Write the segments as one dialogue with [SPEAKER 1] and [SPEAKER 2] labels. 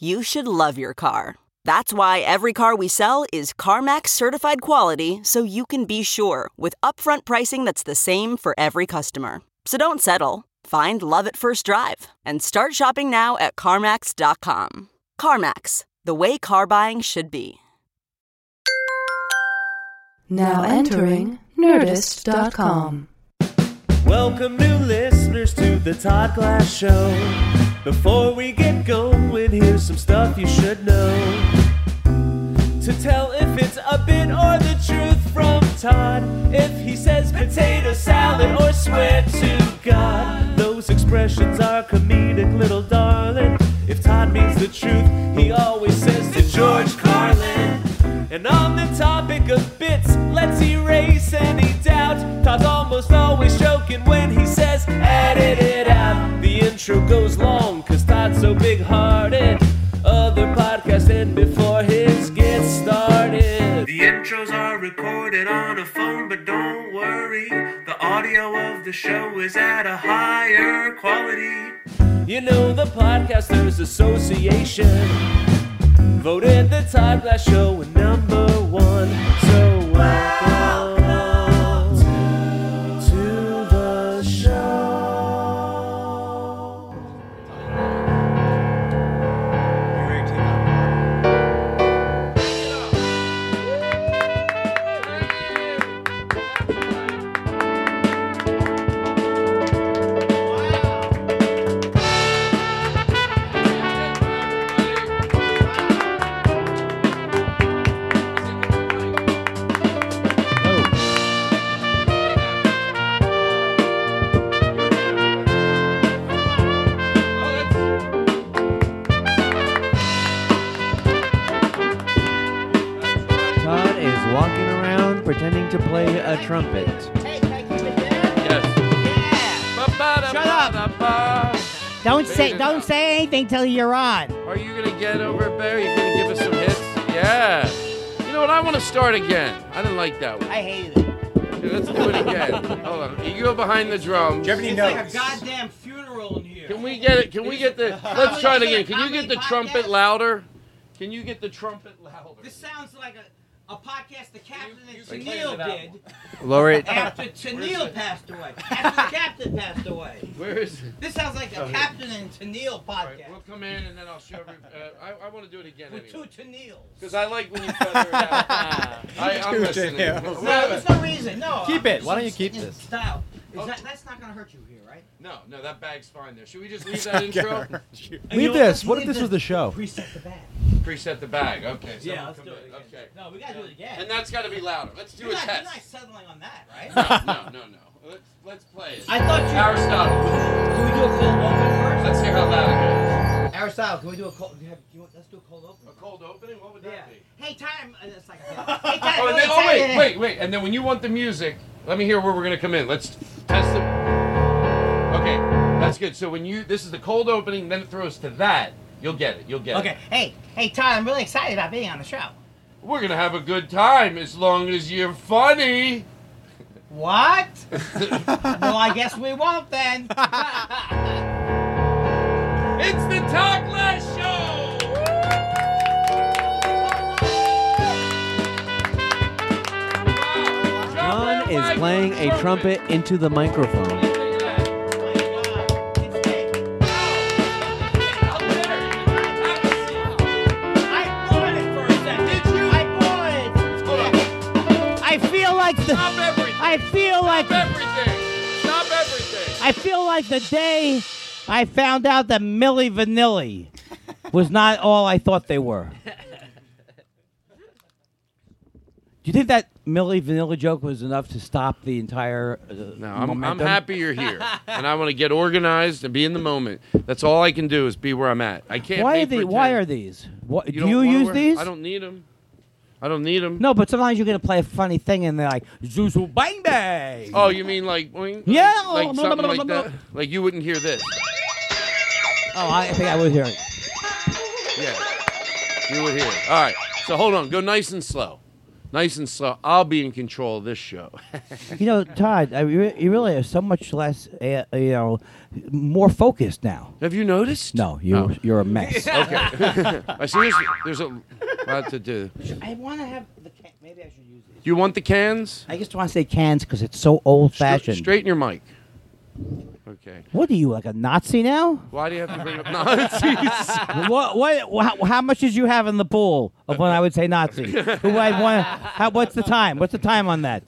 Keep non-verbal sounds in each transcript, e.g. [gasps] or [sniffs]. [SPEAKER 1] you should love your car. That's why every car we sell is CarMax certified quality so you can be sure with upfront pricing that's the same for every customer. So don't settle. Find love at first drive and start shopping now at CarMax.com. CarMax, the way car buying should be.
[SPEAKER 2] Now entering Nerdist.com.
[SPEAKER 3] Welcome, new listeners, to the Todd Glass Show. Before we get going, here's some stuff you should know to tell if it's a bit or the truth from Todd. If he says potato salad or swear to God, those expressions are comedic, little darling. If Todd means the truth, he always says to George Carlin. And on the topic of bits, let's erase any doubt. Todd's almost always joking when he says, edit it out. The intro goes long, cause Todd's so big hearted. Other podcasts end before his gets started. The intros are recorded on a phone, but don't worry. The audio of the show is at a higher quality. You know, the Podcasters Association voted the Todd Glass Show in number one. So welcome to the show.
[SPEAKER 4] Oh. Todd is walking around pretending to play a trumpet.
[SPEAKER 5] Shut up!
[SPEAKER 6] Don't say don't say anything till you're on.
[SPEAKER 5] Are you gonna get over it, Barry? You gonna give us some hits? Yeah. You know what? I want to start again. I didn't like that one.
[SPEAKER 6] I hate it.
[SPEAKER 5] Here, Let's do it again. Hold on. You go behind the drums.
[SPEAKER 7] It's like a goddamn funeral in here.
[SPEAKER 5] Can we get it? Can we get the? Let's try it again. Can you get the trumpet louder? Can you get the trumpet louder?
[SPEAKER 7] This sounds like a, a podcast the captain and Tennille did [laughs]
[SPEAKER 4] Lower it.
[SPEAKER 7] after Tennille passed away. After the captain passed away.
[SPEAKER 5] Where is it?
[SPEAKER 7] This sounds like a captain and Tennille
[SPEAKER 5] All right, we'll
[SPEAKER 7] podcast
[SPEAKER 5] come in and then I'll show. every- Uh, I, I want to do it again
[SPEAKER 7] with two
[SPEAKER 5] anyway.
[SPEAKER 7] Tennilles.
[SPEAKER 5] Because I like when you feather it out. Ah, I, I'm listening.
[SPEAKER 7] No, there's no reason. No.
[SPEAKER 4] Keep it. Why don't you keep
[SPEAKER 7] It's
[SPEAKER 4] this?
[SPEAKER 7] Style. Is that, that's not gonna hurt you here, right?
[SPEAKER 5] Oh. No, no, that bag's fine there. Should
[SPEAKER 8] [laughs]
[SPEAKER 5] we just leave [laughs] that intro?
[SPEAKER 8] Leave this. What if this was the show?
[SPEAKER 7] Reset the bat.
[SPEAKER 5] Preset the bag. Okay. So [laughs]
[SPEAKER 7] Yeah,
[SPEAKER 5] we'll
[SPEAKER 7] let's
[SPEAKER 5] come
[SPEAKER 7] do it
[SPEAKER 5] in.
[SPEAKER 7] again.
[SPEAKER 5] Okay.
[SPEAKER 7] No, we gotta do it again.
[SPEAKER 5] And that's got to be louder. Let's do
[SPEAKER 7] You're
[SPEAKER 5] a
[SPEAKER 7] not, you're
[SPEAKER 5] test.
[SPEAKER 7] not settling on that, right?
[SPEAKER 5] No, no, no, no. Let's let's play it.
[SPEAKER 7] I thought you.
[SPEAKER 5] Aristotle.
[SPEAKER 7] Can we do a cold open
[SPEAKER 5] Let's hear how loud
[SPEAKER 7] first? Aristotle, can we do a cold? Do you have, do you want, let's do a cold open.
[SPEAKER 5] it goes. A cold opening? What would that
[SPEAKER 7] Yeah.
[SPEAKER 5] be?
[SPEAKER 7] Hey, time.
[SPEAKER 3] Uh,
[SPEAKER 7] And it's like,
[SPEAKER 5] [laughs]
[SPEAKER 7] hey, time.
[SPEAKER 5] Oh, and then,
[SPEAKER 7] it's
[SPEAKER 5] oh wait,
[SPEAKER 7] time.
[SPEAKER 5] wait, wait. And then when you want the music, let me hear where we're gonna come in. Let's test it. Okay, that's good. So when you this is the cold opening, then it throws to that. You'll get it. You'll get
[SPEAKER 8] [laughs]
[SPEAKER 5] it.
[SPEAKER 7] Okay. Hey, hey, Todd. I'm really excited about being on the show.
[SPEAKER 5] We're gonna have a good time as long as you're funny.
[SPEAKER 7] What? well, I guess we won't
[SPEAKER 8] [laughs]
[SPEAKER 7] then. [laughs]
[SPEAKER 5] It's the Talk Less Show!
[SPEAKER 4] John is playing a trumpet into the microphone.
[SPEAKER 3] [laughs]
[SPEAKER 7] I bought it for a second. Did you? I bought it.
[SPEAKER 6] I feel like the.
[SPEAKER 5] Stop everything!
[SPEAKER 6] I feel like.
[SPEAKER 5] Stop everything! Stop everything!
[SPEAKER 6] I feel like the day I found out that Millie Vanilli was not all I thought they were. Do you think that Millie Vanilli joke was enough to stop the entire? Uh,
[SPEAKER 5] No, I'm, I'm
[SPEAKER 6] momentum?
[SPEAKER 5] happy you're [laughs] here, and I want to get organized and be in the moment. That's all I can do is be where I'm at. I can't.
[SPEAKER 6] Why
[SPEAKER 5] be
[SPEAKER 6] are they? Why
[SPEAKER 5] pretend.
[SPEAKER 6] are these? What, do
[SPEAKER 5] don't
[SPEAKER 6] you
[SPEAKER 5] wanna
[SPEAKER 6] use
[SPEAKER 5] wear-
[SPEAKER 6] these?
[SPEAKER 5] I don't need them. I don't need them.
[SPEAKER 6] No, but sometimes you're gonna play a funny thing and they're like Zuzu Bang Bang.
[SPEAKER 5] Oh, you mean like boing?
[SPEAKER 6] Yeah,
[SPEAKER 5] like,
[SPEAKER 6] oh, blah,
[SPEAKER 5] like
[SPEAKER 6] blah,
[SPEAKER 5] something
[SPEAKER 6] blah,
[SPEAKER 5] like
[SPEAKER 6] blah, blah.
[SPEAKER 5] that. Like you wouldn't hear this.
[SPEAKER 6] Oh, I think I would hear it.
[SPEAKER 5] Yeah, you would hear. It. All right, so hold on. Go nice and slow, nice and slow. I'll be in control of this show.
[SPEAKER 6] You know, Todd, I, re- you really are so much less, uh, you know, more focused now.
[SPEAKER 5] Have you noticed?
[SPEAKER 6] No, you
[SPEAKER 5] Oh.
[SPEAKER 6] you're a mess.
[SPEAKER 5] Okay. I see. There's, there's a lot to do.
[SPEAKER 6] I want to have the can. Maybe I should use it.
[SPEAKER 5] [laughs] You want the cans?
[SPEAKER 6] I just want to say cans because it's so old
[SPEAKER 5] Stra-
[SPEAKER 6] fashioned.
[SPEAKER 5] Straighten your mic. Okay.
[SPEAKER 6] What are you like a Nazi now?
[SPEAKER 5] Why do you have to bring up [laughs] Nazis?
[SPEAKER 6] [laughs] what what how, how much did you have in the pool of when I would say Nazi? Who I
[SPEAKER 5] [laughs]
[SPEAKER 6] want? How, what's the time? What's the time on that?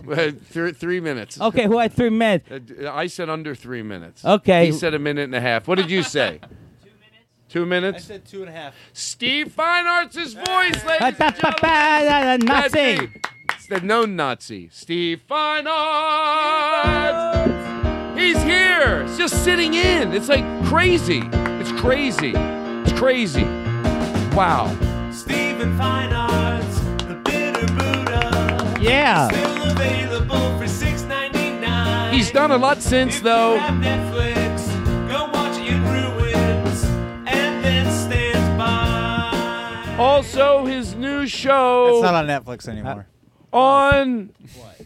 [SPEAKER 5] three, three minutes.
[SPEAKER 6] Okay, who I three minutes?
[SPEAKER 5] Uh, d- I said under three minutes.
[SPEAKER 6] Okay.
[SPEAKER 5] He said a minute and a half. What did you say? Two minutes. Two minutes?
[SPEAKER 8] said two and a half.
[SPEAKER 5] Steve Fine Arts' voice,
[SPEAKER 3] [laughs]
[SPEAKER 5] ladies and gentlemen. That's
[SPEAKER 6] Nazi.
[SPEAKER 5] me. It's the known Nazi. Steve Fine Arts. He's here. It's just sitting in. It's like crazy. It's crazy. It's crazy. Wow.
[SPEAKER 3] Stephen Fine Arts, the bitter Buddha.
[SPEAKER 5] Ah.
[SPEAKER 6] Yeah.
[SPEAKER 3] Still available for $6.99.
[SPEAKER 5] He's done a lot since, though.
[SPEAKER 3] Netflix, go watch In Ruins and then stand by.
[SPEAKER 5] Also, his new show.
[SPEAKER 9] It's not on Netflix anymore.
[SPEAKER 5] on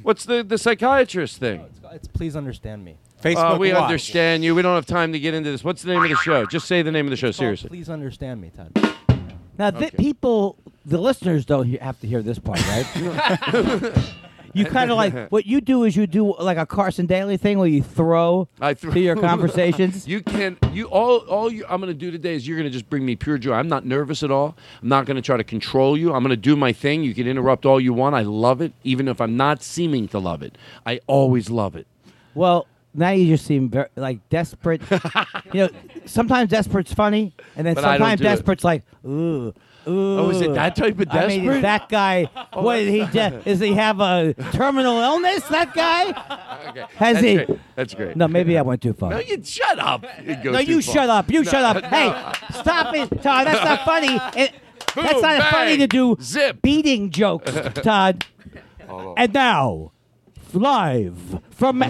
[SPEAKER 5] what's the the psychiatrist thing?
[SPEAKER 8] It's please understand me.
[SPEAKER 9] Facebook.
[SPEAKER 5] Uh, we
[SPEAKER 9] Watch.
[SPEAKER 5] understand you. We don't have time to get into this. What's the name of the show? Just say the name of the show,
[SPEAKER 8] It's called
[SPEAKER 5] seriously.
[SPEAKER 8] Please understand me, Todd.
[SPEAKER 6] Now, th-
[SPEAKER 5] Okay.
[SPEAKER 6] people, the listeners don't he- have to hear this part, right?
[SPEAKER 5] [laughs]
[SPEAKER 6] you kind of like what you do is you do like a Carson Daly thing where you throw
[SPEAKER 5] I threw [laughs]
[SPEAKER 6] to your conversations.
[SPEAKER 5] You can you all all you I'm gonna do today is you're gonna just bring me pure joy. I'm not nervous at all. I'm not gonna try to control you. I'm gonna do my thing. You can interrupt all you want. I love it, even if I'm not seeming to love it. I always love it.
[SPEAKER 6] well, now you just seem very, like
[SPEAKER 5] [laughs]
[SPEAKER 6] desperate. you know, sometimes desperate's funny, and then
[SPEAKER 5] But I don't
[SPEAKER 6] sometimes
[SPEAKER 5] do it.
[SPEAKER 6] desperate's like, ooh, ooh. Oh,
[SPEAKER 5] is it that type of
[SPEAKER 6] I mean,
[SPEAKER 5] desperate? Oh, [laughs]
[SPEAKER 6] that guy. what did he? De- does he have a terminal illness? That guy?
[SPEAKER 5] Okay.
[SPEAKER 6] Has
[SPEAKER 5] That's
[SPEAKER 6] he-
[SPEAKER 5] great. That's great.
[SPEAKER 6] No, maybe I went too far.
[SPEAKER 5] No, you shut up. [laughs] It goes
[SPEAKER 6] No,
[SPEAKER 5] too
[SPEAKER 6] you
[SPEAKER 5] far.
[SPEAKER 6] shut up. You
[SPEAKER 5] [laughs]
[SPEAKER 6] shut up.
[SPEAKER 5] no.
[SPEAKER 6] Hey, stop it, Todd. That's not funny. It- that's not
[SPEAKER 5] bang,
[SPEAKER 6] funny to do
[SPEAKER 5] zip. [laughs]
[SPEAKER 6] beating jokes, Todd. and now, live from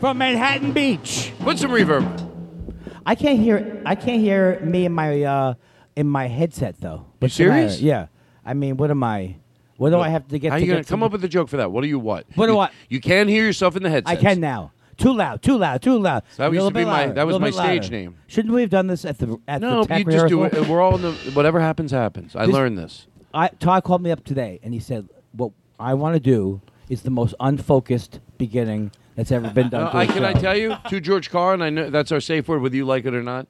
[SPEAKER 6] from Manhattan Beach.
[SPEAKER 5] Put some reverb. on.
[SPEAKER 6] I can't hear. I can't hear me in my uh, in my headset though. What's the matter?
[SPEAKER 5] serious?
[SPEAKER 6] Yeah. I mean, what am I? What do I have to get?
[SPEAKER 5] How
[SPEAKER 6] to
[SPEAKER 5] you gonna
[SPEAKER 6] get
[SPEAKER 5] come
[SPEAKER 6] some-
[SPEAKER 5] up with a joke for that? What do you what?
[SPEAKER 6] What do
[SPEAKER 5] you,
[SPEAKER 6] I-
[SPEAKER 5] You can hear yourself in the headset.
[SPEAKER 6] I can now. Too loud. Too loud. Too loud.
[SPEAKER 5] That
[SPEAKER 6] A
[SPEAKER 5] used
[SPEAKER 6] little
[SPEAKER 5] to be
[SPEAKER 6] bit
[SPEAKER 5] my-
[SPEAKER 6] louder,
[SPEAKER 5] that was
[SPEAKER 6] little
[SPEAKER 5] my
[SPEAKER 6] bit louder.
[SPEAKER 5] stage name.
[SPEAKER 6] Shouldn't we have done this at the at
[SPEAKER 5] No,
[SPEAKER 6] the tech
[SPEAKER 5] you just do
[SPEAKER 6] rehearsal?
[SPEAKER 5] it. We're all in the whatever happens happens. I
[SPEAKER 6] This-
[SPEAKER 5] learned this.
[SPEAKER 6] I, Todd called me up today and he said, "What I want to do is the most unfocused beginning that's ever been done."
[SPEAKER 5] Uh,
[SPEAKER 6] to a
[SPEAKER 5] I can I
[SPEAKER 6] show."
[SPEAKER 5] tell you to George Carr, and I know that's our safe word, whether you like it or not.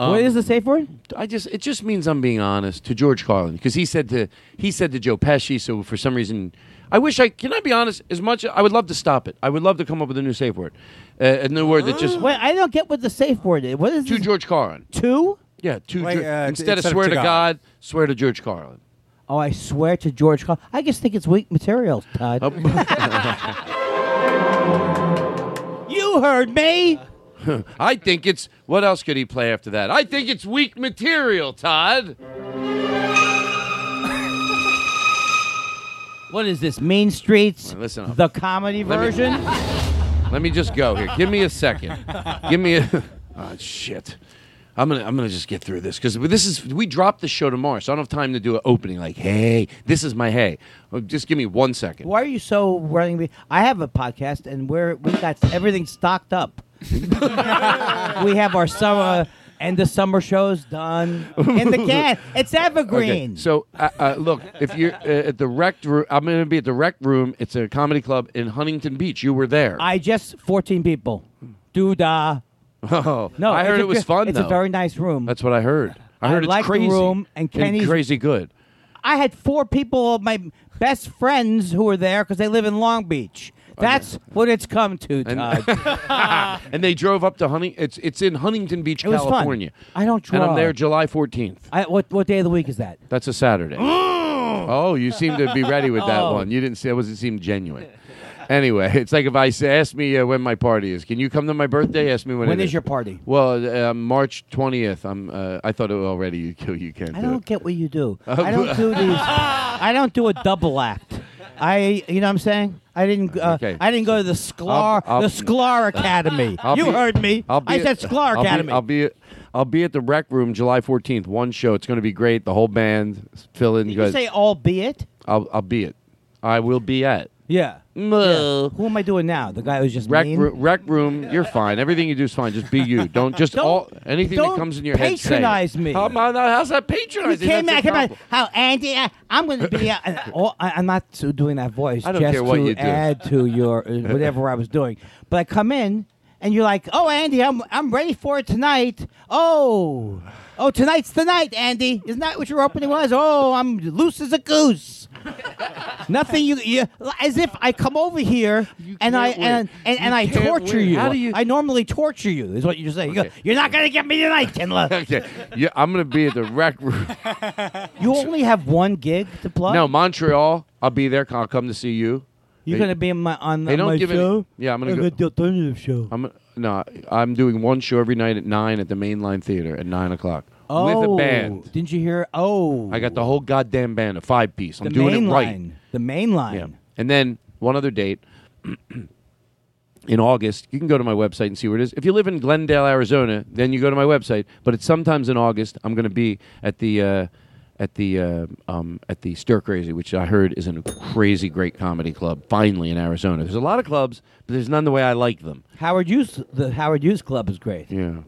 [SPEAKER 5] Um,
[SPEAKER 6] what is the safe word?
[SPEAKER 5] I just it
[SPEAKER 6] [laughs]
[SPEAKER 5] just means I'm being honest to George Carlin because he said to he said to Joe Pesci. So for some reason, I wish I can I be honest. As much I would love to stop it. I would love to come up with a new safe word, uh, a new word that just
[SPEAKER 6] Wait, I don't get what the safe word is. What is
[SPEAKER 5] to
[SPEAKER 6] this?
[SPEAKER 5] George Carlin.
[SPEAKER 6] Two?
[SPEAKER 5] Yeah, to
[SPEAKER 9] Wait,
[SPEAKER 5] Geor-
[SPEAKER 9] uh, t-
[SPEAKER 5] instead of swear to God. swear to George Carlin.
[SPEAKER 6] Oh, I swear to George. Carl- I just think it's weak material, Todd.
[SPEAKER 5] Uh,
[SPEAKER 6] [laughs] you heard me.
[SPEAKER 5] [laughs] I think it's what else could he play after that? I think it's weak material, Todd.
[SPEAKER 6] What is this? Mean Streets.
[SPEAKER 5] Now, listen up.
[SPEAKER 6] The comedy
[SPEAKER 5] me-
[SPEAKER 6] version. [laughs]
[SPEAKER 5] Let me just go here. Give me a second. Give me a. Oh, Ah, shit. I'm gonna I'm gonna just get through this because this is we drop the show tomorrow, so I don't have time to do an opening like hey, this is my hey. Oh, Just give me one second.
[SPEAKER 6] Why are you so running? be- I have a podcast, and we're we got everything stocked up. we have our summer and the
[SPEAKER 5] [laughs]
[SPEAKER 6] summer shows done in the can. It's evergreen.
[SPEAKER 5] Okay, so uh, uh, look, if you're uh, at the rec room, I'm going to be at the rec room. It's a comedy club in Huntington Beach. You were there.
[SPEAKER 6] I just fourteen people. Do da.
[SPEAKER 5] [laughs] Oh
[SPEAKER 6] No,
[SPEAKER 5] I
[SPEAKER 6] it's
[SPEAKER 5] heard
[SPEAKER 6] a
[SPEAKER 5] it was
[SPEAKER 6] good-
[SPEAKER 5] fun.
[SPEAKER 6] it's a
[SPEAKER 5] though.
[SPEAKER 6] very nice room.
[SPEAKER 5] That's what I heard. I
[SPEAKER 6] I
[SPEAKER 5] heard it's
[SPEAKER 6] like the
[SPEAKER 5] crazy
[SPEAKER 6] room, and Kenny's-
[SPEAKER 5] crazy good.
[SPEAKER 6] I had four people of my best friends who were there because they live in Long Beach. That's what it's come to, Todd.
[SPEAKER 5] Oh, [laughs] and they drove up to Hunting. It's it's in Huntington Beach,
[SPEAKER 6] It was fun.
[SPEAKER 5] California.
[SPEAKER 6] I don't
[SPEAKER 5] And I'm
[SPEAKER 6] draw.
[SPEAKER 5] there July 14th.
[SPEAKER 6] I, what what day of the week is
[SPEAKER 5] [gasps]
[SPEAKER 6] that?
[SPEAKER 5] That's a Saturday.
[SPEAKER 6] [gasps]
[SPEAKER 5] oh, you seem to be ready with
[SPEAKER 6] Oh.
[SPEAKER 5] that one. You didn't say it wasn't seem genuine. Anyway, [laughs] it's like if I say, ask me uh, when my party is. Can you come to my birthday? Ask me when.
[SPEAKER 6] When
[SPEAKER 5] it
[SPEAKER 6] is your party?
[SPEAKER 5] Well, uh, March twentieth. I'm. Uh, I thought it already. [laughs] You kill. You can't
[SPEAKER 6] I
[SPEAKER 5] do
[SPEAKER 6] don't
[SPEAKER 5] it.
[SPEAKER 6] get what
[SPEAKER 5] [laughs]
[SPEAKER 6] you do.
[SPEAKER 5] Oh,
[SPEAKER 6] I don't do these. I don't do a double act. I, you know, what I'm saying I didn't. Uh,
[SPEAKER 5] Okay.
[SPEAKER 6] I didn't go to the Sklar,
[SPEAKER 5] I'll-
[SPEAKER 6] the Sklar Academy.
[SPEAKER 5] I'll
[SPEAKER 6] you
[SPEAKER 5] be-
[SPEAKER 6] heard me.
[SPEAKER 5] I'll be
[SPEAKER 6] I said
[SPEAKER 5] at-
[SPEAKER 6] Sklar
[SPEAKER 5] I'll be-
[SPEAKER 6] Academy.
[SPEAKER 5] I'll be. I'll be at the rec room July fourteenth. One show. It's going to be great. The whole band fill in.
[SPEAKER 6] Did you
[SPEAKER 5] good.
[SPEAKER 6] say albeit?
[SPEAKER 5] I'll. I'll be it. I will be at.
[SPEAKER 6] Yeah.
[SPEAKER 5] No.
[SPEAKER 6] Who am I doing now? The guy who's just
[SPEAKER 5] Rec,
[SPEAKER 6] mean?
[SPEAKER 5] roo- rec room, you're fine. Everything you do is fine. Just be you. Don't just
[SPEAKER 6] Don't-
[SPEAKER 5] all anything that
[SPEAKER 6] don't
[SPEAKER 5] comes in your head. say it.
[SPEAKER 6] patronize me.
[SPEAKER 5] How am I not- how's that
[SPEAKER 6] You
[SPEAKER 5] patronizing?
[SPEAKER 6] came
[SPEAKER 5] That's
[SPEAKER 6] back
[SPEAKER 5] the
[SPEAKER 6] about
[SPEAKER 5] problem.
[SPEAKER 6] how Andy. I, I'm going to be. Uh, and, oh, I, I'm not so doing that voice.
[SPEAKER 5] I don't
[SPEAKER 6] just
[SPEAKER 5] care what
[SPEAKER 6] to
[SPEAKER 5] you do.
[SPEAKER 6] add to your
[SPEAKER 5] [laughs]
[SPEAKER 6] uh, whatever I was doing. But I come in and you're like, "Oh, Andy, I'm I'm ready for it tonight." Oh, oh, tonight's the night, Andy. Isn't that what your opening was? Oh, I'm loose as a goose. Nothing you, you as if I come over here and I
[SPEAKER 5] can't win.
[SPEAKER 6] and and, and
[SPEAKER 5] You
[SPEAKER 6] I
[SPEAKER 5] can't
[SPEAKER 6] torture
[SPEAKER 5] win.
[SPEAKER 6] you.
[SPEAKER 5] How do you-
[SPEAKER 6] I normally torture you. Is what you're saying. You go,
[SPEAKER 5] Okay.
[SPEAKER 6] you're not gonna get me tonight,
[SPEAKER 5] [laughs]
[SPEAKER 6] Kinla.
[SPEAKER 5] Okay. Yeah, I'm gonna be at the rec
[SPEAKER 6] [laughs]
[SPEAKER 5] room.
[SPEAKER 6] you only have one gig to plug.
[SPEAKER 5] No, Montreal. I'll be there. I'll come to see you.
[SPEAKER 6] You're
[SPEAKER 5] They-
[SPEAKER 6] gonna be in my on
[SPEAKER 5] they
[SPEAKER 6] on
[SPEAKER 5] don't
[SPEAKER 6] my
[SPEAKER 5] give any-
[SPEAKER 6] show.
[SPEAKER 5] Yeah, I'm gonna go-
[SPEAKER 6] At the alternative show.
[SPEAKER 5] I'm no. I'm doing one show every night at nine at the Mainline Theater at nine o'clock
[SPEAKER 6] oh,
[SPEAKER 5] with a band.
[SPEAKER 6] Didn't you hear? Oh,
[SPEAKER 5] I got the whole goddamn band, a five piece. I'm
[SPEAKER 6] the
[SPEAKER 5] doing
[SPEAKER 6] main
[SPEAKER 5] it right.
[SPEAKER 6] line. The main line.
[SPEAKER 5] Yeah. And then one other date [clears throat] in August, you can go to my website and see where it is. If you live in Glendale, Arizona, then you go to my website. But it's sometimes in August. I'm going to be at the. Uh, at the uh, um, at the Stir Crazy, which I heard is a crazy great comedy club, finally in Arizona. There's a lot of clubs, but there's none the way I like them.
[SPEAKER 6] Howard Hughes. The Howard Hughes Club is great.
[SPEAKER 5] Yeah.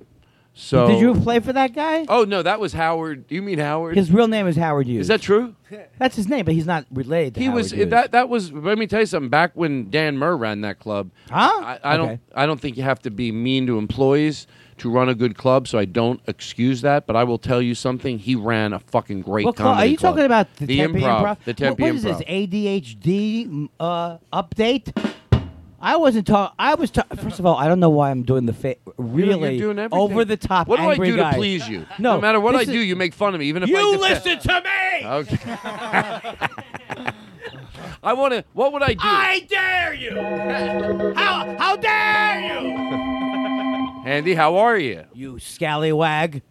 [SPEAKER 5] So
[SPEAKER 6] Did you play for that guy?
[SPEAKER 5] Oh no, that was Howard. You mean Howard?
[SPEAKER 6] His real name is Howard Hughes.
[SPEAKER 5] Is that true?
[SPEAKER 6] That's his name, but he's not related. To
[SPEAKER 5] He
[SPEAKER 6] Howard
[SPEAKER 5] was
[SPEAKER 6] Hughes.
[SPEAKER 5] that. That was. Let me tell you something. Back when Dan Murr ran that club,
[SPEAKER 6] Huh?
[SPEAKER 5] [laughs] I, I
[SPEAKER 6] Okay.
[SPEAKER 5] don't. I don't think you have to be mean to employees to run a good club. So I don't excuse that. But I will tell you something. He ran a fucking great
[SPEAKER 6] What club?
[SPEAKER 5] comedy
[SPEAKER 6] Are you
[SPEAKER 5] club.
[SPEAKER 6] talking about the, Tempe
[SPEAKER 5] improv, The
[SPEAKER 6] Wh-
[SPEAKER 5] Tempe
[SPEAKER 6] what
[SPEAKER 5] Improv.
[SPEAKER 6] is this ADHD mm, uh, update? I wasn't talking. I was ta- first of all. I don't know why I'm doing the fa-
[SPEAKER 5] You're- you're
[SPEAKER 6] really
[SPEAKER 5] doing everything.
[SPEAKER 6] over the top.
[SPEAKER 5] What do I
[SPEAKER 6] angry
[SPEAKER 5] do
[SPEAKER 6] guy.
[SPEAKER 5] to please you?
[SPEAKER 6] No,
[SPEAKER 5] matter what I
[SPEAKER 6] this
[SPEAKER 5] do,
[SPEAKER 6] is-
[SPEAKER 5] you make fun of me. Even if I
[SPEAKER 6] You
[SPEAKER 5] defend-
[SPEAKER 6] listen to me.
[SPEAKER 5] Okay. [laughs] I want to. What would I do?
[SPEAKER 6] I dare you! How how dare you!
[SPEAKER 5] Andy, how are you?
[SPEAKER 6] You
[SPEAKER 5] [laughs]
[SPEAKER 6] scallywag!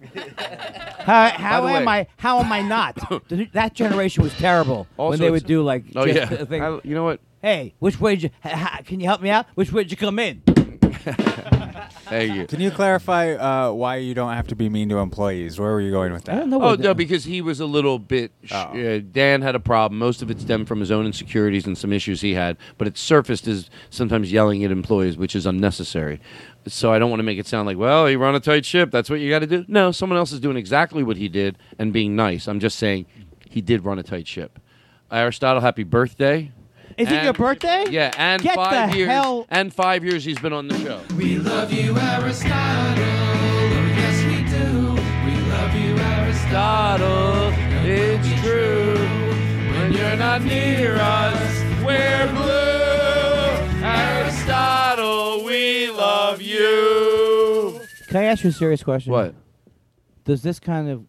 [SPEAKER 6] how how
[SPEAKER 5] the
[SPEAKER 6] am
[SPEAKER 5] way-
[SPEAKER 6] I? How am I
[SPEAKER 5] [coughs]
[SPEAKER 6] not? Th- that generation was terrible when
[SPEAKER 5] Also,
[SPEAKER 6] they
[SPEAKER 5] it's-
[SPEAKER 6] would do like.
[SPEAKER 5] Oh
[SPEAKER 6] just
[SPEAKER 5] yeah.
[SPEAKER 6] the thing,
[SPEAKER 5] I- you know what?
[SPEAKER 6] hey, which way did you? ha- ha- can you help me out? Which way did you
[SPEAKER 5] [laughs]
[SPEAKER 6] come in?
[SPEAKER 5] Thank you.
[SPEAKER 9] Can you clarify uh, why you don't have to be mean to employees? Where were you going with that?
[SPEAKER 5] Oh
[SPEAKER 6] what
[SPEAKER 5] no,
[SPEAKER 6] the-
[SPEAKER 5] because he was a little bit. Sh- uh, Dan had a problem. Most of it stemmed from his own insecurities and some issues he had, but it surfaced as sometimes yelling at employees, which is unnecessary. So I don't want to make it sound like, well, he run a tight ship. That's what you got to do. No, someone else is doing exactly what he did and being nice. I'm just saying, he did run a tight ship. Aristotle, happy birthday.
[SPEAKER 6] Is it your birthday?
[SPEAKER 5] Yeah, and
[SPEAKER 6] Get
[SPEAKER 5] five
[SPEAKER 6] the
[SPEAKER 5] years.
[SPEAKER 6] hell-
[SPEAKER 5] And five years he's been on the
[SPEAKER 6] [laughs]
[SPEAKER 5] show. Oh, Aristotle, it's true. When you're not near us, we're blue. Aristotle, we love you.
[SPEAKER 6] Can I ask you a serious question?
[SPEAKER 5] What?
[SPEAKER 6] does this kind of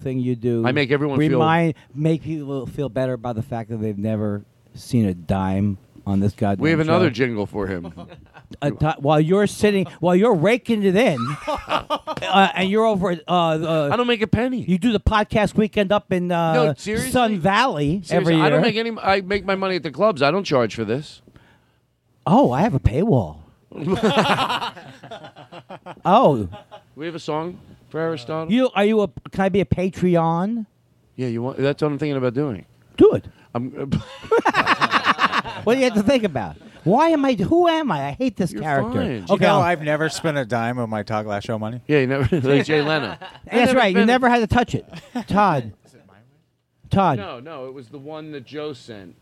[SPEAKER 6] thing you do?
[SPEAKER 5] I make everyone feel-
[SPEAKER 6] remind make people feel better about the fact that they've never seen a dime on this goddamn.
[SPEAKER 5] We have another
[SPEAKER 6] show?
[SPEAKER 5] jingle for him.
[SPEAKER 6] a ti while you're sitting, while you're raking it in,
[SPEAKER 5] [laughs]
[SPEAKER 6] uh, and you're over. at, Uh, uh,
[SPEAKER 5] I don't make a penny.
[SPEAKER 6] you do the podcast weekend up in uh,
[SPEAKER 5] No, seriously?
[SPEAKER 6] Sun Valley
[SPEAKER 5] Seriously,
[SPEAKER 6] every year.
[SPEAKER 5] I don't make any. I make my money at the clubs. I don't charge for this.
[SPEAKER 6] oh, I have a paywall. oh,
[SPEAKER 5] [laughs] We have a song. for Aristotle?
[SPEAKER 6] You are you a? Can I be a Patreon?
[SPEAKER 5] Yeah, you want? That's what I'm thinking about doing.
[SPEAKER 6] Do it. [laughs]
[SPEAKER 5] I'm, [laughs]
[SPEAKER 6] What do you have to think about? Why am I? Who am I? I hate this character.
[SPEAKER 9] Okay,
[SPEAKER 6] Okay, I'll-
[SPEAKER 9] I've never spent a dime of my Talk Last Show money.
[SPEAKER 5] Yeah, you never. like Jay Leno.
[SPEAKER 6] that's right. You
[SPEAKER 5] been-
[SPEAKER 6] never had to touch it, Todd. Todd,
[SPEAKER 5] No, no, it was the one that Joe sent,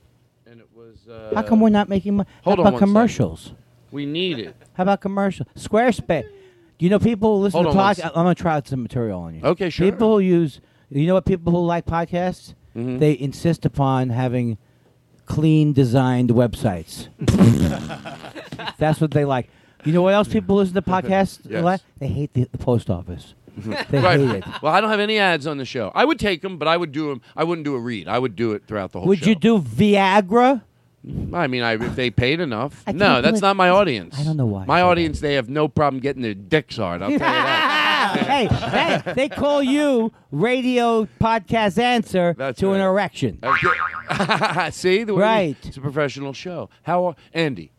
[SPEAKER 5] and it was. Uh,
[SPEAKER 6] how come we're not making money?
[SPEAKER 5] Hold
[SPEAKER 6] how
[SPEAKER 5] on
[SPEAKER 6] about
[SPEAKER 5] one second.
[SPEAKER 6] commercials?
[SPEAKER 5] We need it.
[SPEAKER 6] How about commercials? Squarespace. You know, people who listen
[SPEAKER 5] Hold on
[SPEAKER 6] to
[SPEAKER 5] one
[SPEAKER 6] podcasts. I'm gonna try out some material on you.
[SPEAKER 5] Okay, sure.
[SPEAKER 6] People who use, you know, what people who like podcasts,
[SPEAKER 5] Mhm.
[SPEAKER 6] they insist upon having clean designed
[SPEAKER 5] [laughs]
[SPEAKER 6] websites. That's what they like. You know what else people listen to podcasts
[SPEAKER 5] [laughs] Yes.
[SPEAKER 6] like? They hate the, the post
[SPEAKER 5] [laughs]
[SPEAKER 6] office. they
[SPEAKER 5] right. [laughs]
[SPEAKER 6] hate it.
[SPEAKER 5] Well, I don't have any ads on the show. I would take them, but I would do them. I wouldn't do a read. I would do it throughout the whole
[SPEAKER 6] Would
[SPEAKER 5] show.
[SPEAKER 6] you
[SPEAKER 5] [laughs]
[SPEAKER 6] do Viagra?
[SPEAKER 5] I mean, I, if they paid enough.
[SPEAKER 6] I
[SPEAKER 5] no,
[SPEAKER 6] can't
[SPEAKER 5] that's
[SPEAKER 6] believe-
[SPEAKER 5] not my audience.
[SPEAKER 6] I don't know why.
[SPEAKER 5] My audience, they have no problem getting their dicks hard. I'll tell you that.
[SPEAKER 6] [laughs]
[SPEAKER 5] [laughs]
[SPEAKER 6] hey, hey, they call you radio podcast answer to an erection.
[SPEAKER 5] Okay. [laughs] See, the way we-
[SPEAKER 6] Right.
[SPEAKER 5] It's a professional show. How are Andy?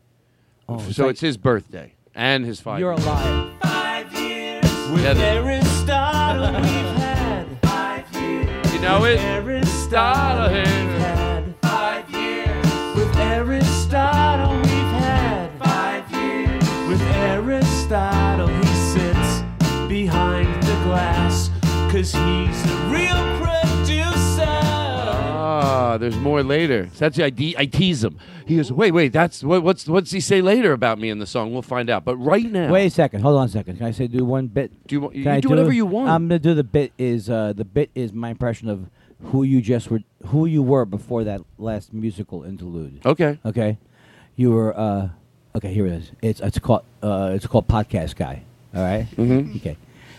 [SPEAKER 6] Oh,
[SPEAKER 5] so
[SPEAKER 6] it's like-
[SPEAKER 5] it's his birthday and his five.
[SPEAKER 6] You're alive.
[SPEAKER 5] Yeah, the-
[SPEAKER 3] Aristotle, we've had five years.
[SPEAKER 5] You know it?
[SPEAKER 3] With Aristotle, we've had five years. With Aristotle, we've had five years. With Aristotle, he sits behind the glass, cause he's the real producer.
[SPEAKER 5] Ah, there's more later. So That's the idea. I tease him. He goes, wait, wait. That's what, what's what's he say later about me in the song? We'll find out. But right now,
[SPEAKER 6] Wait a second. Hold on a second. Can I say do one bit?
[SPEAKER 5] Do you want- you
[SPEAKER 6] Can I
[SPEAKER 5] do whatever you want.
[SPEAKER 6] I'm gonna do the bit. Is uh, the bit is my impression of who you just were, who you were before that last musical interlude.
[SPEAKER 5] Okay.
[SPEAKER 6] Okay. You were. Uh, okay. Here it is. It's it's called uh, it's called podcast guy. All Mm-hmm. Okay.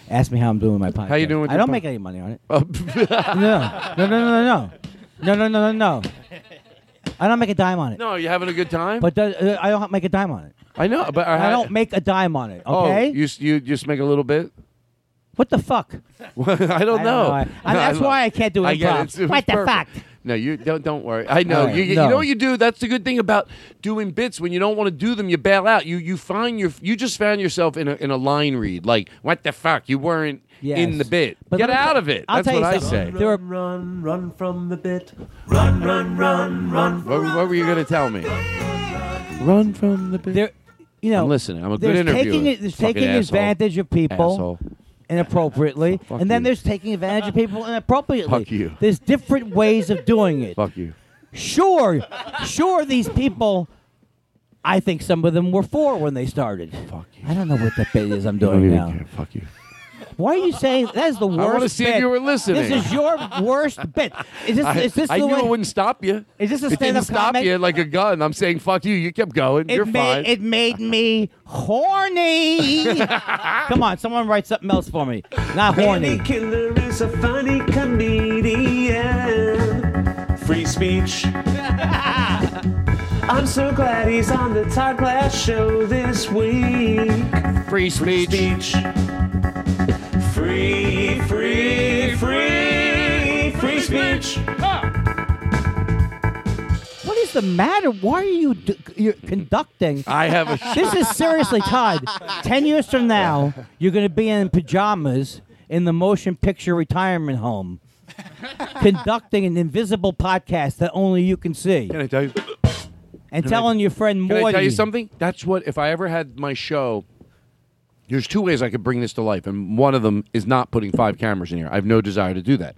[SPEAKER 6] Ask me how I'm doing with my podcast.
[SPEAKER 5] How you doing with
[SPEAKER 6] I
[SPEAKER 5] your
[SPEAKER 6] don't
[SPEAKER 5] pod-
[SPEAKER 6] make any money on it.
[SPEAKER 5] Oh.
[SPEAKER 6] [laughs] no. No. No. No. No. No. No. No. No. No. I don't make a dime on
[SPEAKER 5] [laughs]
[SPEAKER 6] it.
[SPEAKER 5] no, you having a good time?
[SPEAKER 6] But does, uh, I don't make a dime on it.
[SPEAKER 5] I know, but I,
[SPEAKER 6] I don't make a dime on it. Okay.
[SPEAKER 5] Oh, you s- you just make a little bit.
[SPEAKER 6] What the fuck?
[SPEAKER 5] [laughs] I don't know. I
[SPEAKER 6] don't know. I- I- that's
[SPEAKER 5] love-
[SPEAKER 6] why I can't do
[SPEAKER 5] I get
[SPEAKER 6] improv.
[SPEAKER 5] it. It's- it's
[SPEAKER 6] What the
[SPEAKER 5] perfect.
[SPEAKER 6] fuck?
[SPEAKER 5] No, you don't. Don't worry. I know.
[SPEAKER 6] All right,
[SPEAKER 5] you, you,
[SPEAKER 6] no.
[SPEAKER 5] you know what you do. That's the good thing about doing bits. When you don't want to do them, you bail out. You you find your you just found yourself in a in a line read. Like what the fuck? You weren't in the
[SPEAKER 6] Yes.
[SPEAKER 5] bit.
[SPEAKER 6] But
[SPEAKER 5] Get
[SPEAKER 6] let me
[SPEAKER 5] out
[SPEAKER 6] tell-
[SPEAKER 5] of it.
[SPEAKER 6] I'll
[SPEAKER 5] that's
[SPEAKER 6] tell you
[SPEAKER 5] what
[SPEAKER 6] something.
[SPEAKER 5] I say.
[SPEAKER 6] There were-
[SPEAKER 3] Run, run, run from the bit. Run, run, run, run.
[SPEAKER 5] What, what were you gonna tell me? Run from the bit.
[SPEAKER 6] There, you know,
[SPEAKER 5] I'm listening. I'm a good
[SPEAKER 6] there's
[SPEAKER 5] interviewer.
[SPEAKER 6] Taking, it- there's
[SPEAKER 5] Fucking
[SPEAKER 6] taking
[SPEAKER 5] asshole.
[SPEAKER 6] advantage of people
[SPEAKER 5] Asshole. [laughs]
[SPEAKER 6] inappropriately, and then
[SPEAKER 5] you.
[SPEAKER 6] there's taking advantage of people inappropriately.
[SPEAKER 5] Fuck you.
[SPEAKER 6] There's different ways of doing it.
[SPEAKER 5] Fuck you.
[SPEAKER 6] Sure, sure, these people. I think some of them were four when they started. Fuck you. I don't know what the bit is I'm doing now.
[SPEAKER 5] Fuck you.
[SPEAKER 6] Why are you saying that is the worst?
[SPEAKER 5] wanna see if
[SPEAKER 6] bit.
[SPEAKER 5] you were listening.
[SPEAKER 6] This is your worst bit. Is
[SPEAKER 5] [laughs]
[SPEAKER 6] this?
[SPEAKER 5] I,
[SPEAKER 6] is this
[SPEAKER 5] I
[SPEAKER 6] the
[SPEAKER 5] knew
[SPEAKER 6] way?
[SPEAKER 5] it wouldn't stop you.
[SPEAKER 6] Is this a
[SPEAKER 5] it didn't
[SPEAKER 6] stand-up
[SPEAKER 5] stop
[SPEAKER 6] comic?
[SPEAKER 5] you like a gun. I'm saying fuck you. You kept going. You're
[SPEAKER 6] it
[SPEAKER 5] fine.
[SPEAKER 6] made, It made me horny.
[SPEAKER 5] [laughs]
[SPEAKER 6] Come on, someone write something else for me. Not
[SPEAKER 3] Andy
[SPEAKER 6] horny.
[SPEAKER 3] Killer is a funny comedian. Free speech. [laughs] I'm so glad he's on the Todd Glass show this week.
[SPEAKER 5] Free speech.
[SPEAKER 3] Speech. Free, free, free, free speech.
[SPEAKER 6] What is the matter? Why are you d- you're conducting?
[SPEAKER 5] I have a.
[SPEAKER 6] This is seriously, Todd. Ten years from now, you're going to be in pajamas in the motion picture retirement home, conducting an invisible podcast that only you can see,
[SPEAKER 5] Can I tell you?
[SPEAKER 6] and telling your friend
[SPEAKER 5] Can
[SPEAKER 6] Morty.
[SPEAKER 5] I tell you something? That's what. If I ever had my show, there's two ways I could bring this to life, and one of them is not putting five cameras in here. I have no desire to do that.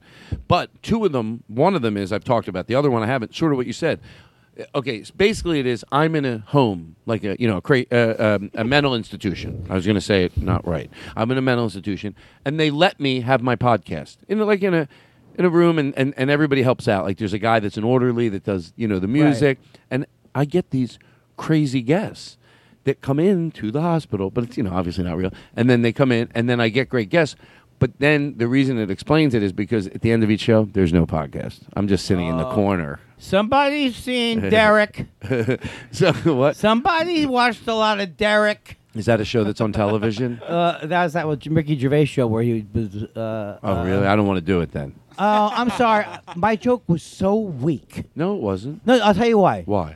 [SPEAKER 5] But two of them, one of them is I've talked about. The other one I haven't. Sort of what you said. Uh, Okay, s- basically it is I'm in a home, like a you know a, cra- uh, um, a mental institution. I was going to say it not right. I'm in a mental institution, and they let me have my podcast in a- like in a in a room, and, and and everybody helps out. Like there's a guy that's an orderly that does you know the music, and I get these crazy guests that come in to the hospital, but it's you know obviously not real. And then they come in, and then I get great guests. But then the reason it explains it is because at the end of each show, there's no podcast. I'm just sitting in the corner. [laughs]
[SPEAKER 6] Somebody's seen Oh. Derek.
[SPEAKER 5] so what
[SPEAKER 6] Somebody watched a lot of Derek.
[SPEAKER 5] is that a show that's on
[SPEAKER 6] [laughs]
[SPEAKER 5] television?
[SPEAKER 6] Uh, that was that with Ricky Gervais show where he was. Uh,
[SPEAKER 5] Oh really? I don't want to do it then.
[SPEAKER 6] Oh, I'm sorry. My joke was so weak.
[SPEAKER 5] No, it wasn't.
[SPEAKER 6] No, I'll tell you why.
[SPEAKER 5] Why?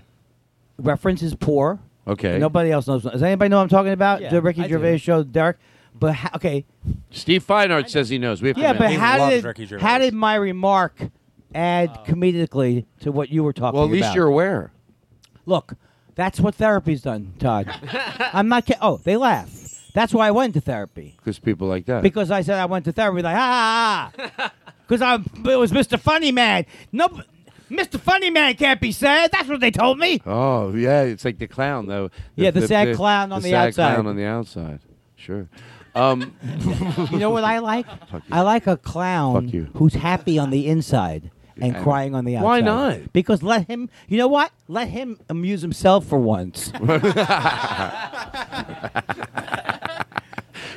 [SPEAKER 6] Reference is poor.
[SPEAKER 5] Okay.
[SPEAKER 6] Nobody else knows. Does anybody know what I'm talking about?
[SPEAKER 8] Yeah,
[SPEAKER 6] the Ricky
[SPEAKER 8] I do.
[SPEAKER 6] Gervais show, Derek. But ho- okay,
[SPEAKER 5] Steve Feinart says he knows. We have to
[SPEAKER 6] yeah,
[SPEAKER 5] admit.
[SPEAKER 6] but how did how did my remark add
[SPEAKER 8] Oh.
[SPEAKER 6] comedically to what you were talking about?
[SPEAKER 5] well, at least you're aware.
[SPEAKER 6] Look, that's what therapy's done,
[SPEAKER 8] [laughs]
[SPEAKER 6] Todd. I'm not kidding. Oh, they laugh. That's why I went to therapy
[SPEAKER 5] Because people like that.
[SPEAKER 6] because I said I went to therapy. Like ah,
[SPEAKER 5] [laughs]
[SPEAKER 6] because I it was Mr. Funny Man. No, Mr. Funny Man can't be sad. That's what they told me.
[SPEAKER 5] oh yeah, it's like the clown though.
[SPEAKER 6] Yeah, the sad clown on the
[SPEAKER 5] sad
[SPEAKER 6] outside.
[SPEAKER 5] Clown on the outside. Sure. Um,
[SPEAKER 6] [laughs] You know what
[SPEAKER 5] [laughs]
[SPEAKER 6] I like? I like a clown who's happy on the inside and
[SPEAKER 5] And-
[SPEAKER 6] crying on the outside.
[SPEAKER 5] Why not?
[SPEAKER 6] Because let him. You know what? Let him amuse himself for once.
[SPEAKER 5] [laughs]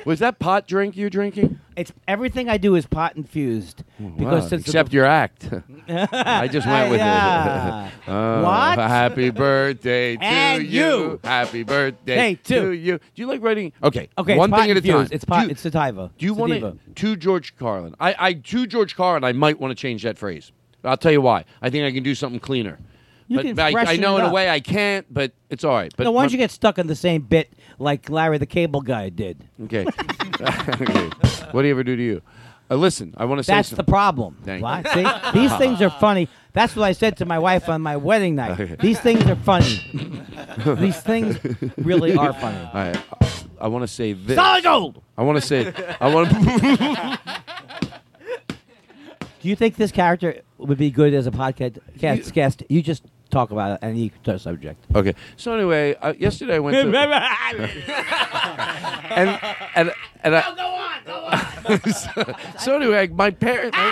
[SPEAKER 5] Was that pot drink you're drinking? Oh,
[SPEAKER 6] It's everything I do is pot infused. Because
[SPEAKER 5] Wow,
[SPEAKER 6] since the-
[SPEAKER 5] except your
[SPEAKER 6] [laughs]
[SPEAKER 5] act. I just went with
[SPEAKER 6] Yeah.
[SPEAKER 5] it. [laughs] Oh,
[SPEAKER 6] What?
[SPEAKER 5] Happy birthday to
[SPEAKER 6] And you.
[SPEAKER 5] Happy birthday
[SPEAKER 6] Hey,
[SPEAKER 5] to
[SPEAKER 6] too.
[SPEAKER 5] you. Do you like writing? Okay.
[SPEAKER 6] Okay, it's
[SPEAKER 5] One
[SPEAKER 6] pot
[SPEAKER 5] thing at a time.
[SPEAKER 6] infused. It's pot.
[SPEAKER 5] Do you,
[SPEAKER 6] it's sativa.
[SPEAKER 5] do you want to
[SPEAKER 6] Sativa.
[SPEAKER 5] to George Carlin? I, I to George Carlin. I might want to change that phrase. I'll tell you why. I think I can do something cleaner.
[SPEAKER 6] You
[SPEAKER 5] but
[SPEAKER 6] can
[SPEAKER 5] but I, I
[SPEAKER 6] freshen
[SPEAKER 5] know
[SPEAKER 6] it
[SPEAKER 5] in a
[SPEAKER 6] up.
[SPEAKER 5] way I can't, but it's all right. But
[SPEAKER 6] no, why don't
[SPEAKER 5] my-
[SPEAKER 6] you get stuck in the same bit like Larry the Cable Guy did?
[SPEAKER 5] Okay. [laughs] Okay. What do you ever do to you? Uh, listen, I want to say
[SPEAKER 6] That's the
[SPEAKER 5] some-
[SPEAKER 6] problem.
[SPEAKER 5] Thank
[SPEAKER 6] Why?
[SPEAKER 5] you.
[SPEAKER 6] See?
[SPEAKER 5] [laughs]
[SPEAKER 6] These things are funny. That's what I said to my wife on my wedding night. These things are funny. These things really are funny.
[SPEAKER 5] All right. I want to say this.
[SPEAKER 6] Solid gold!
[SPEAKER 5] I want to say. I want to. [laughs]
[SPEAKER 6] [laughs] Do you think this character would be good as a podcast cast, guest? You just talk about any subject.
[SPEAKER 5] okay. So anyway, uh, yesterday I went to. and and and I, go on, go on. so, [laughs] so anyway, my parents. [laughs]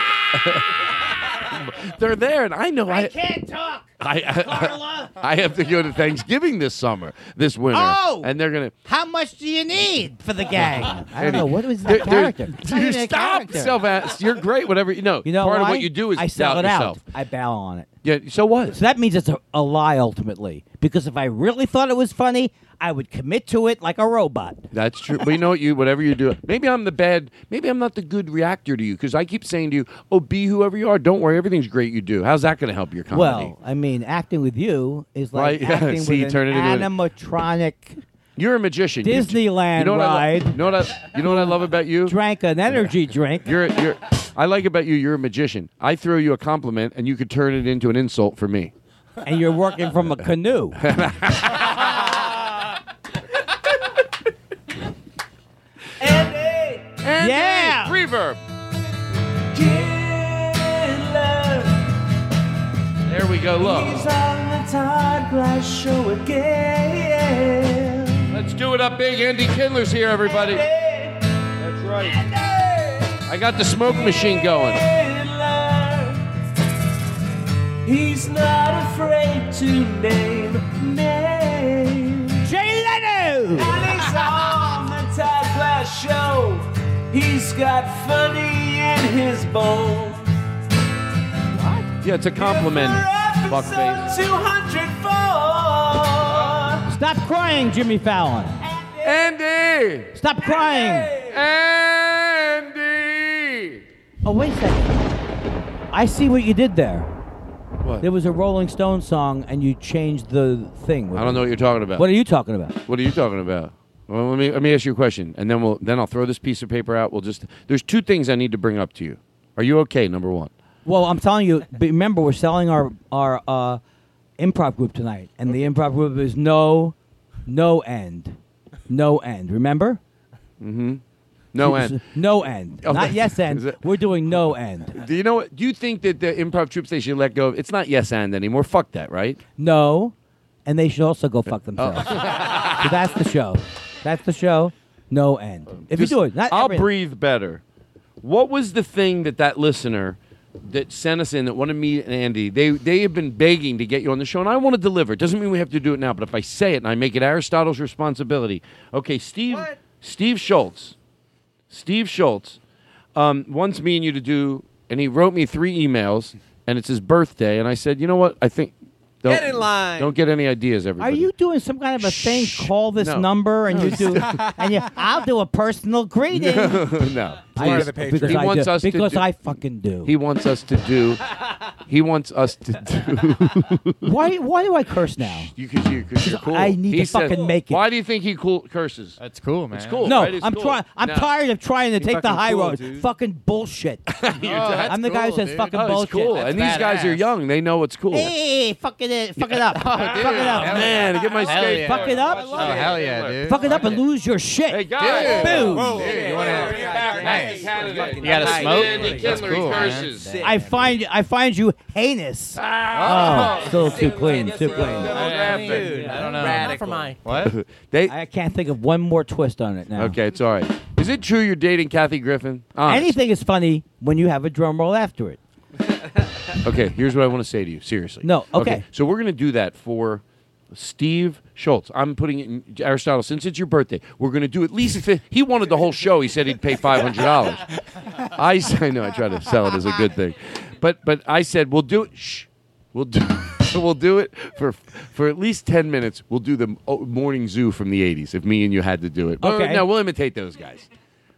[SPEAKER 5] Ah! They're there, and I know I,
[SPEAKER 7] can't talk.
[SPEAKER 5] I, I, [laughs] I have to go to Thanksgiving this summer, this winter,
[SPEAKER 7] Oh!
[SPEAKER 5] and they're gonna.
[SPEAKER 6] How much do you need for the gang? I don't
[SPEAKER 5] Eddie,
[SPEAKER 6] know. What was
[SPEAKER 5] there-
[SPEAKER 6] that
[SPEAKER 5] there-
[SPEAKER 6] character? It's
[SPEAKER 5] [laughs]
[SPEAKER 6] not
[SPEAKER 5] You
[SPEAKER 6] even a
[SPEAKER 5] stop
[SPEAKER 6] character.
[SPEAKER 5] self You're great. Whatever you know.
[SPEAKER 6] You know
[SPEAKER 5] part of
[SPEAKER 6] why?
[SPEAKER 5] what you do is
[SPEAKER 6] I sell
[SPEAKER 5] doubt
[SPEAKER 6] it out.
[SPEAKER 5] yourself.
[SPEAKER 6] I bow on it.
[SPEAKER 5] Yeah. So what?
[SPEAKER 6] So that means it's a, a lie ultimately. Because if I really thought it was funny, I would commit to it like a robot.
[SPEAKER 5] That's true. But you know what? You whatever you do. Maybe I'm the bad. Maybe I'm not the good reactor to you because I keep saying to you, "Oh, be whoever you are. Don't worry. Everything's great. You do. How's that going to help your comedy?
[SPEAKER 6] Well, I mean, acting with you is
[SPEAKER 5] Right, [laughs]
[SPEAKER 6] like
[SPEAKER 5] yeah,
[SPEAKER 6] acting
[SPEAKER 5] see,
[SPEAKER 6] with
[SPEAKER 5] turn
[SPEAKER 6] an
[SPEAKER 5] it into an-
[SPEAKER 6] animatronic.
[SPEAKER 5] You're a magician. You-
[SPEAKER 6] Disneyland
[SPEAKER 5] you know what I
[SPEAKER 6] ride.
[SPEAKER 5] lo- you know what I, you know what I love about you?
[SPEAKER 6] Drank an energy drink.
[SPEAKER 5] You're you're. I like about you. You're a magician. I throw you a compliment, and you could turn it into an insult for me. [laughs]
[SPEAKER 6] and you're working from a canoe.
[SPEAKER 5] And
[SPEAKER 6] Yeah.
[SPEAKER 5] then reverb. There we go. Look. Let's do it up big. Andy Kindler's here, everybody. That's right. I got the smoke machine going.
[SPEAKER 3] He's not afraid to name names.
[SPEAKER 6] Jay Leno.
[SPEAKER 3] And he's on the Todd Glass Show. He's got funny in his bones.
[SPEAKER 5] Yeah, it's a compliment. Fuckface.
[SPEAKER 3] Episode 204.
[SPEAKER 6] Stop crying, Jimmy Fallon.
[SPEAKER 5] Andy!
[SPEAKER 6] Stop crying.
[SPEAKER 5] Andy!
[SPEAKER 6] Oh wait a second. I see what you did there.
[SPEAKER 5] What?
[SPEAKER 6] There was a Rolling Stone song, and you changed the thing. with
[SPEAKER 5] I don't
[SPEAKER 6] it.
[SPEAKER 5] know what you're talking about.
[SPEAKER 6] What are you talking about?
[SPEAKER 5] What are you talking about? Well, let me let me ask you a question, and then we'll then I'll throw this piece of paper out. We'll just there's two things I need to bring up to you. Are you okay? Number one.
[SPEAKER 6] Well, I'm telling you. but Remember, we're selling our our uh, improv group tonight, and the improv group is no, no end, no end. Remember?
[SPEAKER 5] Mm-hmm.
[SPEAKER 6] [laughs]
[SPEAKER 5] No end.
[SPEAKER 6] No end.
[SPEAKER 5] Oh, [laughs]
[SPEAKER 6] Not yes
[SPEAKER 5] is
[SPEAKER 6] end.
[SPEAKER 5] it-
[SPEAKER 6] We're doing no end.
[SPEAKER 5] Do you know what? Do you think that the improv troops they should let go? of It's not yes and anymore. Fuck that, right?
[SPEAKER 6] No, and they should also go fuck themselves. so that's the show. That's the show. No end. If
[SPEAKER 5] Just-
[SPEAKER 6] you do it, not
[SPEAKER 5] I'll
[SPEAKER 6] everything.
[SPEAKER 5] breathe better. What was the thing that that listener that sent us in that wanted me and Andy? They they have been begging to get you on the show, and I want to deliver. It doesn't mean we have to do it now, but if I say it and I make it Aristotle's responsibility, okay, Steve Steve Schultz, Steve Schultz um, wants me and you to do, and he wrote me three emails, and it's his birthday, and I said, you know what, I think. Don't,
[SPEAKER 3] Get in line.
[SPEAKER 5] Don't get any ideas,
[SPEAKER 6] Are
[SPEAKER 5] everybody.
[SPEAKER 6] you doing some kind of a thing? Call this
[SPEAKER 5] No. [laughs]
[SPEAKER 6] number and you do, and you, I'll do a personal greeting.
[SPEAKER 5] no,
[SPEAKER 9] Part
[SPEAKER 5] please.
[SPEAKER 9] of the Patreon.
[SPEAKER 5] he
[SPEAKER 6] Because I
[SPEAKER 5] wants
[SPEAKER 6] do-
[SPEAKER 5] us to
[SPEAKER 6] because
[SPEAKER 5] do-
[SPEAKER 6] I fucking do.
[SPEAKER 5] He wants us to do. he wants us to
[SPEAKER 6] [laughs]
[SPEAKER 5] do.
[SPEAKER 6] why? Why do I curse now?
[SPEAKER 5] You because you because you're cool.
[SPEAKER 6] I need
[SPEAKER 5] He
[SPEAKER 6] to
[SPEAKER 5] says-
[SPEAKER 6] fucking make it.
[SPEAKER 5] Why do you think he cool curses? That's cool, man. It's cool.
[SPEAKER 6] no,
[SPEAKER 5] right? It's
[SPEAKER 6] I'm
[SPEAKER 5] cool.
[SPEAKER 6] trying. I'm
[SPEAKER 5] No.
[SPEAKER 6] tired of trying
[SPEAKER 5] You're
[SPEAKER 6] to take the
[SPEAKER 5] fucking
[SPEAKER 6] high
[SPEAKER 5] cool,
[SPEAKER 6] road.
[SPEAKER 5] dude. [laughs]
[SPEAKER 6] Fucking bullshit. I'm the guy who says fucking
[SPEAKER 5] oh,
[SPEAKER 6] bullshit.
[SPEAKER 5] It's cool, and these guys are young. They know it's cool. Oh,
[SPEAKER 6] Hey, fuck it, uh, fuck it up, fuck it up,
[SPEAKER 5] man, get my
[SPEAKER 6] Hell
[SPEAKER 5] skateboard.
[SPEAKER 6] yeah. Fuck it up.
[SPEAKER 5] Oh, hell yeah, dude.
[SPEAKER 6] Fuck it up and lose your shit. Hey,
[SPEAKER 5] guys.
[SPEAKER 6] Boom.
[SPEAKER 5] You
[SPEAKER 10] You gotta smoke? That's cool, man.
[SPEAKER 6] I find I find you heinous. Oh, still too clean, too clean.
[SPEAKER 10] Dude, I don't know.
[SPEAKER 11] Radical. mine.
[SPEAKER 5] What? they,
[SPEAKER 6] I can't think of one more twist on it now.
[SPEAKER 5] Okay, it's all right. Is it true you're dating Kathy Griffin? [laughs] Honest.
[SPEAKER 6] Anything is funny when you have a drum roll after it.
[SPEAKER 5] Okay, here's what I want to say to you, seriously.
[SPEAKER 6] No, okay.
[SPEAKER 5] So we're going to do that for Steve Schultz. I'm putting it in Aristotle, since it's your birthday, we're going to do at least. Fi- he wanted the whole show. He said he'd pay $500. I, s- I know, I try to sell it as a good thing. But but I said, we'll do it. Shh. We'll do. [laughs] We'll do it for for at least ten minutes. We'll do the oh, morning zoo from the '80s if me and you had to do it. Well,
[SPEAKER 6] Okay.
[SPEAKER 5] Oh, No, we'll imitate those guys.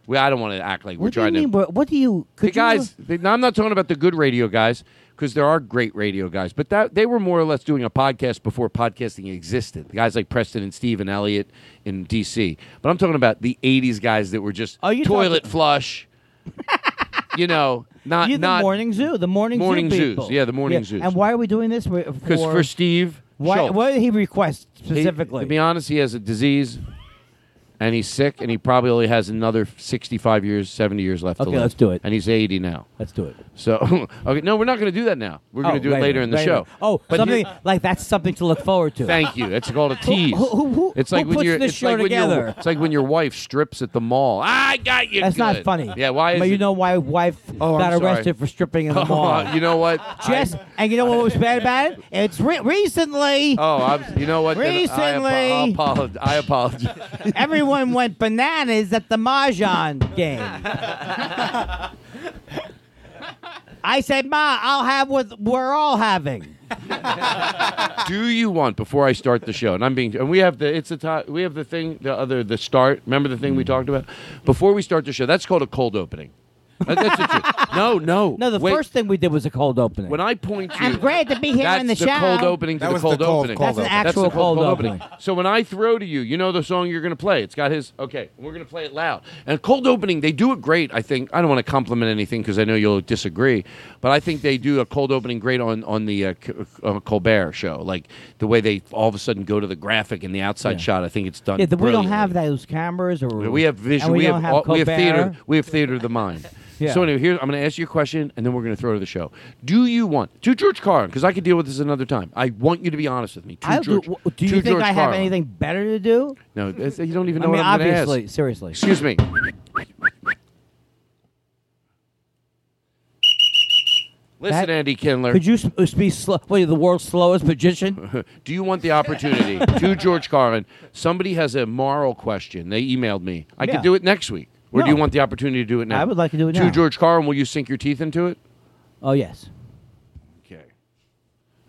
[SPEAKER 5] We, I don't want to act like we're
[SPEAKER 6] What do you
[SPEAKER 5] trying to
[SPEAKER 6] mean? What what do you? uh, Could
[SPEAKER 5] the guys. They, now I'm not talking about the good radio guys because there are great radio guys, but that they were more or less doing a podcast before podcasting existed. The guys like Preston and Steve and Elliot in DC. But I'm talking about the '80s guys that were just
[SPEAKER 6] Oh, you're
[SPEAKER 5] toilet
[SPEAKER 6] talking- [laughs]
[SPEAKER 5] flush. you know, not
[SPEAKER 6] You, you
[SPEAKER 5] not
[SPEAKER 6] the morning zoo, the morning,
[SPEAKER 5] Morning
[SPEAKER 6] zoo
[SPEAKER 5] zoos,
[SPEAKER 6] people.
[SPEAKER 5] yeah, the morning zoos.
[SPEAKER 6] And why are we doing this?
[SPEAKER 5] because for Steve.
[SPEAKER 6] Why,
[SPEAKER 5] Schultz.
[SPEAKER 6] what did he request
[SPEAKER 5] He-
[SPEAKER 6] specifically?
[SPEAKER 5] to be honest, he has a disease, and he's sick, and he probably only has another sixty-five years, seventy years left. to
[SPEAKER 6] Okay,
[SPEAKER 5] live.
[SPEAKER 6] let's do it.
[SPEAKER 5] And he's eighty now.
[SPEAKER 6] Let's do it.
[SPEAKER 5] So, [laughs] okay, no, we're not going to do that now. We're going
[SPEAKER 6] Oh,
[SPEAKER 5] to do it
[SPEAKER 6] right,
[SPEAKER 5] later in the
[SPEAKER 6] right,
[SPEAKER 5] show.
[SPEAKER 6] right. Oh,
[SPEAKER 5] But
[SPEAKER 6] something
[SPEAKER 5] here-
[SPEAKER 6] like that's something to look forward to.
[SPEAKER 5] Thank you. It's called a tease.
[SPEAKER 6] who- who- who-
[SPEAKER 5] it's
[SPEAKER 6] who
[SPEAKER 5] like when
[SPEAKER 6] puts
[SPEAKER 5] you're,
[SPEAKER 6] this
[SPEAKER 5] it's
[SPEAKER 6] show
[SPEAKER 5] like when your-
[SPEAKER 6] together?
[SPEAKER 5] it's like when your wife strips at the mall. Ah, I got you.
[SPEAKER 6] That's not
[SPEAKER 5] good.
[SPEAKER 6] funny.
[SPEAKER 5] Yeah. Why is
[SPEAKER 6] But you
[SPEAKER 5] it- Oh,
[SPEAKER 6] know why wife
[SPEAKER 5] I'm
[SPEAKER 6] Oh, got
[SPEAKER 5] sorry.
[SPEAKER 6] arrested for stripping
[SPEAKER 5] [laughs]
[SPEAKER 6] in the mall.
[SPEAKER 5] Oh, you know what?
[SPEAKER 6] Jess, and you know what was bad
[SPEAKER 5] [laughs]
[SPEAKER 6] about it? It's re- recently.
[SPEAKER 5] Oh, I'm, you know what? Then I,
[SPEAKER 6] Recently-
[SPEAKER 5] apo- I
[SPEAKER 6] [laughs]
[SPEAKER 5] apologize.
[SPEAKER 6] Everyone went bananas at the
[SPEAKER 5] [laughs]
[SPEAKER 6] Mahjong game. I said, Ma, I'll have what we're all having.
[SPEAKER 5] do you want before I start the show? And I'm being and we have the it's the top, we have the thing the other the start. Remember the thing
[SPEAKER 6] Mm.
[SPEAKER 5] we talked about before we start the show? That's called a cold opening. That- that's the
[SPEAKER 6] [laughs]
[SPEAKER 5] truth. No, no,
[SPEAKER 6] No, the
[SPEAKER 5] Wait,
[SPEAKER 6] first thing we did was a cold opening.
[SPEAKER 5] When I point to
[SPEAKER 6] I'm glad to be here
[SPEAKER 5] that's
[SPEAKER 6] in the
[SPEAKER 5] the
[SPEAKER 6] show.
[SPEAKER 5] cold opening to
[SPEAKER 6] That
[SPEAKER 5] the
[SPEAKER 6] was
[SPEAKER 5] cold
[SPEAKER 6] the cold-
[SPEAKER 5] opening.
[SPEAKER 6] cold That's an opening.
[SPEAKER 5] That's the
[SPEAKER 6] actual
[SPEAKER 5] cold,
[SPEAKER 6] cold
[SPEAKER 5] opening.
[SPEAKER 6] opening.
[SPEAKER 5] So when I throw to you, you know the song you're going to play. It's got his okay. We're going to play it loud. And cold opening, they do it great. I think I don't want to compliment anything because I know you'll disagree, but I think they do a cold opening great on on the uh, C- uh, Colbert show. Like the way they all of a sudden go to the graphic and the outside shot. I think it's done.
[SPEAKER 6] yeah, the, we don't
[SPEAKER 5] brilliantly.
[SPEAKER 6] have those cameras, or
[SPEAKER 5] We have vision.
[SPEAKER 6] and
[SPEAKER 5] We,
[SPEAKER 6] we,
[SPEAKER 5] have,
[SPEAKER 6] don't have
[SPEAKER 5] all- we have
[SPEAKER 6] Colbert.
[SPEAKER 5] theater. We have theater of the mind.
[SPEAKER 6] [laughs] Yeah.
[SPEAKER 5] So anyway, here I'm going to ask you a question, and then we're going to throw to the show. Do you want to George Carlin? Because I could deal with this another time. I want you to be honest with me. To
[SPEAKER 6] I'll do-
[SPEAKER 5] George,
[SPEAKER 6] w- do you
[SPEAKER 5] to
[SPEAKER 6] think
[SPEAKER 5] George
[SPEAKER 6] I have
[SPEAKER 5] Carlin.
[SPEAKER 6] anything better to do?
[SPEAKER 5] No, it's- you don't even
[SPEAKER 6] I
[SPEAKER 5] know
[SPEAKER 6] mean,
[SPEAKER 5] what I'm gonna
[SPEAKER 6] obviously,
[SPEAKER 5] ask.
[SPEAKER 6] seriously.
[SPEAKER 5] Excuse me. Listen,
[SPEAKER 6] That-
[SPEAKER 5] Andy Kindler.
[SPEAKER 6] Could you s- s- be slow? What are you, the world's slowest magician?
[SPEAKER 5] [laughs] Do you want the opportunity [laughs] to George Carlin? Somebody has a moral question. They emailed me. I
[SPEAKER 6] Yeah.
[SPEAKER 5] could do it next week. Or do you
[SPEAKER 6] No.
[SPEAKER 5] want the opportunity to do it now?
[SPEAKER 6] I would like to do it
[SPEAKER 5] to
[SPEAKER 6] now.
[SPEAKER 5] George Carlin, will you sink your teeth into it?
[SPEAKER 6] Oh yes.
[SPEAKER 5] Okay.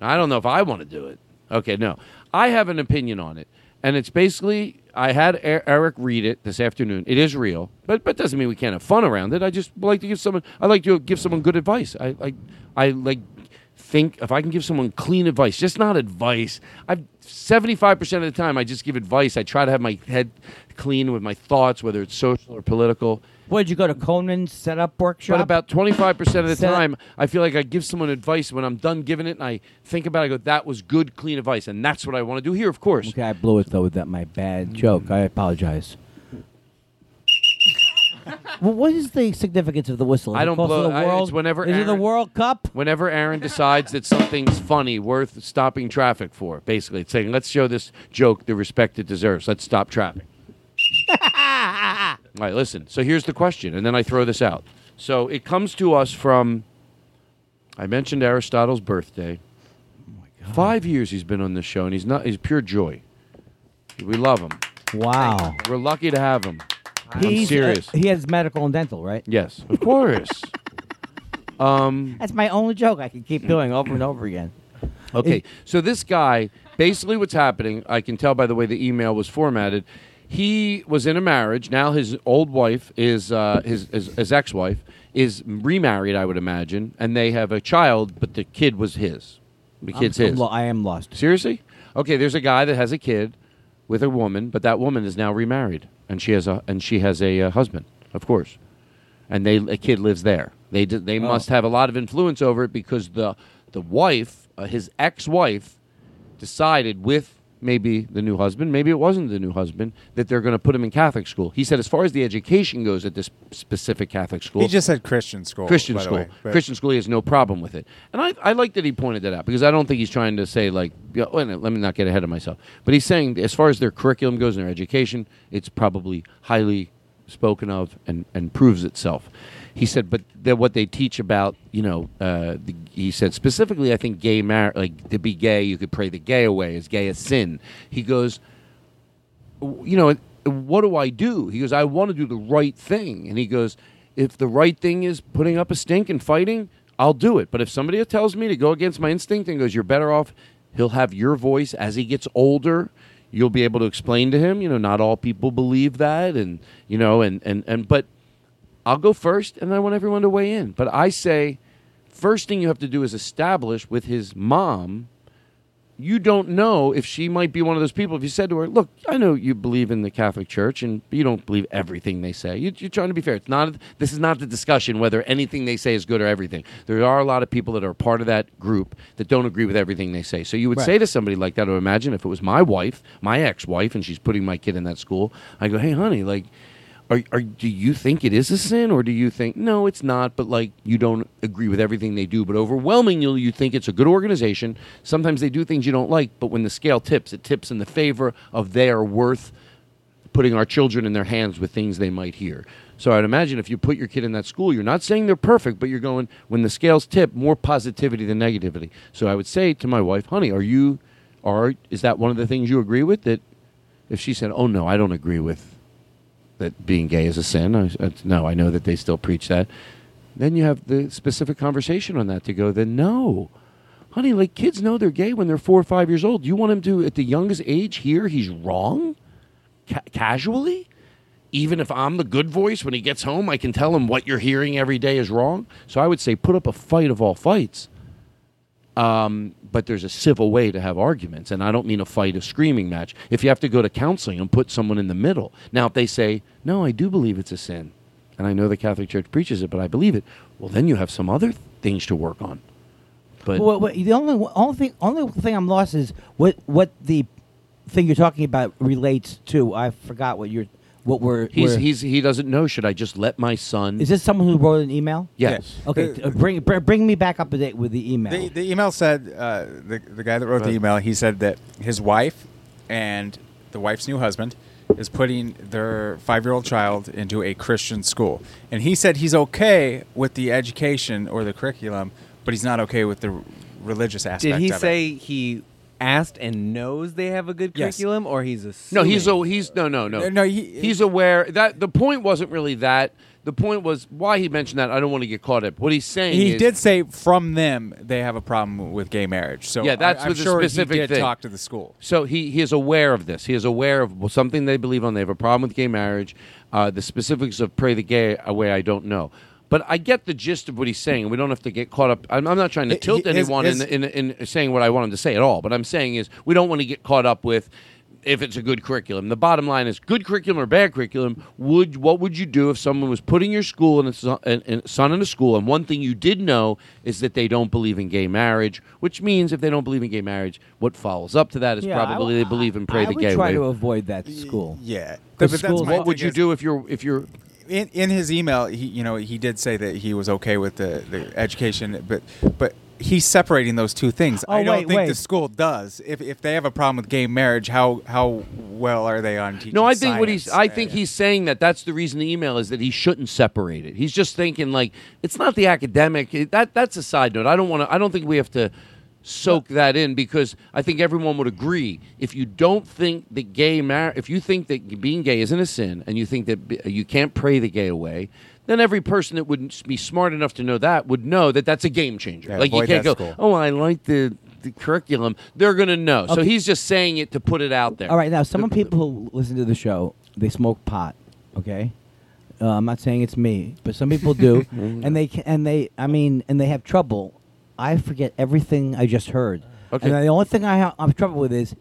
[SPEAKER 5] I don't know if I want to do it. Okay, no. I have an opinion on it. And it's basically I had E- Eric read it this afternoon. It is real, but but doesn't mean we can't have fun around it. I just like to give someone I like to give someone good advice. I like I like think if I can give someone clean advice, just not advice. I've 75% of the time I just give advice. I try to have my head clean with my thoughts whether it's social or political.
[SPEAKER 6] What did you go to Conan's setup workshop?
[SPEAKER 5] But about 25% of the
[SPEAKER 6] Set-
[SPEAKER 5] time, I feel like I give someone advice when I'm done giving it and I think about it, I go, that was good, clean advice. And that's what I want to do here, of course.
[SPEAKER 6] Okay, I blew it though with that my bad joke.
[SPEAKER 5] [laughs]
[SPEAKER 6] I apologize. well, what is the significance of the whistle? Is
[SPEAKER 5] I
[SPEAKER 6] it
[SPEAKER 5] don't
[SPEAKER 6] because
[SPEAKER 5] blow.
[SPEAKER 6] of the
[SPEAKER 5] I-
[SPEAKER 6] world?
[SPEAKER 5] it's whenever
[SPEAKER 6] is it the
[SPEAKER 5] Aaron-
[SPEAKER 6] World Cup?
[SPEAKER 5] Whenever Aaron decides that something's funny, worth stopping traffic for, basically, it's saying, let's show this joke the respect it deserves. Let's stop
[SPEAKER 6] [laughs]
[SPEAKER 5] traffic. All right, listen. So here's the question, and then I throw this out. So it comes to us from, I mentioned Aristotle's birthday.
[SPEAKER 6] Oh
[SPEAKER 5] Five years he's been on this show, and he's not—he's pure joy. We love him.
[SPEAKER 6] Wow.
[SPEAKER 5] We're lucky to have him. I'm
[SPEAKER 6] He's, uh,
[SPEAKER 5] serious.
[SPEAKER 6] he has medical and dental, right?
[SPEAKER 5] yes, of
[SPEAKER 6] [laughs]
[SPEAKER 5] course. um,
[SPEAKER 6] That's my only joke I can keep doing over and over again.
[SPEAKER 5] Okay, so this guy, basically what's happening, I can tell by the way the email was formatted, He was in a marriage. Now his old wife is uh, his, his his ex-wife is remarried, I would imagine, and they have a child, but the kid was his. The
[SPEAKER 6] I'm-
[SPEAKER 5] kid's
[SPEAKER 6] I'm
[SPEAKER 5] his.
[SPEAKER 6] lo- I am lost.
[SPEAKER 5] Seriously? Okay, there's a guy that has a kid with a woman, but that woman is now remarried, and she has a and she has a uh, husband, of course, and they a kid lives there. They d- they
[SPEAKER 9] Oh.
[SPEAKER 5] must have a lot of influence over it because the the wife, uh, his ex-wife, decided with maybe the new husband, maybe it wasn't the new husband, that they're going to put him in Catholic school. He said, as far as the education goes at this specific Catholic school,
[SPEAKER 9] He just said Christian school,
[SPEAKER 5] Christian
[SPEAKER 9] by the
[SPEAKER 5] school,
[SPEAKER 9] way, but-
[SPEAKER 5] Christian school. He has no problem with it, and I, I like that he pointed that out because I don't think he's trying to say like, you know, wait a minute, let me not get ahead of myself. But he's saying as far as their curriculum goes and their education, it's probably highly spoken of and, and proves itself. He said, but that what they teach about, you know, uh, the, he said specifically, I think gay marriage, like to be gay, you could pray the gay away, is gay a sin? He goes, you know, what do I do? He goes, I want to do the right thing. And he goes, if the right thing is putting up a stink and fighting, I'll do it. But if somebody tells me to go against my instinct and goes, you're better off, he'll have your voice as he gets older. You'll be able to explain to him, you know, not all people believe that. And, you know, and, and, and, but I'll go first and I want everyone to weigh in. But I say, first thing you have to do is establish with his mom you don't know if she might be one of those people. If you said to her, "Look, I know you believe in the Catholic Church, and you don't believe everything they say. You, you're trying to be fair. It's not. This is not the discussion whether anything they say is good or everything. There are a lot of people that are part of that group that don't agree with everything they say. So you would
[SPEAKER 11] Right.
[SPEAKER 5] say to somebody like that, I would imagine if it was my wife, my ex-wife, and she's putting my kid in that school, I go, "Hey, honey, like." Are, are, do you think it is a sin, or do you think no, it's not? But like you don't agree with everything they do, but overwhelmingly you think it's a good organization. Sometimes they do things you don't like, but when the scale tips, it tips in the favor of they are worth putting our children in their hands with things they might hear. So I'd imagine if you put your kid in that school, you're not saying they're perfect, but you're going when the scales tip, more positivity than negativity. So I would say to my wife, honey, are you, are is that one of the things you agree with? That if she said, oh no, I don't agree with that being gay is a sin. I, I, no, I know that they still preach that. Then you have the specific conversation on that to go, then no. Honey, like kids know they're gay when they're four or five years old. You want him to, at the youngest age, hear he's wrong ca- casually? Even if I'm the good voice, when he gets home, I can tell him what you're hearing every day is wrong. So I would say put up a fight of all fights. Um, but there's a civil way to have arguments, and I don't mean a fight, a screaming match. If you have to go to counseling and put someone in the middle, now if they say, "No, I do believe it's a sin," and I know the Catholic Church preaches it, but I believe it, well, then you have some other things to work on. But
[SPEAKER 6] Well, well, the only one- only thing only thing I'm lost is what what the thing you're talking about relates to. I forgot what you're what we're.
[SPEAKER 5] he's,
[SPEAKER 6] we're-
[SPEAKER 5] he's he doesn't know. Should I just let my son?
[SPEAKER 6] is this someone who wrote an email?
[SPEAKER 5] Mm-hmm. Yes.
[SPEAKER 6] Okay, t- uh, bring br- bring me back up to date with the email.
[SPEAKER 9] The, the email said uh, the the guy that wrote the
[SPEAKER 6] Right.
[SPEAKER 9] email. He said that his wife and the wife's new husband is putting their five year old child into a Christian school, and he said he's okay with the education or the curriculum, but he's not okay with the r- religious aspect.
[SPEAKER 8] Did he
[SPEAKER 9] of it.
[SPEAKER 8] say he asked and knows they have a good
[SPEAKER 9] Yes.
[SPEAKER 8] curriculum, or he's a
[SPEAKER 5] No, he's a, he's no no no no. he's aware that the point wasn't really that. The point was why he mentioned that. I don't want to get caught up. What he's saying
[SPEAKER 9] He
[SPEAKER 5] is,
[SPEAKER 9] did say from them they have a problem with gay marriage. So
[SPEAKER 5] yeah, that's
[SPEAKER 9] I, am
[SPEAKER 5] what the
[SPEAKER 9] sure
[SPEAKER 5] specific
[SPEAKER 9] he did
[SPEAKER 5] thing.
[SPEAKER 9] talk to the school.
[SPEAKER 5] So he, he is aware of this. He is aware of well, something they believe on. They have a problem with gay marriage. Uh, the specifics of pray the gay away, I don't know. But I get the gist of what he's saying. We don't have to get caught up. I'm, I'm not trying to
[SPEAKER 9] It-
[SPEAKER 5] tilt
[SPEAKER 9] his-
[SPEAKER 5] anyone
[SPEAKER 9] his-
[SPEAKER 5] in, in, in saying what I want him to say at all. But I'm saying is we don't want to get caught up with if it's a good curriculum. The bottom line is good curriculum or bad curriculum. Would what would you do if someone was putting your school and son, and, and son in a school, and one thing you did know is that they don't believe in gay marriage, which means if they don't believe in gay marriage, what follows up to that is
[SPEAKER 6] Yeah, I
[SPEAKER 5] probably
[SPEAKER 6] w-
[SPEAKER 5] they believe in pray
[SPEAKER 6] I
[SPEAKER 5] the
[SPEAKER 6] would
[SPEAKER 5] gay
[SPEAKER 6] try
[SPEAKER 5] way.
[SPEAKER 6] to avoid that school.
[SPEAKER 9] Yeah, But
[SPEAKER 6] Because
[SPEAKER 9] that's
[SPEAKER 6] schools-
[SPEAKER 9] my
[SPEAKER 5] what would
[SPEAKER 9] thing
[SPEAKER 5] you
[SPEAKER 9] is-
[SPEAKER 5] do if you're if you're
[SPEAKER 9] in, in his email, he you know he did say that he was okay with the, the education, but but he's separating those two things.
[SPEAKER 6] Oh,
[SPEAKER 9] I don't
[SPEAKER 6] wait,
[SPEAKER 9] think
[SPEAKER 6] wait.
[SPEAKER 9] the school does. If if they have a problem with gay marriage, how how well are they on teaching?
[SPEAKER 5] No, I think what he's
[SPEAKER 9] science?
[SPEAKER 5] I think he's saying that that's the reason the email is that he shouldn't separate it. He's just thinking like it's not the academic it- that that's a side note. I don't want to I don't think we have to soak that in because I think everyone would agree if you don't think that gay mar- if you think that being gay isn't a sin and you think that b- you can't pray the gay away then every person that would s- be smart enough to know that would know that that's a game changer.
[SPEAKER 9] Yeah,
[SPEAKER 5] like you
[SPEAKER 9] avoid
[SPEAKER 5] can't go,
[SPEAKER 9] that school.
[SPEAKER 5] "Oh, I like the the curriculum." They're going to know. So
[SPEAKER 6] Okay.
[SPEAKER 5] he's just saying it to put it out there.
[SPEAKER 6] All right, now some of people who listen to the show they smoke pot. Okay, uh, I'm not saying it's me, but some people
[SPEAKER 5] [laughs]
[SPEAKER 6] do,
[SPEAKER 5] Mm-hmm.
[SPEAKER 6] and they ca- and they I mean and they have trouble. I forget everything I just heard,
[SPEAKER 5] Okay.
[SPEAKER 6] and the only thing I ha- I have trouble with is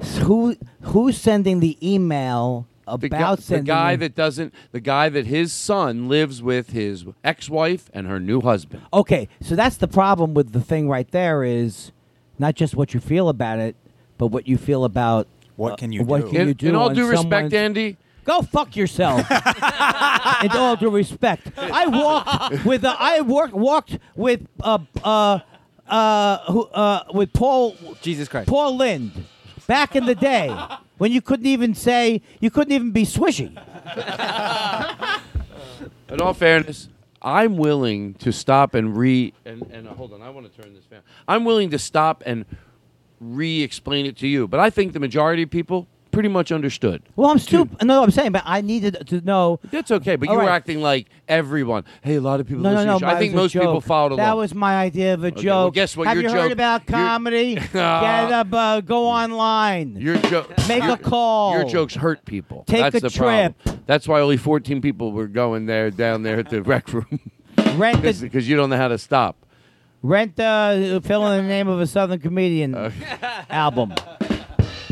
[SPEAKER 6] s- who who's sending the email about
[SPEAKER 5] The guy, the
[SPEAKER 6] sending
[SPEAKER 5] guy that doesn't, the guy that his son lives with his ex-wife and her new husband.
[SPEAKER 6] Okay, so that's the problem with the thing right there is not just what you feel about it, but what you feel about what can you what
[SPEAKER 5] do?
[SPEAKER 6] Can
[SPEAKER 5] In-
[SPEAKER 6] you do
[SPEAKER 5] in all
[SPEAKER 6] on
[SPEAKER 5] due respect,
[SPEAKER 6] someone's-
[SPEAKER 5] Andy-
[SPEAKER 6] Go fuck yourself. in all due respect, I walked with uh, I worked walked with uh uh uh, who, uh with Paul
[SPEAKER 8] Jesus Christ
[SPEAKER 6] Paul Lind back in the day when you couldn't even say you couldn't even be swishy.
[SPEAKER 5] In all fairness, I'm willing to stop and re [laughs] and, and uh, hold on. I want to turn this down. I'm willing to stop and re-explain it to you, but I think the majority of people pretty much understood.
[SPEAKER 6] Well, I'm stupid. No, I'm saying, but I needed to know.
[SPEAKER 5] That's okay, but you
[SPEAKER 6] All
[SPEAKER 5] were
[SPEAKER 6] right.
[SPEAKER 5] acting like everyone. Hey, a lot of people.
[SPEAKER 6] No, no,
[SPEAKER 5] listen to
[SPEAKER 6] no.
[SPEAKER 5] your show. I
[SPEAKER 6] mine
[SPEAKER 5] think
[SPEAKER 6] was
[SPEAKER 5] most
[SPEAKER 6] a
[SPEAKER 5] people
[SPEAKER 6] joke.
[SPEAKER 5] followed along.
[SPEAKER 6] That was my idea of a
[SPEAKER 5] Okay,
[SPEAKER 6] joke.
[SPEAKER 5] well, guess what?
[SPEAKER 6] Have
[SPEAKER 5] Your
[SPEAKER 6] you heard
[SPEAKER 5] joke-
[SPEAKER 6] about
[SPEAKER 5] your- [laughs]
[SPEAKER 6] comedy? Get up, uh, go online.
[SPEAKER 5] Your joke.
[SPEAKER 6] Make
[SPEAKER 5] your-
[SPEAKER 6] a call.
[SPEAKER 5] Your jokes hurt people.
[SPEAKER 6] Oh. Take
[SPEAKER 5] That's
[SPEAKER 6] a
[SPEAKER 5] the Problem. That's why only 14 people were going there down there
[SPEAKER 6] [laughs]
[SPEAKER 5] at the rec room. [laughs]
[SPEAKER 6] Rent
[SPEAKER 5] because you don't know how to stop.
[SPEAKER 6] Rent uh, fill
[SPEAKER 5] [laughs]
[SPEAKER 6] in the name of a Southern comedian [laughs] album.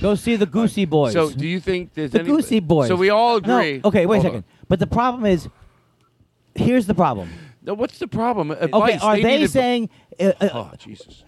[SPEAKER 6] Go see the Goosey Boys.
[SPEAKER 5] So, do you think there's
[SPEAKER 6] the
[SPEAKER 5] any-
[SPEAKER 6] Goosey Boys?
[SPEAKER 5] So we all
[SPEAKER 6] No,
[SPEAKER 5] agree-
[SPEAKER 6] okay, wait
[SPEAKER 5] Hold
[SPEAKER 6] a second. But the problem is, here's the problem.
[SPEAKER 5] No, what's the problem?
[SPEAKER 6] Okay,
[SPEAKER 5] Advice,
[SPEAKER 6] are they,
[SPEAKER 5] needed-
[SPEAKER 6] saying uh, uh,
[SPEAKER 5] [laughs] Oh Jesus!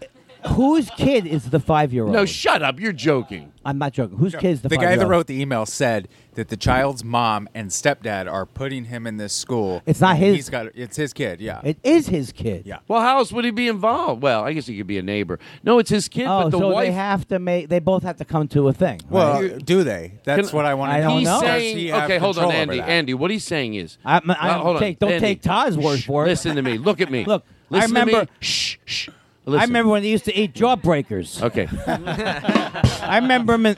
[SPEAKER 6] whose kid is the five year old?
[SPEAKER 5] No, shut up. You're joking.
[SPEAKER 6] I'm not joking. Whose kid is the,
[SPEAKER 9] the guy
[SPEAKER 6] five-year-old?
[SPEAKER 9] that wrote the email said that the child's mom and stepdad are putting him in this school.
[SPEAKER 6] It's not
[SPEAKER 9] And
[SPEAKER 6] his-
[SPEAKER 9] He's got. It's his kid. Yeah.
[SPEAKER 6] It is his kid.
[SPEAKER 9] Yeah.
[SPEAKER 5] Well, how else would he be involved? Well, I guess he could be a neighbor. No, it's his kid,
[SPEAKER 6] Oh,
[SPEAKER 5] but the
[SPEAKER 6] so
[SPEAKER 5] wife.
[SPEAKER 6] they have to make. They both have to come to a thing.
[SPEAKER 9] Well,
[SPEAKER 6] right?
[SPEAKER 9] do they? That's
[SPEAKER 5] Can-
[SPEAKER 9] what I want to
[SPEAKER 6] I don't
[SPEAKER 5] he's
[SPEAKER 6] know.
[SPEAKER 5] saying-
[SPEAKER 9] Does he have
[SPEAKER 5] okay, hold on,
[SPEAKER 9] control over
[SPEAKER 5] Andy.
[SPEAKER 9] that?
[SPEAKER 5] Andy, what he's saying is,
[SPEAKER 6] I'm-
[SPEAKER 5] Uh,
[SPEAKER 6] I'm-
[SPEAKER 5] hold on.
[SPEAKER 6] take- don't
[SPEAKER 5] Andy,
[SPEAKER 6] take Todd's word
[SPEAKER 5] shh,
[SPEAKER 6] for it.
[SPEAKER 5] Listen to me. Look at me.
[SPEAKER 6] [laughs] Look, I
[SPEAKER 5] Listen to me.
[SPEAKER 6] remember.
[SPEAKER 5] Shh, shh.
[SPEAKER 6] I
[SPEAKER 5] Listen.
[SPEAKER 6] remember when they used to eat jawbreakers.
[SPEAKER 5] Okay.
[SPEAKER 6] [laughs] I remember him. In,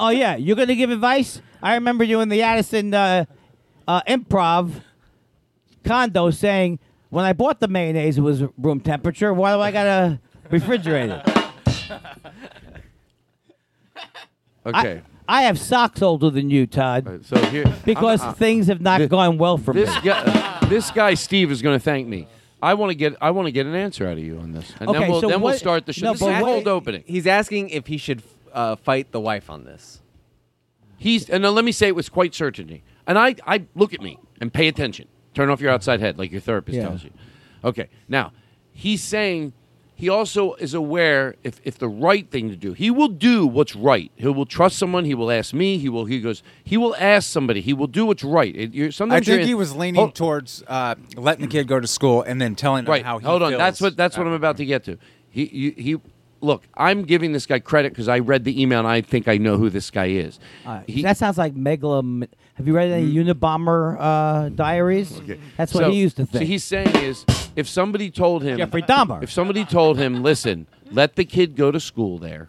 [SPEAKER 6] oh yeah, you're gonna give advice. I remember you in the Addison uh, uh, Improv condo saying, "When I bought the mayonnaise, it was room temperature. Why do I gotta refrigerate it?"
[SPEAKER 5] Okay.
[SPEAKER 6] I have socks older than you, Todd.
[SPEAKER 5] so here,
[SPEAKER 6] because
[SPEAKER 5] I'm- uh,
[SPEAKER 6] things have not gone well for
[SPEAKER 5] this
[SPEAKER 6] me.
[SPEAKER 5] guy, [laughs] this guy Steve is going to thank me. I want to get I want to get an answer out of you on this, and then we'll then we'll start the show. this is a cold opening.
[SPEAKER 8] He's asking if he should uh, fight the wife on this.
[SPEAKER 5] He's and now let me say it was quite certainty. And I, I look at me and pay attention. Turn off your outside head like your therapist
[SPEAKER 8] Yeah.
[SPEAKER 5] tells you. Okay. Now, he's saying he also is aware if, if the right thing to do. He will do what's right. He will trust someone. He will ask me. He will he goes he will ask somebody. He will do what's right. It- you're-
[SPEAKER 9] I
[SPEAKER 5] sometimes you're
[SPEAKER 9] think
[SPEAKER 5] in-
[SPEAKER 9] he was leaning
[SPEAKER 5] Hold-
[SPEAKER 9] towards uh, letting the kid go to school and then telling him
[SPEAKER 5] right.
[SPEAKER 9] how he
[SPEAKER 5] Hold on.
[SPEAKER 9] feels.
[SPEAKER 5] That's what that's what I'm about to get to. He you, he look, I'm giving this guy credit because I read the email and I think I know who this guy is.
[SPEAKER 6] All right. that sounds like megalom. Have you read any Unabomber uh, diaries? That's what
[SPEAKER 5] Mm. So-
[SPEAKER 6] he used to
[SPEAKER 5] so
[SPEAKER 6] think.
[SPEAKER 5] he's saying is if somebody told him
[SPEAKER 6] Jeffrey Dahmer.
[SPEAKER 5] If somebody told him, listen, let the kid go to school there,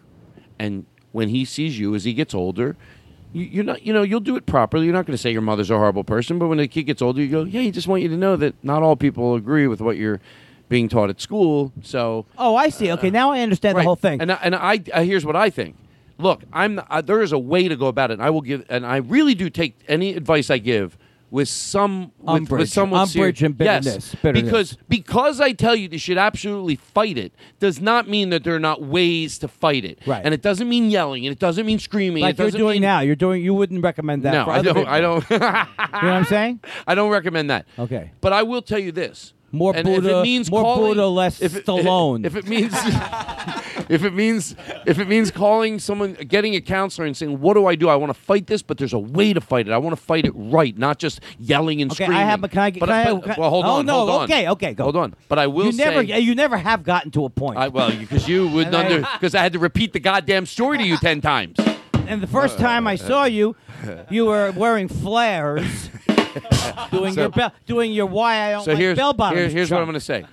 [SPEAKER 5] and when he sees you as he gets older, you, you're not, you know, you'll do it properly. You're not going to say your mother's a horrible person, but when the kid gets older, you go, yeah, you just want you to know that not all people agree with what you're being taught at school. So
[SPEAKER 6] [laughs] oh, I see. Okay, now I understand the whole thing.
[SPEAKER 5] and I, and I uh, here's what I think. Look, I'm uh, there is a way to go about it, and I will give. And I really do take any advice I give with some with, with
[SPEAKER 6] Umbrage.
[SPEAKER 5] someone
[SPEAKER 6] Umbrage and bitterness.
[SPEAKER 5] Yes,
[SPEAKER 6] Bitterness.
[SPEAKER 5] because because I tell you you should absolutely fight it does not mean that there are not ways to fight it.
[SPEAKER 6] Right.
[SPEAKER 5] And it doesn't mean yelling, and it doesn't mean screaming.
[SPEAKER 6] like
[SPEAKER 5] it
[SPEAKER 6] you're
[SPEAKER 5] doesn't
[SPEAKER 6] doing
[SPEAKER 5] mean,
[SPEAKER 6] now. You're doing. You wouldn't recommend that.
[SPEAKER 5] No,
[SPEAKER 6] for
[SPEAKER 5] I
[SPEAKER 6] other
[SPEAKER 5] don't. I
[SPEAKER 6] people.
[SPEAKER 5] don't. you know what [laughs]
[SPEAKER 6] I'm saying?
[SPEAKER 5] I don't recommend that.
[SPEAKER 6] Okay.
[SPEAKER 5] But I will tell you this.
[SPEAKER 6] More
[SPEAKER 5] And If
[SPEAKER 6] Buddha-
[SPEAKER 5] it means
[SPEAKER 6] more
[SPEAKER 5] calling,
[SPEAKER 6] Buddha, less
[SPEAKER 5] if it,
[SPEAKER 6] Stallone.
[SPEAKER 5] If it means, [laughs] if it means, if it means calling someone, getting a counselor and saying, "What do I do? I want to fight this, but there's a way to fight it. I want to fight it right, not just yelling and
[SPEAKER 6] Okay,
[SPEAKER 5] screaming."
[SPEAKER 6] I have. Can I? Can
[SPEAKER 5] but,
[SPEAKER 6] I,
[SPEAKER 5] but-
[SPEAKER 6] can I-
[SPEAKER 5] well, hold
[SPEAKER 6] oh,
[SPEAKER 5] on.
[SPEAKER 6] no.
[SPEAKER 5] hold on.
[SPEAKER 6] Okay. Okay. Go.
[SPEAKER 5] Hold on. But I will
[SPEAKER 6] you
[SPEAKER 5] say,
[SPEAKER 6] never. You never have gotten to a point.
[SPEAKER 5] I, well, because you would
[SPEAKER 6] [laughs] And I-
[SPEAKER 5] under because I had to repeat the goddamn story to you ten times.
[SPEAKER 6] and the
[SPEAKER 5] uh,
[SPEAKER 6] first time I saw you, you were
[SPEAKER 5] [laughs]
[SPEAKER 6] wearing flares, doing
[SPEAKER 5] So-
[SPEAKER 6] your bell, doing your why I don't
[SPEAKER 5] so
[SPEAKER 6] like
[SPEAKER 5] here's
[SPEAKER 6] bell bottoms.
[SPEAKER 5] here- here's what I'm going to say.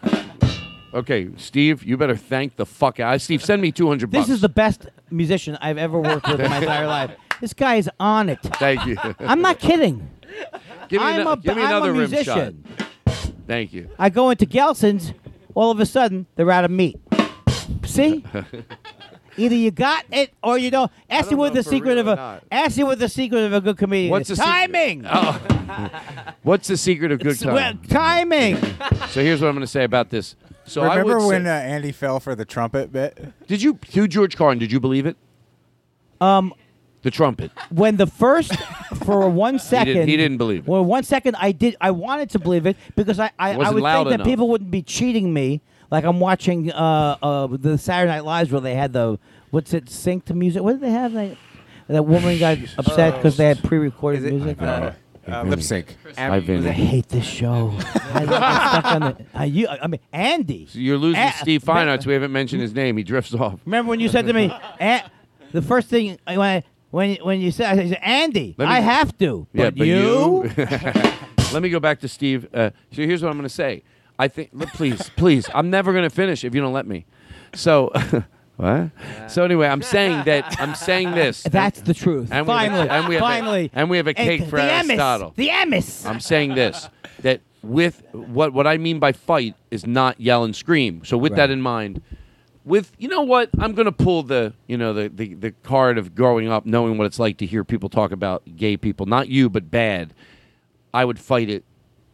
[SPEAKER 5] Okay, Steve, you better thank the fuck out. Steve, send me two hundred bucks.
[SPEAKER 6] This is the [laughs] best musician I've ever worked with in
[SPEAKER 5] [laughs]
[SPEAKER 6] my entire life. This guy is on it.
[SPEAKER 5] Thank you.
[SPEAKER 6] [laughs] I'm not kidding.
[SPEAKER 5] Give me,
[SPEAKER 6] I'm
[SPEAKER 5] ano-
[SPEAKER 6] a-
[SPEAKER 5] give me
[SPEAKER 6] I'm a
[SPEAKER 5] another rim
[SPEAKER 6] musician.
[SPEAKER 5] shot. Thank you.
[SPEAKER 6] I go into Gelson's, all of a sudden they're out of meat. See? Either you got it or you don't. Ask you what the secret of a ask you what the secret of a good comedian
[SPEAKER 5] What's
[SPEAKER 6] is.
[SPEAKER 5] the secret? Oh.
[SPEAKER 6] timing.
[SPEAKER 5] What's the secret of good
[SPEAKER 6] It's- well,
[SPEAKER 5] timing?
[SPEAKER 6] timing.
[SPEAKER 5] So here's what I'm going to say about this. So I
[SPEAKER 9] Remember
[SPEAKER 5] would
[SPEAKER 9] when
[SPEAKER 5] say,
[SPEAKER 9] uh, Andy fell for the trumpet bit?
[SPEAKER 5] did you to George Carlin? Did you believe it?
[SPEAKER 6] Um,
[SPEAKER 5] The trumpet.
[SPEAKER 6] when the first for one second
[SPEAKER 5] he didn't believe it.
[SPEAKER 6] Well, one second I did. I wanted to believe it because I I, I
[SPEAKER 5] Wasn't
[SPEAKER 6] would
[SPEAKER 5] loud
[SPEAKER 6] think that
[SPEAKER 5] enough.
[SPEAKER 6] people wouldn't be cheating me. Like I'm watching uh, uh, the Saturday Night Lives where they had the what's it sync to music. What did they have? Like, that woman got upset because they had pre-recorded music.
[SPEAKER 9] Uh, uh, lip sync.
[SPEAKER 5] I Vinny.
[SPEAKER 8] [laughs]
[SPEAKER 6] I hate this show. I,
[SPEAKER 5] [laughs]
[SPEAKER 6] I, stuck on the, I, you, I mean, Andy.
[SPEAKER 5] So you're losing
[SPEAKER 6] Ah,
[SPEAKER 5] Steve Fine
[SPEAKER 6] [laughs]
[SPEAKER 5] Arts. We haven't mentioned his name. He drifts off.
[SPEAKER 6] Remember when you said
[SPEAKER 5] [laughs]
[SPEAKER 6] to me, "A- the first thing I- when I, when when you said, I said, Andy,
[SPEAKER 5] Let me-
[SPEAKER 6] I have to.
[SPEAKER 5] Yeah,
[SPEAKER 6] but, you,
[SPEAKER 5] [laughs] Let me go back to Steve. Uh, so here's what I'm going to say. I think. look, Please, [laughs] please. I'm never going to finish if you don't let me. So. [laughs] what? So anyway, I'm saying that I'm saying this.
[SPEAKER 6] [laughs] That's the truth.
[SPEAKER 5] And we
[SPEAKER 6] Finally,
[SPEAKER 5] have a, and we have
[SPEAKER 6] finally.
[SPEAKER 5] a, and we have a
[SPEAKER 6] And
[SPEAKER 5] cake for
[SPEAKER 6] the Emmys,
[SPEAKER 5] Aristotle.
[SPEAKER 6] the Emmys.
[SPEAKER 5] I'm saying this that with what what I mean by fight is not yell and scream. So with that in mind, with you know what I'm going to pull the you know the, the the card of growing up knowing what it's like to hear people talk about gay people, not you but bad. I would fight it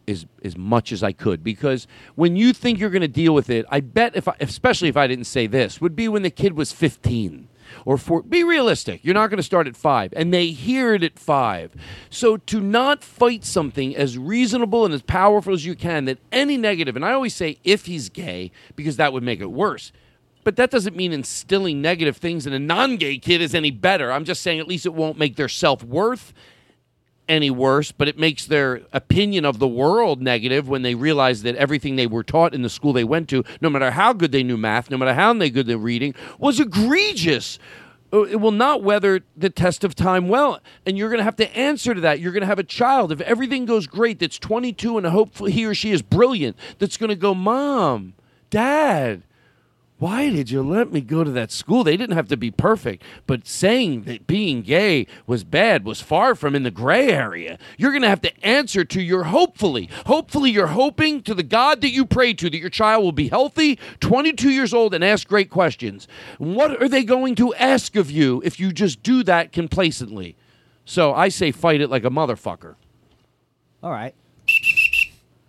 [SPEAKER 5] as as much as I could because when you think you're going to deal with it, I bet if I, especially if I didn't say this, would be when the kid was 15 or four. Be realistic. You're not going to start at five, and they hear it at five. So to not fight something as reasonable and as powerful as you can, that any negative, and I always say if he's gay because that would make it worse. But that doesn't mean instilling negative things in a non gay kid is any better. I'm just saying at least it won't make their self worth any worse, but it makes their opinion of the world negative when they realize that everything they were taught in the school they went to, no matter how good they knew math, no matter how they good their reading, was egregious. Uh, It will not weather the test of time well, and you're going to have to answer to that. You're going to have a child if everything goes great that's 22 and hopefully he or she is brilliant. That's going to go, mom, dad. Why did you let me go to that school? They didn't have to be perfect, but saying that being gay was bad was far from in the gray area. You're going to have to answer to your hopefully. Hopefully, you're hoping to the God that you pray to that your child will be healthy, 22 years old, and ask great questions. What are they going to ask of you if you just do that complacently? So I say fight it like a motherfucker.
[SPEAKER 6] All right.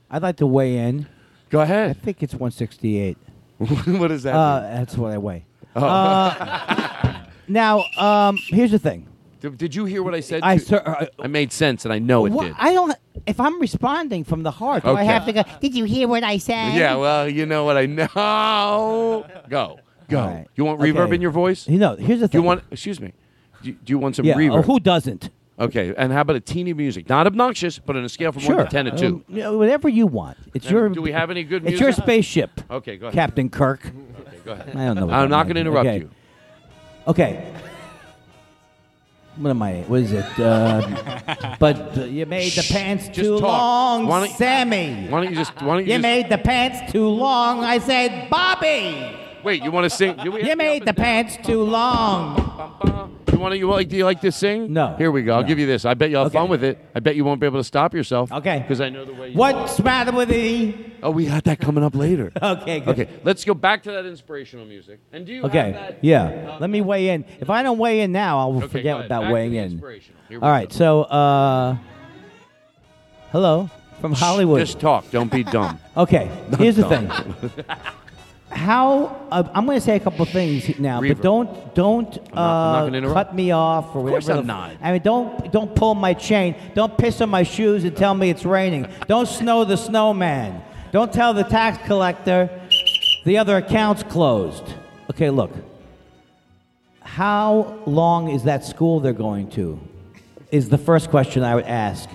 [SPEAKER 6] I'd like to weigh in.
[SPEAKER 5] Go ahead. I
[SPEAKER 6] think it's 168.
[SPEAKER 5] [laughs] what is that?
[SPEAKER 6] Uh,
[SPEAKER 5] mean?
[SPEAKER 6] that's what I weigh.
[SPEAKER 5] Oh. [laughs]
[SPEAKER 6] Uh, now, um, here's the thing.
[SPEAKER 5] Did, did you hear what I said?
[SPEAKER 6] I
[SPEAKER 5] to-
[SPEAKER 6] cer- uh,
[SPEAKER 5] I made sense, and I know it
[SPEAKER 6] Wha-
[SPEAKER 5] did.
[SPEAKER 6] I don't. If I'm responding from the heart, do I
[SPEAKER 5] Okay.
[SPEAKER 6] have to go? Did you hear what I said?
[SPEAKER 5] Yeah, well, you know what I know. Go, go. You want reverb
[SPEAKER 6] Okay.
[SPEAKER 5] in your voice?
[SPEAKER 6] You know, here's the thing.
[SPEAKER 5] You want? Excuse me. Do, do you want some
[SPEAKER 6] Yeah, uh,
[SPEAKER 5] reverb?
[SPEAKER 6] who doesn't?
[SPEAKER 5] Okay, and how about a teeny music? Not obnoxious, but on a scale from one to ten to two.
[SPEAKER 6] Um, you know, whatever you want. It's
[SPEAKER 5] Then
[SPEAKER 6] your.
[SPEAKER 5] do we have any good
[SPEAKER 6] It's your
[SPEAKER 5] music?
[SPEAKER 6] spaceship.
[SPEAKER 5] Okay, go ahead.
[SPEAKER 6] Captain Kirk.
[SPEAKER 5] [laughs] Okay, go ahead.
[SPEAKER 6] I don't know. what
[SPEAKER 5] I'm
[SPEAKER 6] that
[SPEAKER 5] not gonna
[SPEAKER 6] means.
[SPEAKER 5] interrupt
[SPEAKER 6] Okay.
[SPEAKER 5] you.
[SPEAKER 6] Okay. What am I? What is it? Uh, but uh, you made the pants too
[SPEAKER 5] talk.
[SPEAKER 6] long,
[SPEAKER 5] Why don't-
[SPEAKER 6] Sammy.
[SPEAKER 5] Why don't you just? Why don't you?
[SPEAKER 6] You
[SPEAKER 5] just,
[SPEAKER 6] made the pants too long. I said, Bobby.
[SPEAKER 5] Wait, you want to sing? Do we
[SPEAKER 6] You made the pants too long.
[SPEAKER 5] you want to? You like? Do you like to sing? No. Here we go. I'll give you this. I bet you'll have fun with it. I bet you won't be able to stop yourself. Okay. Because I know the way. You
[SPEAKER 6] What's the matter with thee?
[SPEAKER 5] Oh, we got that coming up later.
[SPEAKER 6] [laughs] okay. Good.
[SPEAKER 5] Okay. Let's go back to that inspirational music. And do you
[SPEAKER 6] Okay.
[SPEAKER 5] have that? uh,
[SPEAKER 6] yeah. Let me weigh in. If I don't weigh in now, I'll
[SPEAKER 5] go
[SPEAKER 6] forget
[SPEAKER 5] ahead.
[SPEAKER 6] about
[SPEAKER 5] Back to
[SPEAKER 6] weighing
[SPEAKER 5] the
[SPEAKER 6] in.
[SPEAKER 5] inspirational. Here we
[SPEAKER 6] All right.
[SPEAKER 5] go.
[SPEAKER 6] So, uh, hello from Hollywood.
[SPEAKER 5] Just talk. Don't be dumb.
[SPEAKER 6] [laughs] Okay.
[SPEAKER 5] Not
[SPEAKER 6] Here's the
[SPEAKER 5] dumb.
[SPEAKER 6] thing. How uh, I'm going to say a couple things now, but don't don't
[SPEAKER 5] not
[SPEAKER 6] uh,
[SPEAKER 5] gonna interrupt.
[SPEAKER 6] cut me off or
[SPEAKER 5] Of
[SPEAKER 6] whatever.
[SPEAKER 5] course I'm
[SPEAKER 6] the-
[SPEAKER 5] not.
[SPEAKER 6] I mean, don't don't pull my chain. Don't piss on my shoes and tell me it's raining. don't snow the snowman. Don't tell the tax collector the other account's closed. Okay, look. How long is that school they're going to? Is the first question I would ask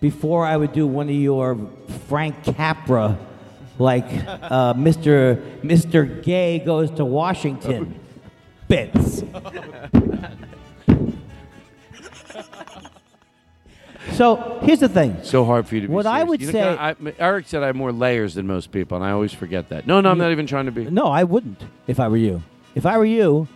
[SPEAKER 6] before I would do one of your Frank Capra, like uh, Mr. Mr. Gay goes
[SPEAKER 5] [laughs]
[SPEAKER 6] to Washington bits. So here's the thing.
[SPEAKER 5] So hard for [laughs] you to be
[SPEAKER 6] What I
[SPEAKER 5] serious.
[SPEAKER 6] would
[SPEAKER 5] You know,
[SPEAKER 6] say-
[SPEAKER 5] I- I- Eric said I have more layers than most people, and I always forget that. No, no, I'm not even trying to be.
[SPEAKER 6] No, I wouldn't if I were you. If I were you,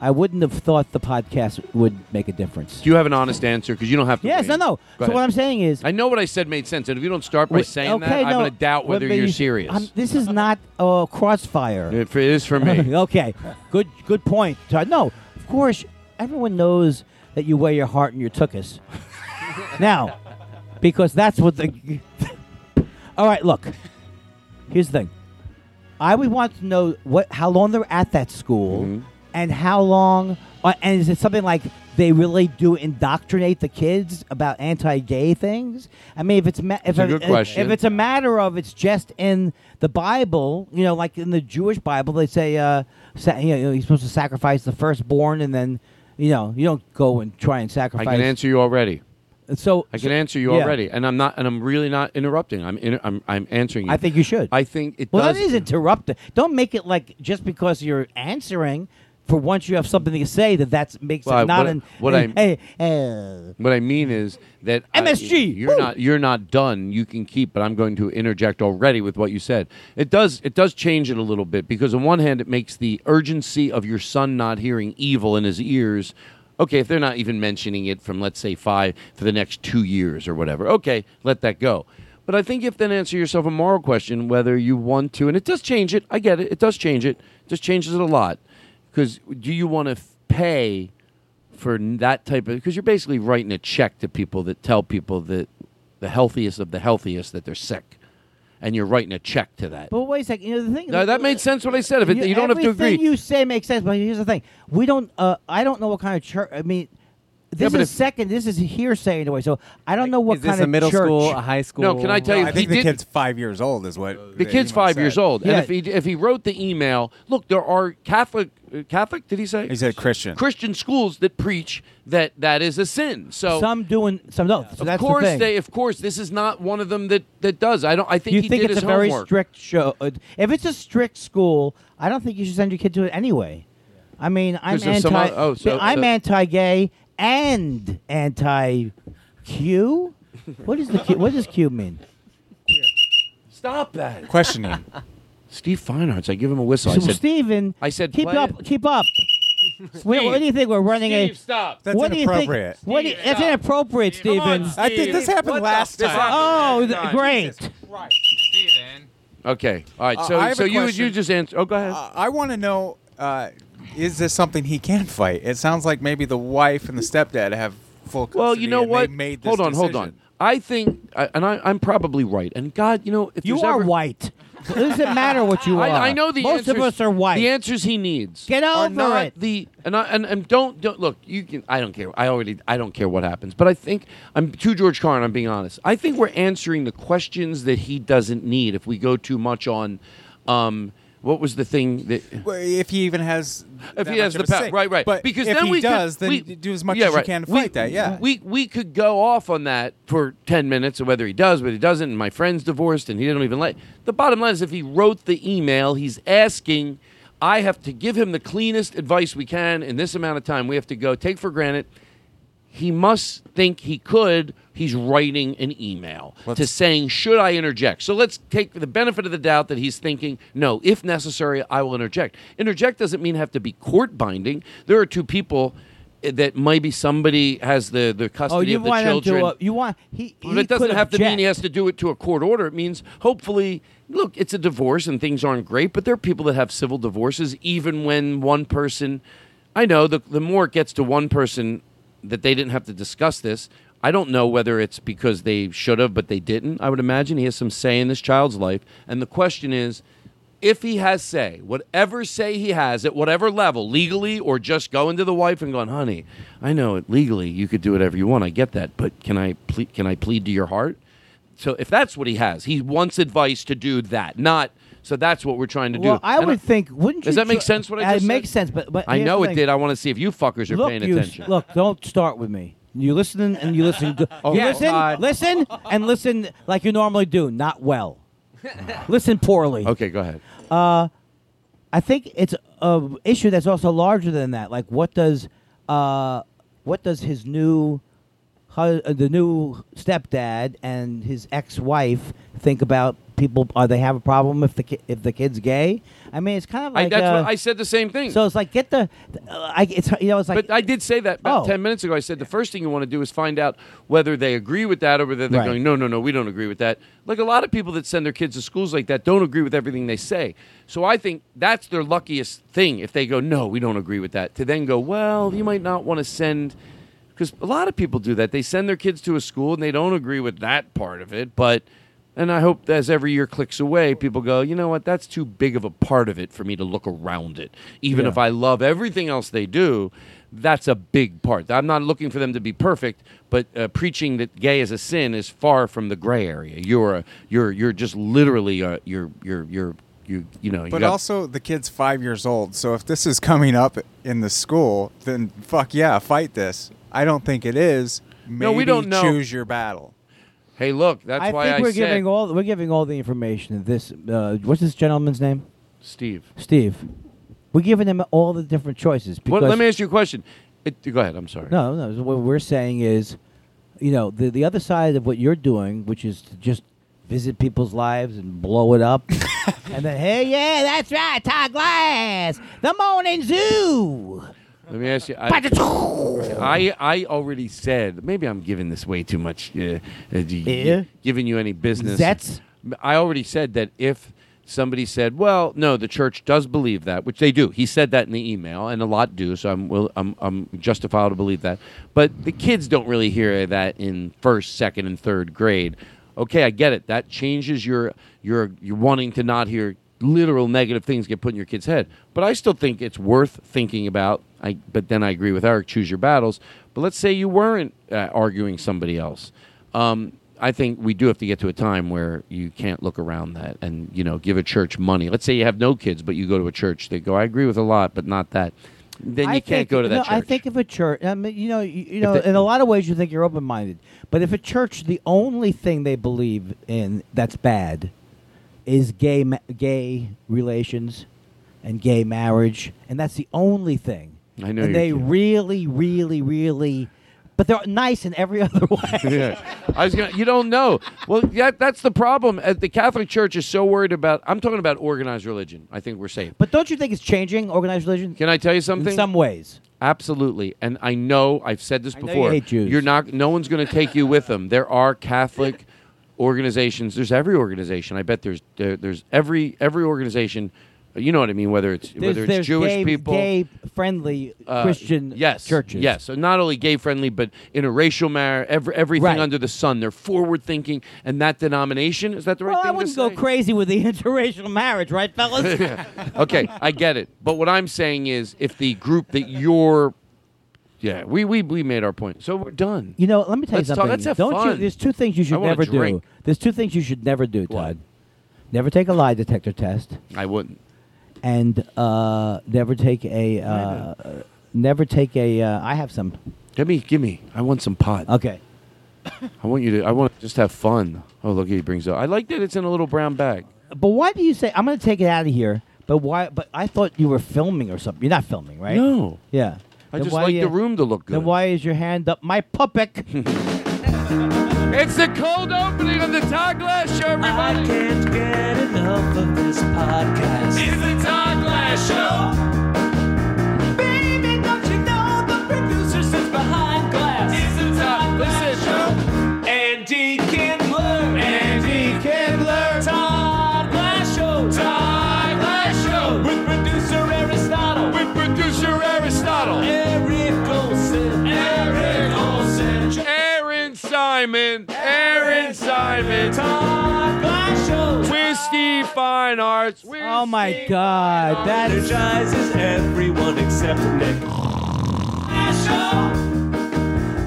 [SPEAKER 6] I wouldn't have thought the podcast would make a difference.
[SPEAKER 5] Do you have an honest answer? Because you don't have to.
[SPEAKER 6] Yes,
[SPEAKER 5] wait.
[SPEAKER 6] I know.
[SPEAKER 5] Go
[SPEAKER 6] So what
[SPEAKER 5] ahead.
[SPEAKER 6] I'm saying is,
[SPEAKER 5] I know what I said made sense, and if you don't start by
[SPEAKER 6] Wait,
[SPEAKER 5] saying
[SPEAKER 6] okay,
[SPEAKER 5] that, I'm
[SPEAKER 6] no,
[SPEAKER 5] going to doubt whether
[SPEAKER 6] but
[SPEAKER 5] you're
[SPEAKER 6] you-
[SPEAKER 5] serious.
[SPEAKER 6] I'm- this is not uh, crossfire.
[SPEAKER 5] It is for me.
[SPEAKER 6] [laughs] okay, good good point. Todd. No, of course, everyone knows that you wear your heart in
[SPEAKER 5] [laughs]
[SPEAKER 6] your tuchus. now, because that's what the. [laughs] All right, look. Here's the thing. I would want to know what how long they're at that school,
[SPEAKER 5] Mm-hmm.
[SPEAKER 6] and how long, uh, and is it something like they really do indoctrinate the kids about anti-gay things? I mean, if it's ma-
[SPEAKER 5] It's
[SPEAKER 6] if
[SPEAKER 5] a good
[SPEAKER 6] if-
[SPEAKER 5] question.
[SPEAKER 6] if it's a matter of it's just in the Bible, you know, like in the Jewish Bible, they say uh, sa- you know, you're supposed to sacrifice the firstborn, and then you know you don't go and try and
[SPEAKER 5] I
[SPEAKER 6] sacrifice.
[SPEAKER 5] can answer you already.
[SPEAKER 6] So
[SPEAKER 5] I can answer you
[SPEAKER 6] yeah.
[SPEAKER 5] already, and I'm not, and I'm really not interrupting. I'm, inter- I'm, I'm answering you.
[SPEAKER 6] I think you should.
[SPEAKER 5] I think it
[SPEAKER 6] well,
[SPEAKER 5] does.
[SPEAKER 6] that is interrupting. Don't make it like just because you're answering. For once, you have something to say that that makes
[SPEAKER 5] Well, I-
[SPEAKER 6] it not
[SPEAKER 5] what-
[SPEAKER 6] an.
[SPEAKER 5] what
[SPEAKER 6] an-
[SPEAKER 5] I-
[SPEAKER 6] eh, eh.
[SPEAKER 5] What I mean is that I-
[SPEAKER 6] MSG,
[SPEAKER 5] you're not you're not done. You can keep, but I'm going to interject already with what you said. It does it does change it a little bit because on one hand it makes the urgency of your son not hearing evil in his ears. Okay, if they're not even mentioning it from let's say five for the next two years or whatever, okay, let that go. But I think you have to answer yourself a moral question whether you want to, and it does change it. I get it. It does change it. It just changes it a lot. Because do you want to f- pay for n- that type of because you're basically writing a check to people that tell people that the healthiest of the healthiest that they're sick, and you're writing a check to that.
[SPEAKER 6] But wait a second. You know the thing.
[SPEAKER 5] Now, that made sense what I said. If it, you, don't have to agree.
[SPEAKER 6] Everything you say makes sense, but here's the thing: we don't. Uh, I don't know what kind of church. I mean,
[SPEAKER 5] Yeah,
[SPEAKER 6] this
[SPEAKER 5] but
[SPEAKER 6] is
[SPEAKER 5] if-
[SPEAKER 6] second. This is hearsay in a way. So I don't know what
[SPEAKER 9] Is this
[SPEAKER 6] kind
[SPEAKER 9] a
[SPEAKER 6] of
[SPEAKER 9] middle
[SPEAKER 6] church.
[SPEAKER 9] school, a high school?
[SPEAKER 5] No, can I tell you?
[SPEAKER 9] I
[SPEAKER 5] he
[SPEAKER 9] think the
[SPEAKER 5] did-
[SPEAKER 9] kid's five years old is what
[SPEAKER 5] The kid's five years old,
[SPEAKER 9] Yeah.
[SPEAKER 5] and if he if he wrote the email, look, there are Catholic uh, Catholic. Did he say?
[SPEAKER 9] He said Christian.
[SPEAKER 5] Christian schools that preach that that is a sin. So
[SPEAKER 6] some doing, some don't. So
[SPEAKER 5] of
[SPEAKER 6] that's
[SPEAKER 5] course
[SPEAKER 6] the thing.
[SPEAKER 5] they. Of course, this is not one of them that that does. I don't. I think
[SPEAKER 6] you
[SPEAKER 5] he
[SPEAKER 6] think
[SPEAKER 5] did
[SPEAKER 6] it's
[SPEAKER 5] his
[SPEAKER 6] a very
[SPEAKER 5] homework.
[SPEAKER 6] strict show? uh, If it's a strict school, I don't think you should send your kid to it anyway. I mean, I'm
[SPEAKER 5] 'Cause there's some
[SPEAKER 6] anti.
[SPEAKER 5] o- oh, so-
[SPEAKER 6] I'm
[SPEAKER 5] so-
[SPEAKER 6] anti-gay and anti-Q. what is the Q? What does Q mean?
[SPEAKER 5] Stop that.
[SPEAKER 9] Questioning.
[SPEAKER 5] [laughs] Steve Feinarts. I give him a whistle. I
[SPEAKER 6] So,
[SPEAKER 5] said,
[SPEAKER 6] Steven,
[SPEAKER 5] I said,
[SPEAKER 6] keep
[SPEAKER 5] play
[SPEAKER 6] up,
[SPEAKER 5] it. [laughs]
[SPEAKER 6] keep up. Wait, what do you think we're running a?
[SPEAKER 5] Steve, stop.
[SPEAKER 9] That's
[SPEAKER 6] what
[SPEAKER 9] inappropriate.
[SPEAKER 6] Do you think, what do you- that's inappropriate, Steven.
[SPEAKER 9] I think this happened last time.
[SPEAKER 6] Oh, th- great. [laughs]
[SPEAKER 5] Okay. All right.
[SPEAKER 9] Uh,
[SPEAKER 5] So
[SPEAKER 9] I have
[SPEAKER 5] so
[SPEAKER 9] a
[SPEAKER 5] you
[SPEAKER 9] question.
[SPEAKER 5] you just answer. Oh, go ahead.
[SPEAKER 9] Uh, I want to know: uh, Is this something he can fight? It sounds like maybe the wife and the stepdad have full. Custody
[SPEAKER 5] well, you know
[SPEAKER 9] and they
[SPEAKER 5] what?
[SPEAKER 9] Made this
[SPEAKER 5] hold on, hold
[SPEAKER 9] decision.
[SPEAKER 5] on. I think, I, and I, I'm probably right. And God, you know, if
[SPEAKER 6] You
[SPEAKER 5] there's
[SPEAKER 6] are
[SPEAKER 5] ever- [laughs]
[SPEAKER 6] white. It doesn't matter what you
[SPEAKER 5] I,
[SPEAKER 6] are.
[SPEAKER 5] I know the
[SPEAKER 6] most
[SPEAKER 5] answers,
[SPEAKER 6] of us are white.
[SPEAKER 5] The answers he needs.
[SPEAKER 6] Get
[SPEAKER 5] are
[SPEAKER 6] over
[SPEAKER 5] not
[SPEAKER 6] it.
[SPEAKER 5] The and I, and and don't don't look. You can. I don't care. I already. I don't care what happens. But I think I'm to George Carlin. I'm being honest. I think we're answering the questions that he doesn't need if we go too much on. Um, what was the thing that?
[SPEAKER 9] Well, if he even has.
[SPEAKER 5] if
[SPEAKER 9] that
[SPEAKER 5] he has
[SPEAKER 9] much
[SPEAKER 5] the
[SPEAKER 9] of a
[SPEAKER 5] power,
[SPEAKER 9] say.
[SPEAKER 5] right, right.
[SPEAKER 9] But
[SPEAKER 5] because
[SPEAKER 9] if
[SPEAKER 5] then
[SPEAKER 9] he
[SPEAKER 5] we
[SPEAKER 9] does,
[SPEAKER 5] could,
[SPEAKER 9] then
[SPEAKER 5] we,
[SPEAKER 9] do as much
[SPEAKER 5] yeah,
[SPEAKER 9] as
[SPEAKER 5] right.
[SPEAKER 9] you can to
[SPEAKER 5] We-
[SPEAKER 9] fight that. Yeah.
[SPEAKER 5] we we could go off on that for ten minutes, or whether he does, but he doesn't. And my friend's divorced, and he didn't even like. The bottom line is, if he wrote the email, he's asking. I have to give him the cleanest advice we can in this amount of time. We have to go take for granted. He must think he could. He's writing an email to saying, "Should I interject?" So let's take the benefit of the doubt that he's thinking, "No, if necessary, I will interject." Interject doesn't mean have to be court binding. There are two people eh, that maybe somebody has the the custody
[SPEAKER 6] Oh, you
[SPEAKER 5] of the
[SPEAKER 6] want him
[SPEAKER 5] children.
[SPEAKER 6] to? Uh, you want he?
[SPEAKER 5] But
[SPEAKER 6] he
[SPEAKER 5] it doesn't
[SPEAKER 6] could
[SPEAKER 5] have to mean he
[SPEAKER 6] object.
[SPEAKER 5] has to do it to a court order. It means hopefully, look, it's a divorce and things aren't great, but there are people that have civil divorces even when one person. I know the the more it gets to one person that they didn't have to discuss this. I don't know whether it's because they should have, but they didn't. I would imagine he has some say in this child's life, and the question is. If he has say, whatever say he has at whatever level, legally or just going to the wife and going, honey, I know it legally you could do whatever you want. I get that, but can I ple- can I plead to your heart? So if that's what he has, he wants advice to do that, not so that's what we're trying to
[SPEAKER 6] Well,
[SPEAKER 5] do.
[SPEAKER 6] I
[SPEAKER 5] And
[SPEAKER 6] would think. Wouldn't you?
[SPEAKER 5] Does that make
[SPEAKER 6] tr-
[SPEAKER 5] sense? What I
[SPEAKER 6] Uh,
[SPEAKER 5] just
[SPEAKER 6] It makes
[SPEAKER 5] said?
[SPEAKER 6] sense, but but
[SPEAKER 5] I
[SPEAKER 6] here's
[SPEAKER 5] know
[SPEAKER 6] the
[SPEAKER 5] it
[SPEAKER 6] thing.
[SPEAKER 5] did. I want to see if you fuckers are
[SPEAKER 6] look,
[SPEAKER 5] paying
[SPEAKER 6] you,
[SPEAKER 5] attention.
[SPEAKER 6] Look, don't start with me. You listen and you listen.
[SPEAKER 5] [laughs]
[SPEAKER 6] Good. you
[SPEAKER 5] yeah,
[SPEAKER 6] listen,
[SPEAKER 5] Todd.
[SPEAKER 6] listen, and listen like you normally do. Not well. listen poorly.
[SPEAKER 5] Okay, go ahead.
[SPEAKER 6] Uh, I think it's a issue that's also larger than that. Like, what does uh, what does his new hu- uh, the new stepdad and his ex-wife think about people are they have a problem if the ki- if the kid's gay? I mean, it's kind of
[SPEAKER 5] I,
[SPEAKER 6] like
[SPEAKER 5] that's
[SPEAKER 6] uh,
[SPEAKER 5] what I said the same thing.
[SPEAKER 6] So it's like get the, uh, I, it's you know it's like
[SPEAKER 5] but I did say that about
[SPEAKER 6] Oh.
[SPEAKER 5] 10 minutes ago. I said the first thing you want to do is find out whether they agree with that or whether they're
[SPEAKER 6] Right.
[SPEAKER 5] going, no, no, no, we don't agree with that. Like a lot of people that send their kids to schools like that don't agree with everything they say. So I think that's their luckiest thing if they go, no, we don't agree with that. To then go, well, you might not want to send, because a lot of people do that. They send their kids to a school and they don't agree with that part of it, but. And I hope as every year clicks away, people go, you know what, that's too big of a part of it for me to look around it. Even
[SPEAKER 11] Yeah.
[SPEAKER 5] if I love everything else they do, that's a big part. I'm not looking for them to be perfect, but uh, preaching that gay is a sin is far from the gray area. You're a, you're you're just literally uh you're you're you're you you know. you
[SPEAKER 9] But
[SPEAKER 5] got-
[SPEAKER 9] also, the kid's five years old, so if this is coming up in the school, then fuck yeah, fight this. I don't think it is. Maybe
[SPEAKER 5] No, we don't know.
[SPEAKER 9] Choose your battle.
[SPEAKER 5] Hey, look, that's
[SPEAKER 6] I
[SPEAKER 5] why
[SPEAKER 6] think
[SPEAKER 5] I
[SPEAKER 6] we're
[SPEAKER 5] said
[SPEAKER 6] giving all we're giving all the information. of This uh, what's this gentleman's name?
[SPEAKER 5] Steve.
[SPEAKER 6] Steve. We're giving him all the different choices because
[SPEAKER 5] Well, let me ask you a question. It, go ahead. I'm sorry.
[SPEAKER 6] No, no. What we're saying is, you know, the the other side of what you're doing, which is to just visit people's lives and blow it up, and then hey, yeah, [laughs] that's right, Todd Glass, the Morning [laughs] Zoo.
[SPEAKER 5] Let me ask you. I,
[SPEAKER 6] Oh.
[SPEAKER 5] I I already said maybe I'm giving this way too much. Uh, uh, d-
[SPEAKER 6] Yeah.
[SPEAKER 5] Giving you any business?
[SPEAKER 6] Zets?
[SPEAKER 5] I already said that if somebody said, "Well, no, the church does believe that," which they do. He said that in the email, and a lot do. So I'm will, I'm I'm justified to believe that. But the kids don't really hear that in first, second, and third grade. Okay, I get it. That changes your your your wanting to not hear literal negative things get put in your kid's head. But I still think it's worth thinking about. I but then I agree with Eric. Choose your battles. But let's say you weren't uh, arguing somebody else. Um, I think we do have to get to a time where you can't look around that and you know give a church money. Let's say you have no kids, but you go to a church. They go, I agree with a lot, but not that. Then you
[SPEAKER 6] I
[SPEAKER 5] can't
[SPEAKER 6] think-
[SPEAKER 5] go to that
[SPEAKER 6] no,
[SPEAKER 5] church.
[SPEAKER 6] I think if a church, I mean, you know, you, you
[SPEAKER 5] If
[SPEAKER 6] know,
[SPEAKER 5] they-
[SPEAKER 6] in a lot of ways, you think you're open minded, but if a church, the only thing they believe in that's bad is gay ma- gay relations and gay marriage, and that's the only thing.
[SPEAKER 5] I know you're
[SPEAKER 6] And they
[SPEAKER 5] kidding.
[SPEAKER 6] really, really, really, but they're nice in every [laughs] other way.
[SPEAKER 5] [laughs] yeah. I was gonna. You don't know. Well, that, that's the problem. Uh, the Catholic Church is so worried about. I'm talking about organized religion. I think we're safe.
[SPEAKER 6] But don't you think it's changing organized religion?
[SPEAKER 5] Can I tell you something?
[SPEAKER 6] some ways.
[SPEAKER 5] Absolutely. And I know I've said this
[SPEAKER 6] know you
[SPEAKER 5] before.
[SPEAKER 6] hate Jews.
[SPEAKER 5] You're not no one's going to take you with them. There are Catholic organizations. There's every organization. I bet there's there, there's every every organization you know what I mean whether it's
[SPEAKER 6] There's,
[SPEAKER 5] whether it's
[SPEAKER 6] there's
[SPEAKER 5] Jewish
[SPEAKER 6] gay,
[SPEAKER 5] people
[SPEAKER 6] gay friendly
[SPEAKER 5] uh,
[SPEAKER 6] Christian
[SPEAKER 5] yes,
[SPEAKER 6] churches.
[SPEAKER 5] Yes, so not only gay friendly, but interracial marriage, every, everything under the sun. They're forward thinking, and that denomination is that the right
[SPEAKER 6] Well,
[SPEAKER 5] thing
[SPEAKER 6] I
[SPEAKER 5] to
[SPEAKER 6] wouldn't
[SPEAKER 5] say?
[SPEAKER 6] go crazy with the [laughs] interracial marriage, right,
[SPEAKER 5] [laughs]
[SPEAKER 6] fellas?
[SPEAKER 5] okay, I get it. But what I'm saying is, if the group that you're, yeah, we we, we made our point, so we're done.
[SPEAKER 6] You know, let me tell
[SPEAKER 5] Let's
[SPEAKER 6] you
[SPEAKER 5] talk-
[SPEAKER 6] something.
[SPEAKER 5] let's have
[SPEAKER 6] Don't you?
[SPEAKER 5] fun.
[SPEAKER 6] There's two things you
[SPEAKER 5] I
[SPEAKER 6] should
[SPEAKER 5] wanna
[SPEAKER 6] never
[SPEAKER 5] drink.
[SPEAKER 6] do. There's two things you should never do, Todd. Never take a lie detector test,
[SPEAKER 5] I wouldn't.
[SPEAKER 6] and uh, never take a. Uh, uh, never take a. Uh, I have some.
[SPEAKER 5] Give me, give me. I want some pot.
[SPEAKER 6] Okay.
[SPEAKER 5] I want you to. I want to just have fun. Oh, look, he brings up. I like that it's in a little brown bag.
[SPEAKER 6] But why do you say I'm going to take it out of here? But why? But I thought you were filming or something. You're not filming, right?
[SPEAKER 5] No.
[SPEAKER 6] Yeah.
[SPEAKER 5] I
[SPEAKER 6] Then
[SPEAKER 5] just
[SPEAKER 6] why
[SPEAKER 5] like
[SPEAKER 6] you-
[SPEAKER 5] the room to look
[SPEAKER 6] Then
[SPEAKER 5] good.
[SPEAKER 6] why is your hand up my puppet?
[SPEAKER 5] [laughs] It's the cold opening of the Todd Glass Show, everybody. I
[SPEAKER 3] can't get enough of this podcast. It's the Todd Glass Show. Baby, don't you know the producer sits behind glass? It's the Todd Glass Show. Andy Kindler. Andy Kindler. Todd Glass Show. Todd Glass Show. With producer Aristotle. With producer Aristotle. Eric Olson. Eric Olson.
[SPEAKER 5] Aaron Simon. Aaron Simon.
[SPEAKER 3] Todd Glass Show.
[SPEAKER 5] With Steve Fine Arts. [laughs]
[SPEAKER 6] oh my God, that's
[SPEAKER 3] energizes everyone except Nick.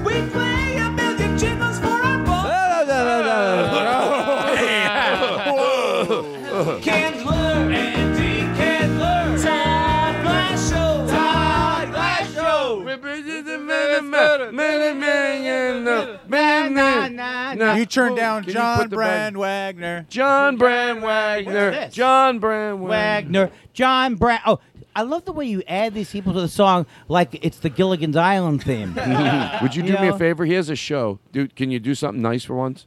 [SPEAKER 3] We play a million jingles for our boss. Candler, Andy Candler, Todd Glass Show, Todd Glass
[SPEAKER 5] You
[SPEAKER 9] You turned down
[SPEAKER 5] oh, Can you
[SPEAKER 9] John
[SPEAKER 5] put the bag-
[SPEAKER 9] Brand Wagner.
[SPEAKER 5] John Brand
[SPEAKER 6] What's
[SPEAKER 5] Wagner.
[SPEAKER 6] this?
[SPEAKER 5] John Brand Wagner.
[SPEAKER 6] Wagner, John Brown. Oh, I love the way you add these people to the song like it's the Gilligan's Island theme.
[SPEAKER 5] [laughs] Would you do me a
[SPEAKER 6] know?
[SPEAKER 5] favor? He has a show. Dude, can you do something nice for once?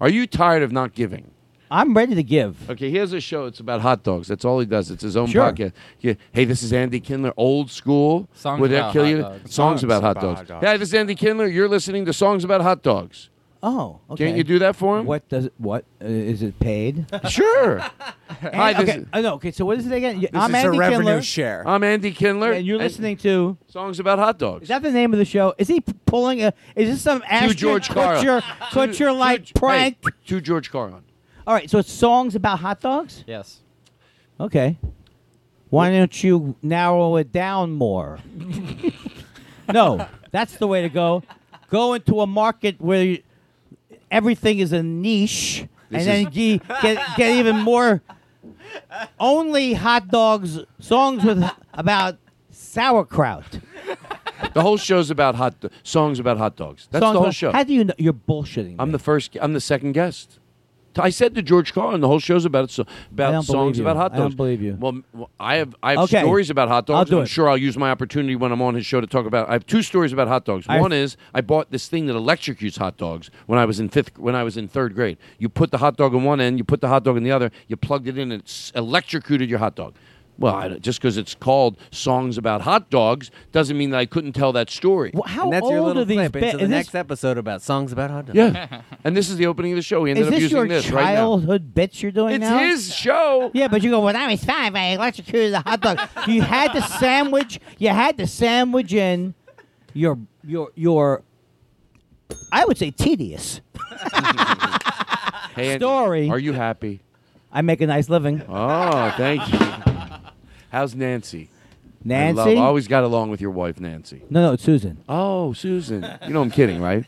[SPEAKER 5] Are you tired of not giving?
[SPEAKER 6] I'm ready to give.
[SPEAKER 5] Okay, here's a show. It's about hot dogs. That's all he does. It's his own
[SPEAKER 6] Sure.
[SPEAKER 5] podcast. Yeah, Hey, this is Andy Kindler, old school.
[SPEAKER 8] Songs
[SPEAKER 5] Would that
[SPEAKER 8] about
[SPEAKER 5] kill
[SPEAKER 8] hot
[SPEAKER 5] you?
[SPEAKER 8] dogs.
[SPEAKER 5] Songs
[SPEAKER 8] Songs
[SPEAKER 5] about hot
[SPEAKER 8] about
[SPEAKER 5] dogs.
[SPEAKER 8] hot dogs.
[SPEAKER 5] Hey, this is Andy Kindler. You're listening to songs about hot dogs.
[SPEAKER 6] Oh, okay.
[SPEAKER 5] Can't you do that for him?
[SPEAKER 6] What does it, what uh, is it paid?
[SPEAKER 5] Sure. [laughs] Hi,
[SPEAKER 6] And-
[SPEAKER 5] this
[SPEAKER 6] okay. I know. Okay, so what is it again? Y-
[SPEAKER 5] This
[SPEAKER 6] I'm
[SPEAKER 5] is a
[SPEAKER 6] Andy
[SPEAKER 5] revenue
[SPEAKER 6] Kindler.
[SPEAKER 5] share.
[SPEAKER 6] Um,
[SPEAKER 5] I'm Andy Kindler.
[SPEAKER 6] And you're
[SPEAKER 5] And-
[SPEAKER 6] listening to
[SPEAKER 5] Songs about hot
[SPEAKER 6] Is
[SPEAKER 5] dogs.
[SPEAKER 6] that the name of the show? Is he p- pulling a? Is this some Ashton
[SPEAKER 5] George Carlin.
[SPEAKER 6] Kutcher,
[SPEAKER 5] To-
[SPEAKER 6] Kutcher like prank?
[SPEAKER 5] To George Carlin.
[SPEAKER 6] All right, so it's songs about hot dogs.
[SPEAKER 8] Yes.
[SPEAKER 6] Okay. Why don't you narrow it
[SPEAKER 5] [laughs]
[SPEAKER 6] down more? no, that's the way to go. Go into a market where you, everything is a niche,
[SPEAKER 5] This [laughs]
[SPEAKER 6] and then
[SPEAKER 5] is-
[SPEAKER 6] ge- get get even more. Only hot dogs, songs with about sauerkraut.
[SPEAKER 5] The whole show's about hot do- songs about hot dogs. That's
[SPEAKER 6] songs
[SPEAKER 5] the whole
[SPEAKER 6] about-
[SPEAKER 5] show.
[SPEAKER 6] How do you know? You're bullshitting.
[SPEAKER 5] I'm the first. I'm the second guest. T- I said to George Carlin, the whole show's about so,
[SPEAKER 6] I
[SPEAKER 5] about
[SPEAKER 6] don't
[SPEAKER 5] songs
[SPEAKER 6] believe you.
[SPEAKER 5] about hot
[SPEAKER 6] I
[SPEAKER 5] dogs.
[SPEAKER 6] don't believe you.
[SPEAKER 5] Well, m- well, I have I have
[SPEAKER 6] Okay.
[SPEAKER 5] stories about hot
[SPEAKER 6] I'll
[SPEAKER 5] dogs.
[SPEAKER 6] do
[SPEAKER 5] I'm
[SPEAKER 6] it.
[SPEAKER 5] sure I'll use my opportunity when I'm on his show to talk about. I have two stories about hot dogs.
[SPEAKER 6] I-
[SPEAKER 5] One is I bought this thing that electrocutes hot dogs when I was in fifth when I was in third grade. You put the hot dog in one end, you put the hot dog in the other, you plugged it in, and it s- electrocuted your hot dog. Well, I, don't- just because it's called songs about hot dogs doesn't mean that I couldn't tell that story.
[SPEAKER 6] how
[SPEAKER 8] and that's your
[SPEAKER 6] old
[SPEAKER 8] little
[SPEAKER 6] are these
[SPEAKER 8] clip
[SPEAKER 6] ba-
[SPEAKER 8] into the
[SPEAKER 6] is this-
[SPEAKER 8] next episode about songs about hot dogs.
[SPEAKER 5] Yeah, and this is the opening of the show. We ended
[SPEAKER 6] Is
[SPEAKER 5] up
[SPEAKER 6] this
[SPEAKER 5] using
[SPEAKER 6] your
[SPEAKER 5] this right now.
[SPEAKER 6] childhood bits you're doing
[SPEAKER 5] It's
[SPEAKER 6] now?
[SPEAKER 5] his show.
[SPEAKER 6] Yeah, but you go, when I was five, I electrocuted a
[SPEAKER 5] [laughs]
[SPEAKER 6] hot dog. you had to sandwich, you had to sandwich in your, your, your, I would say tedious
[SPEAKER 5] [laughs] Hey, Andy,
[SPEAKER 6] story.
[SPEAKER 5] Are you happy?
[SPEAKER 6] I make a nice living.
[SPEAKER 5] Oh, thank you. How's Nancy? I, love-
[SPEAKER 6] Nancy?
[SPEAKER 5] I always got along with your wife, Nancy.
[SPEAKER 6] No, no, it's Susan.
[SPEAKER 5] Oh, Susan. You know I'm kidding, right?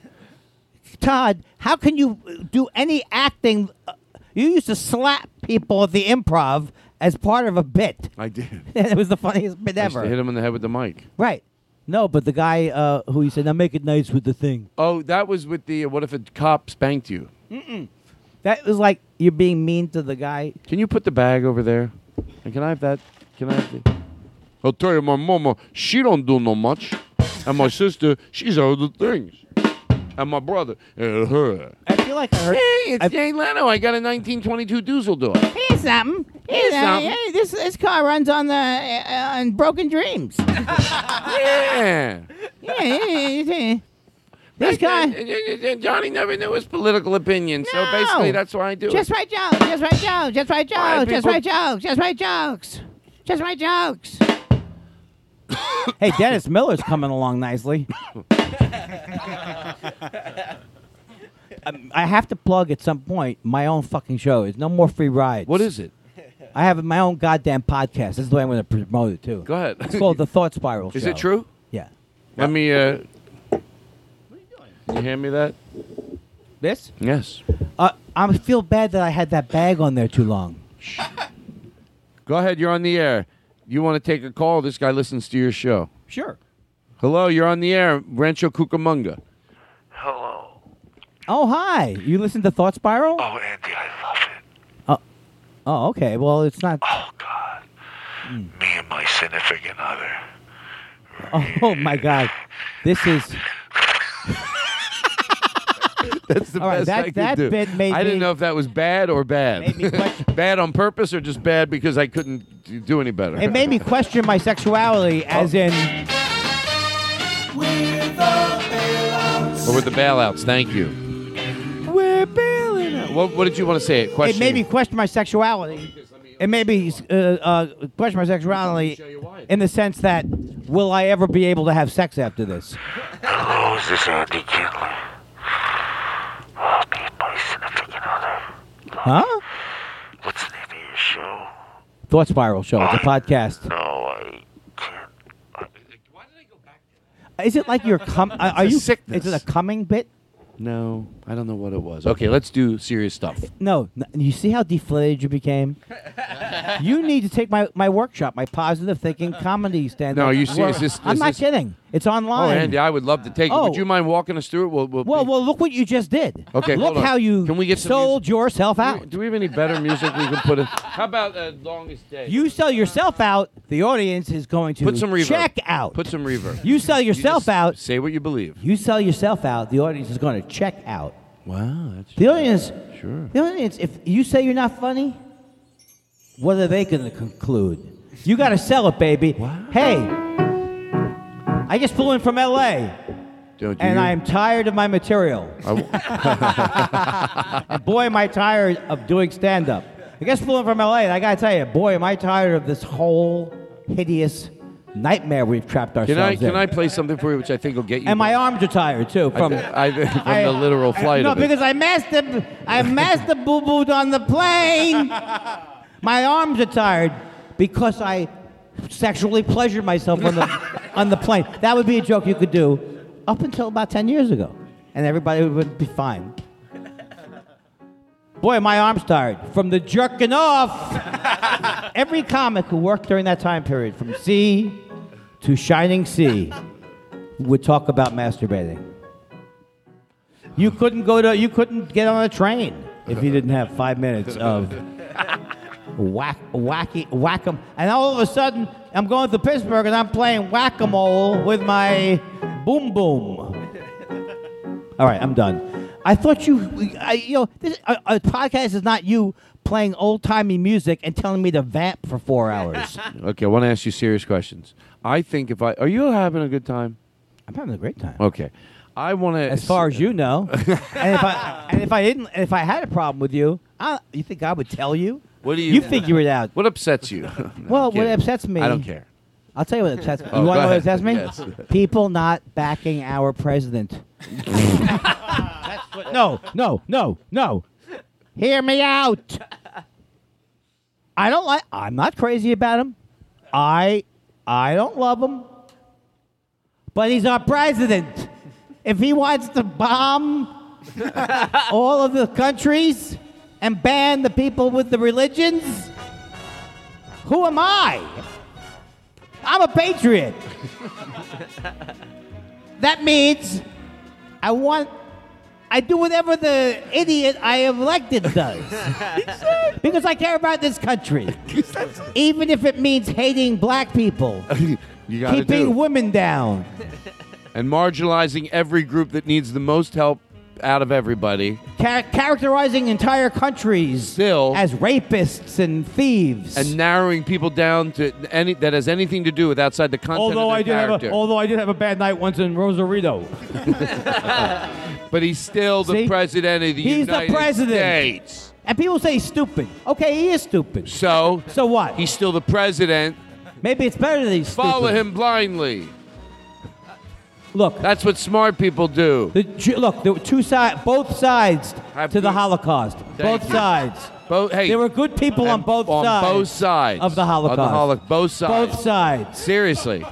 [SPEAKER 6] Todd, how can you uh, do any acting? Uh, You used to slap people at the improv as part of a bit. [laughs]
[SPEAKER 5] I did.
[SPEAKER 6] it was the funniest bit
[SPEAKER 5] I used to
[SPEAKER 6] ever.
[SPEAKER 5] hit him in the head with the mic.
[SPEAKER 6] Right. No, but the guy uh, who he said, now make it nice with the thing.
[SPEAKER 5] Oh, that was with the what if a cop spanked you?
[SPEAKER 6] Mm-mm. That was like you're being mean to the guy.
[SPEAKER 5] Can you put the bag over there? And can I have that? Can I have the... I'll tell you, my mama, she don't do no much. And my sister, she's out of the things. And my brother, uh, her.
[SPEAKER 6] I feel like I heard.
[SPEAKER 5] Hey, it's Jay Leno. I got a 1922
[SPEAKER 6] [laughs]
[SPEAKER 5] Dusseldorf.
[SPEAKER 6] Here's something. Here's
[SPEAKER 5] something.
[SPEAKER 6] Hey, this this car runs on the uh, on broken dreams. [laughs]
[SPEAKER 5] Yeah.
[SPEAKER 6] Yeah, yeah, yeah, yeah. This guy.
[SPEAKER 5] eh, Johnny never knew his political opinion, so basically that's why I do
[SPEAKER 6] Just
[SPEAKER 5] it.
[SPEAKER 6] write jokes. Just write jokes. Just write
[SPEAKER 5] Why
[SPEAKER 6] jokes. Just
[SPEAKER 5] people-
[SPEAKER 6] write jokes. Just write jokes. Just write [laughs] jokes. hey, Dennis Miller's coming along nicely. I have to plug at some point my own fucking show. It's no more free rides.
[SPEAKER 5] What is it?
[SPEAKER 6] I have my own goddamn podcast. This is the way I'm going to promote it too.
[SPEAKER 5] Go ahead.
[SPEAKER 6] It's called the Thought Spiral.
[SPEAKER 5] Is
[SPEAKER 6] Show.
[SPEAKER 5] it true?
[SPEAKER 6] Yeah.
[SPEAKER 5] Let me, uh. What are you doing? You hand me that?
[SPEAKER 6] This?
[SPEAKER 5] Yes.
[SPEAKER 6] Uh, I feel bad that I had that bag on there too long.
[SPEAKER 5] Go ahead, you're on the air. You want to take a call? This guy listens to your show.
[SPEAKER 6] Sure.
[SPEAKER 5] Hello, you're on the air, Rancho Cucamonga.
[SPEAKER 11] Hello.
[SPEAKER 6] Oh hi! You listen to Thought Spiral?
[SPEAKER 11] Oh, Andy, I love it.
[SPEAKER 6] Oh, oh okay. Well, it's not.
[SPEAKER 11] Oh, God.
[SPEAKER 6] Hmm.
[SPEAKER 11] Me and my significant other.
[SPEAKER 6] [laughs] Oh my God! This is.
[SPEAKER 5] [laughs] That's the
[SPEAKER 6] All right,
[SPEAKER 5] best
[SPEAKER 6] that-
[SPEAKER 5] I could
[SPEAKER 6] that
[SPEAKER 5] do.
[SPEAKER 6] bit made
[SPEAKER 5] I didn't
[SPEAKER 6] me-
[SPEAKER 5] know if that was bad or bad. [laughs] bad on purpose or just bad because I couldn't d- do any better.
[SPEAKER 6] It made me question my sexuality, as in.
[SPEAKER 5] Or with the bailouts, thank you.
[SPEAKER 6] We're bailing out.
[SPEAKER 5] What, what did you want to say? Question.
[SPEAKER 6] It made me question my sexuality. It made me uh, uh, question my sexuality in the sense that will I ever be able to have sex after this?
[SPEAKER 11] Hello, is this Andy Kindler? Oh, me and my significant other.
[SPEAKER 6] Huh?
[SPEAKER 11] What's the name of your show?
[SPEAKER 6] Thought Spiral Show. It's a podcast.
[SPEAKER 11] No, I can't.
[SPEAKER 6] Is it like you're cum? Are are
[SPEAKER 5] It's a
[SPEAKER 6] you
[SPEAKER 5] sickness.
[SPEAKER 6] Is it a coming bit?
[SPEAKER 5] No, I don't know what it was. Okay, let's do serious stuff.
[SPEAKER 6] No, n- you see how deflated you became. you need to take my, my workshop, my positive thinking comedy stand.
[SPEAKER 5] No, you see, it's just-
[SPEAKER 6] I'm
[SPEAKER 5] it's
[SPEAKER 6] not
[SPEAKER 5] just-
[SPEAKER 6] kidding. It's
[SPEAKER 5] Oh,
[SPEAKER 6] online.
[SPEAKER 5] Andy, I would love to take it.
[SPEAKER 6] Oh.
[SPEAKER 5] Would you mind walking us through it? We'll, we'll
[SPEAKER 6] well, well, look what you just did.
[SPEAKER 5] Okay,
[SPEAKER 6] look
[SPEAKER 5] hold on.
[SPEAKER 6] how you
[SPEAKER 5] Can we get some
[SPEAKER 6] sold yourself out.
[SPEAKER 5] Do we have any better music we can put in? How about uh, longest day?
[SPEAKER 6] You sell yourself out. The audience is going to
[SPEAKER 5] put some reverb.
[SPEAKER 6] check out.
[SPEAKER 5] Put some reverb.
[SPEAKER 6] You sell yourself out.
[SPEAKER 5] Say what you believe.
[SPEAKER 6] You sell yourself out. The audience is going to check out.
[SPEAKER 5] Wow, that's
[SPEAKER 6] The only thing is,
[SPEAKER 5] sure.
[SPEAKER 6] The only thing is, if you say you're not funny, what are they going to conclude? You got to sell it, baby. Hey, I just flew in from L.A.
[SPEAKER 5] Dude,
[SPEAKER 6] and
[SPEAKER 5] you-
[SPEAKER 6] I'm tired of my material. [laughs]
[SPEAKER 5] [laughs]
[SPEAKER 6] and boy, am I tired of doing stand-up. I guess flew in from L.A. and I got to tell you, boy, am I tired of this whole hideous nightmare we've trapped ourselves
[SPEAKER 5] Can I
[SPEAKER 6] in.
[SPEAKER 5] can I play something for you, which I think will get you?
[SPEAKER 6] and my arms are tired too
[SPEAKER 5] I
[SPEAKER 6] from
[SPEAKER 5] th- I
[SPEAKER 6] [laughs]
[SPEAKER 5] th- from
[SPEAKER 6] I-
[SPEAKER 5] the literal flight
[SPEAKER 6] no,
[SPEAKER 5] of it.
[SPEAKER 6] because I master I master boo booed on the plane. My arms are tired because I sexually pleasured
[SPEAKER 5] [laughs]
[SPEAKER 6] myself on the on the plane. That would be a joke you could do up until about ten years ago, and everybody would be fine. Boy, my arms tired from the
[SPEAKER 5] [laughs]
[SPEAKER 6] jerking off. Every comic who worked during that time period, from sea to shining sea, would talk about masturbating. You couldn't go to you couldn't get on a train if you didn't have five minutes of whack wacky whack 'em. And all of a sudden, I'm going to Pittsburgh and I'm playing whack a mole with my boom boom. All right, I'm done. I thought you, I, you know, this, a, a podcast is not you playing old timey music and telling me to vamp for four hours.
[SPEAKER 5] [laughs] Okay, I want to ask you serious questions. I think if I are you having a good time?
[SPEAKER 6] I'm having a great time.
[SPEAKER 5] Okay, I want to.
[SPEAKER 6] As far as you
[SPEAKER 5] [laughs]
[SPEAKER 6] know, and if I and if I didn't, if I had a problem with you, I, you think I would tell you?
[SPEAKER 5] What do you?
[SPEAKER 6] You figure it out.
[SPEAKER 5] What upsets you? No,
[SPEAKER 6] well,
[SPEAKER 5] I'm
[SPEAKER 6] what
[SPEAKER 5] kidding.
[SPEAKER 6] upsets me?
[SPEAKER 5] I don't care.
[SPEAKER 6] I'll tell you what upsets me.
[SPEAKER 5] Oh,
[SPEAKER 6] you
[SPEAKER 5] go
[SPEAKER 6] want to know what
[SPEAKER 5] ahead.
[SPEAKER 6] upsets me?
[SPEAKER 5] Yes.
[SPEAKER 6] People not backing our president. [laughs] no, no, no, no. Hear me out. I don't like. I'm not crazy about him. I, I don't love him. But he's our president. If he wants to bomb [laughs] all of the countries and ban the people with the religions, who am I? I'm a patriot. That means I want. I do whatever the idiot I have elected [laughs] does. because I care about this country. Even if it means hating black people,
[SPEAKER 5] [laughs] You got to
[SPEAKER 6] keeping
[SPEAKER 5] do
[SPEAKER 6] women down.
[SPEAKER 5] and marginalizing every group that needs the most help out of everybody.
[SPEAKER 6] Char- characterizing entire countries as rapists and thieves.
[SPEAKER 5] And narrowing people down to any that has anything to do with outside the content
[SPEAKER 6] although I
[SPEAKER 5] of
[SPEAKER 6] did
[SPEAKER 5] their
[SPEAKER 6] have a,
[SPEAKER 5] character.
[SPEAKER 6] although I did have a bad night once in Rosarito.
[SPEAKER 5] but he's still the president of the
[SPEAKER 6] He's the
[SPEAKER 5] United
[SPEAKER 6] president.
[SPEAKER 5] States.
[SPEAKER 6] And people say he's stupid. Okay, he is stupid.
[SPEAKER 5] So
[SPEAKER 6] so what?
[SPEAKER 5] He's still the president.
[SPEAKER 6] Maybe it's better that he's
[SPEAKER 5] follow
[SPEAKER 6] stupid.
[SPEAKER 5] him blindly.
[SPEAKER 6] Look,
[SPEAKER 5] that's what smart people do.
[SPEAKER 6] The, ju- look, there were two sides, both sides to the Holocaust. both
[SPEAKER 5] you.
[SPEAKER 6] sides.
[SPEAKER 5] Both. Hey,
[SPEAKER 6] there were good people on both
[SPEAKER 5] on
[SPEAKER 6] sides.
[SPEAKER 5] both sides
[SPEAKER 6] of the Holocaust.
[SPEAKER 5] On the holo- both sides.
[SPEAKER 6] Both sides.
[SPEAKER 5] Seriously,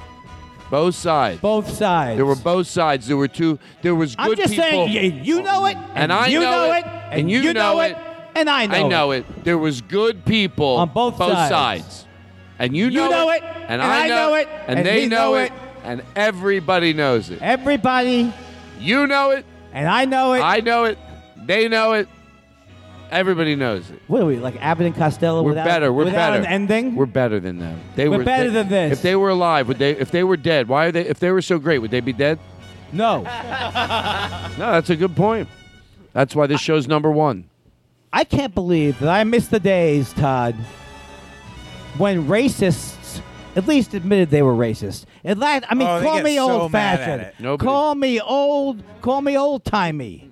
[SPEAKER 5] both sides.
[SPEAKER 6] Both sides.
[SPEAKER 5] There were both sides. There were two. There was good
[SPEAKER 6] I'm just
[SPEAKER 5] people.
[SPEAKER 6] saying, y- you know it,
[SPEAKER 5] and I
[SPEAKER 6] you
[SPEAKER 5] know, it,
[SPEAKER 6] and you know it, and I know
[SPEAKER 5] I
[SPEAKER 6] it.
[SPEAKER 5] know it. There was good people on both,
[SPEAKER 6] sides.
[SPEAKER 5] and you know,
[SPEAKER 6] know it,
[SPEAKER 5] and,
[SPEAKER 6] and
[SPEAKER 5] I,
[SPEAKER 6] I know it,
[SPEAKER 5] and,
[SPEAKER 6] and
[SPEAKER 5] they
[SPEAKER 6] we
[SPEAKER 5] know
[SPEAKER 6] know
[SPEAKER 5] it,
[SPEAKER 6] it.
[SPEAKER 5] and everybody knows it.
[SPEAKER 6] Everybody.
[SPEAKER 5] You know it,
[SPEAKER 6] and I know it.
[SPEAKER 5] I know it. They know it. Everybody knows it.
[SPEAKER 6] What are we like, Abbott and Costello?
[SPEAKER 5] We're
[SPEAKER 6] without,
[SPEAKER 5] better. We're
[SPEAKER 6] without
[SPEAKER 5] better.
[SPEAKER 6] An ending.
[SPEAKER 5] We're better than them. They
[SPEAKER 6] We're
[SPEAKER 5] were
[SPEAKER 6] better
[SPEAKER 5] they-
[SPEAKER 6] than this.
[SPEAKER 5] If they were alive, would they? If they were dead, why are they? If they were so great, would they be dead?
[SPEAKER 6] No.
[SPEAKER 5] [laughs] No, that's a good point. That's why this show's number one.
[SPEAKER 6] I can't believe that I missed the days, Todd, when racists at least admitted they were racist. At last, I mean,
[SPEAKER 9] Oh, they
[SPEAKER 6] call
[SPEAKER 9] get
[SPEAKER 6] me
[SPEAKER 9] so
[SPEAKER 6] old
[SPEAKER 9] mad at
[SPEAKER 6] fashioned.
[SPEAKER 9] it.
[SPEAKER 5] Nobody-
[SPEAKER 6] Call me old. Call me old timey.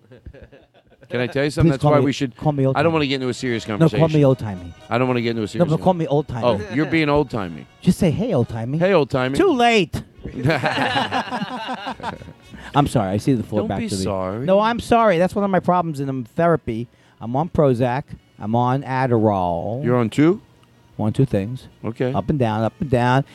[SPEAKER 5] Can I tell you something?
[SPEAKER 6] Please
[SPEAKER 5] That's
[SPEAKER 6] call
[SPEAKER 5] why
[SPEAKER 6] me-
[SPEAKER 5] we should.
[SPEAKER 6] call me old
[SPEAKER 5] I don't
[SPEAKER 6] timey.
[SPEAKER 5] want to get into a serious
[SPEAKER 6] No,
[SPEAKER 5] conversation.
[SPEAKER 6] call me old timey.
[SPEAKER 5] I don't want to get into a serious.
[SPEAKER 6] but call me old-timey.
[SPEAKER 5] Oh, you're being old
[SPEAKER 6] [laughs]
[SPEAKER 5] timey.
[SPEAKER 6] Just say, hey, old timey.
[SPEAKER 5] Hey, old timey.
[SPEAKER 6] Too
[SPEAKER 5] [laughs]
[SPEAKER 6] late. I'm sorry. I see the floor
[SPEAKER 5] Don't
[SPEAKER 6] back
[SPEAKER 5] be
[SPEAKER 6] to me.
[SPEAKER 5] sorry.
[SPEAKER 6] No, I'm sorry. That's one of my problems in um, therapy. I'm on Prozac. I'm on Adderall.
[SPEAKER 5] You're on two.
[SPEAKER 6] One, two things.
[SPEAKER 5] Okay.
[SPEAKER 6] Up and down, up and down.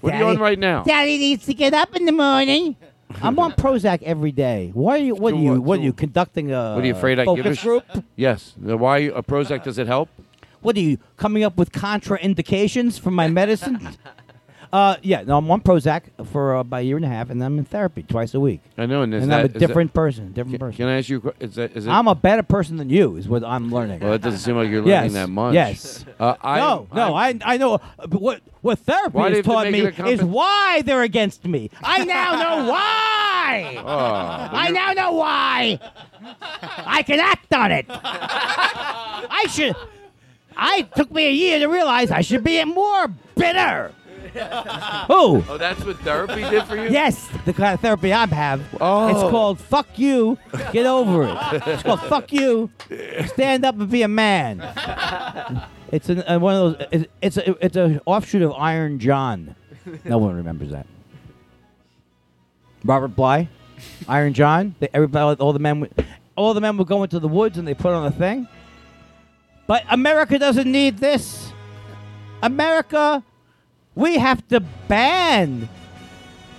[SPEAKER 5] What are you on
[SPEAKER 6] Daddy-
[SPEAKER 5] right now?
[SPEAKER 6] Daddy needs to get up in the morning. I'm on Prozac every day. Why are
[SPEAKER 5] [laughs]
[SPEAKER 6] you? What are you? What are you conducting a?
[SPEAKER 5] What are you afraid? I
[SPEAKER 6] Uh, focus
[SPEAKER 5] give a sh-
[SPEAKER 6] group?
[SPEAKER 5] Yes. Now, Why a Prozac? Does it help? [laughs]
[SPEAKER 6] What are you coming up with contraindications for my medicine? Uh, yeah, no, I'm on Prozac for uh, about a year and a half, and I'm in therapy twice a week.
[SPEAKER 5] I know, and, is
[SPEAKER 6] And
[SPEAKER 5] that-
[SPEAKER 6] I'm a
[SPEAKER 5] is that-
[SPEAKER 6] different person, different
[SPEAKER 5] Can-
[SPEAKER 6] person.
[SPEAKER 5] Can I ask you? a que- Is that, is it,
[SPEAKER 6] I'm a better person than you, is what I'm learning.
[SPEAKER 5] well, it doesn't seem like you're
[SPEAKER 6] Yes,
[SPEAKER 5] learning that much.
[SPEAKER 6] yes.
[SPEAKER 5] Uh, I,
[SPEAKER 6] no,
[SPEAKER 5] [laughs]
[SPEAKER 6] no, I, I know. uh, But what what therapy
[SPEAKER 5] Why do you have
[SPEAKER 6] has
[SPEAKER 5] to
[SPEAKER 6] taught
[SPEAKER 5] make
[SPEAKER 6] me
[SPEAKER 5] it a compe-
[SPEAKER 6] is why they're against me. I now know why.
[SPEAKER 5] Oh,
[SPEAKER 6] I now know why. I can act on
[SPEAKER 5] [laughs]
[SPEAKER 6] it. I should. I took me a year to realize I should be more bitter. Who?
[SPEAKER 5] Oh, that's what therapy did for you.
[SPEAKER 6] Yes, the kind of therapy I have.
[SPEAKER 5] Oh.
[SPEAKER 6] It's called "fuck you, get over it." It's called "fuck you, stand up and be a man." It's an, uh, one of those. It's it's a, it's a offshoot of Iron John. No one remembers that. Robert Bly, Iron John. They, everybody, all the men, would- all the men would go into the woods and they put on a thing. But America doesn't need this. America, we have to ban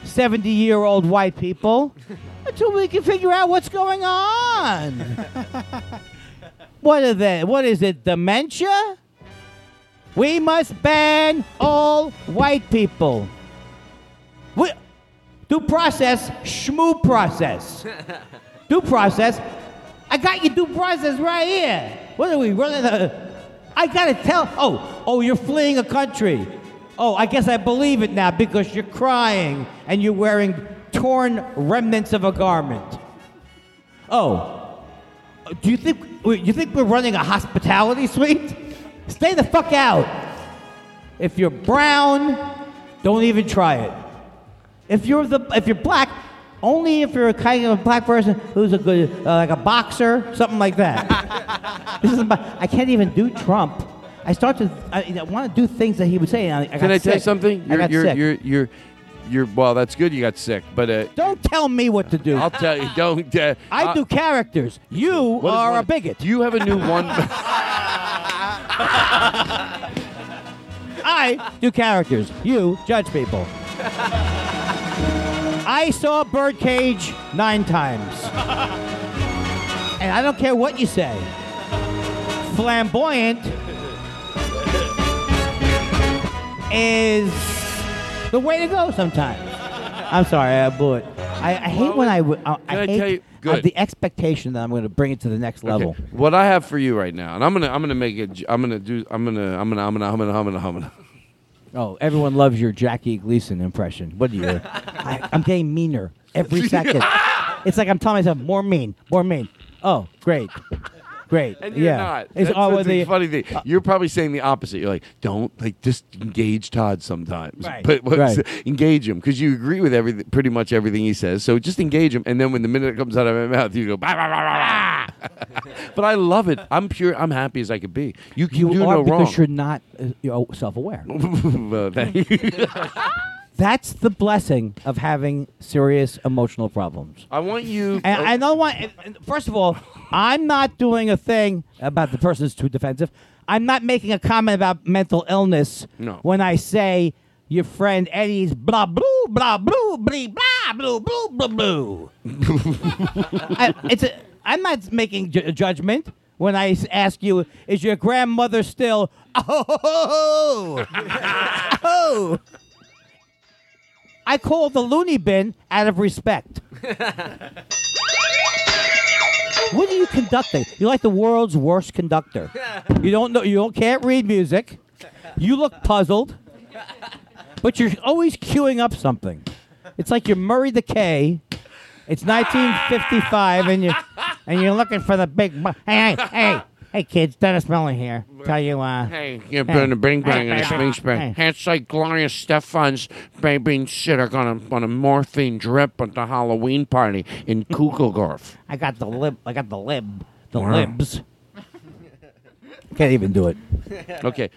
[SPEAKER 6] 70 year old white people until we can figure out what's going on. what are they? What is it? Dementia? We must ban all white people. We, due process, schmoo process. due process. I got your due process right here. What are we running? The, I gotta tell. Oh, oh, you're fleeing a country. Oh, I guess I believe it now because you're crying and you're wearing torn remnants of a garment. Oh, do you think wait, you think we're running a hospitality suite? Stay the fuck out. If you're brown, don't even try it. If you're the if you're black, only if you're a kind of a black person who's a good uh, like a boxer, something
[SPEAKER 5] [laughs]
[SPEAKER 6] like that. this is about, I can't even do Trump. I start to I, want to do things that he would say. and I, I
[SPEAKER 5] Can
[SPEAKER 6] got
[SPEAKER 5] I tell you
[SPEAKER 6] sick.
[SPEAKER 5] something?
[SPEAKER 6] I got
[SPEAKER 5] you're,
[SPEAKER 6] sick.
[SPEAKER 5] you're, you're, you're, well, that's good. You got sick, but uh,
[SPEAKER 6] Don't tell me what to do.
[SPEAKER 5] I'll tell you. Don't. Uh,
[SPEAKER 6] I
[SPEAKER 5] uh,
[SPEAKER 6] do characters. You
[SPEAKER 5] is
[SPEAKER 6] are
[SPEAKER 5] one-
[SPEAKER 6] a bigot.
[SPEAKER 5] You have a
[SPEAKER 6] [laughs]
[SPEAKER 5] new one.
[SPEAKER 6] I do characters. You judge people.
[SPEAKER 5] [laughs]
[SPEAKER 6] I saw Birdcage nine times. And I don't care what you say. Flamboyant is the way to go sometimes. I'm sorry, I blew it. I, I hate when I, w- I,
[SPEAKER 5] Can I
[SPEAKER 6] hate
[SPEAKER 5] tell you-
[SPEAKER 6] uh,
[SPEAKER 5] good.
[SPEAKER 6] the expectation that I'm going to bring it to the next level.
[SPEAKER 5] Okay, What I have for you right now, and I'm gonna, I'm gonna make it. j- I'm gonna do. I'm gonna, I'm gonna, I'm gonna, I'm gonna, I'm gonna, I'm gonna.
[SPEAKER 6] Oh, everyone loves your Jackie Gleason impression. What do you? I, I'm getting meaner
[SPEAKER 5] [laughs]
[SPEAKER 6] every second. it's like I'm telling myself more mean, more mean. Oh, great, great.
[SPEAKER 5] [laughs] And you're
[SPEAKER 6] yeah,
[SPEAKER 5] not.
[SPEAKER 6] It's
[SPEAKER 5] That's
[SPEAKER 6] all
[SPEAKER 5] what's
[SPEAKER 6] with the uh,
[SPEAKER 5] funny thing. You're probably saying the opposite. You're like, don't like just engage Todd sometimes,
[SPEAKER 6] Right.
[SPEAKER 5] but but
[SPEAKER 6] Right.
[SPEAKER 5] [laughs] engage him because you agree with everything, pretty much everything he says. So just engage him, and then when the minute it comes out of my mouth, you go. Bah, bah, bah, bah, [laughs] bah." but I love it. I'm pure. I'm happy as I could be. You can
[SPEAKER 6] you
[SPEAKER 5] do
[SPEAKER 6] are
[SPEAKER 5] no
[SPEAKER 6] because
[SPEAKER 5] wrong.
[SPEAKER 6] you're not uh, you're self-aware.
[SPEAKER 5] [laughs] Well, thank you.
[SPEAKER 6] [laughs] That's the blessing of having serious emotional problems.
[SPEAKER 5] I want you.
[SPEAKER 6] And I don't want. and- and First of all, I'm not doing a thing about the person's too defensive. I'm not making a comment about mental illness
[SPEAKER 5] No.
[SPEAKER 6] when I say your friend Eddie's blah blue blah blue blee blah blue blue blue blue. I, it's a, I'm not making ju- judgment when I s- ask you, is your grandmother still? Oh, oh. I call the loony bin out of respect. What are you conducting? You're like the world's worst conductor. You don't know. You don't can't read music. You look puzzled, but you're always queuing up something. It's like you're Murray the K. It's 1955, and you and you're looking for the big. bu- Hey, hey, hey, hey, kids! Dennis Miller here. Tell you, uh,
[SPEAKER 5] Hey, you're burning a bing bang and a
[SPEAKER 6] baby.
[SPEAKER 5] spring spring. It's like Gloria Stefan's baby and shit are gonna on a morphine drip at the Halloween party [laughs] in Kugelgorf.
[SPEAKER 6] I got the lib. I got the lib. The
[SPEAKER 5] Wow.
[SPEAKER 6] libs. Can't even do it.
[SPEAKER 5] Okay.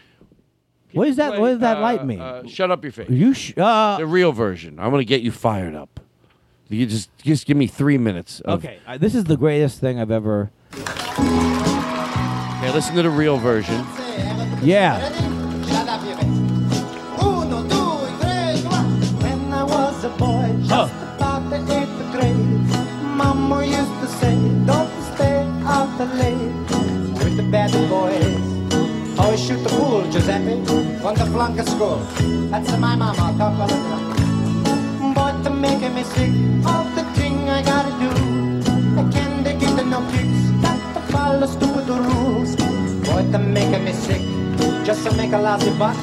[SPEAKER 6] What is that? What does that light
[SPEAKER 5] Uh,
[SPEAKER 6] mean?
[SPEAKER 5] uh, shut up your face.
[SPEAKER 6] You sh- uh,
[SPEAKER 5] the real version. I want to get you fired up. You just just give me three minutes. Of,
[SPEAKER 6] Okay, uh, this is the greatest thing I've ever.
[SPEAKER 5] Okay, listen to the real version.
[SPEAKER 6] Yeah.
[SPEAKER 12] Shut up, you Uno, two, tres, go on. When I was a boy, just about the eighth grade, Mama used to say, "Don't stay out late with the bad boys." Oh, shoot the pool, Giuseppe, from the flank of school. That's my mama, Papa. But to make me sick of the thing I gotta do. I can't get no kicks, got to follow stupid rules. But to make me sick, just to make a lousy buck.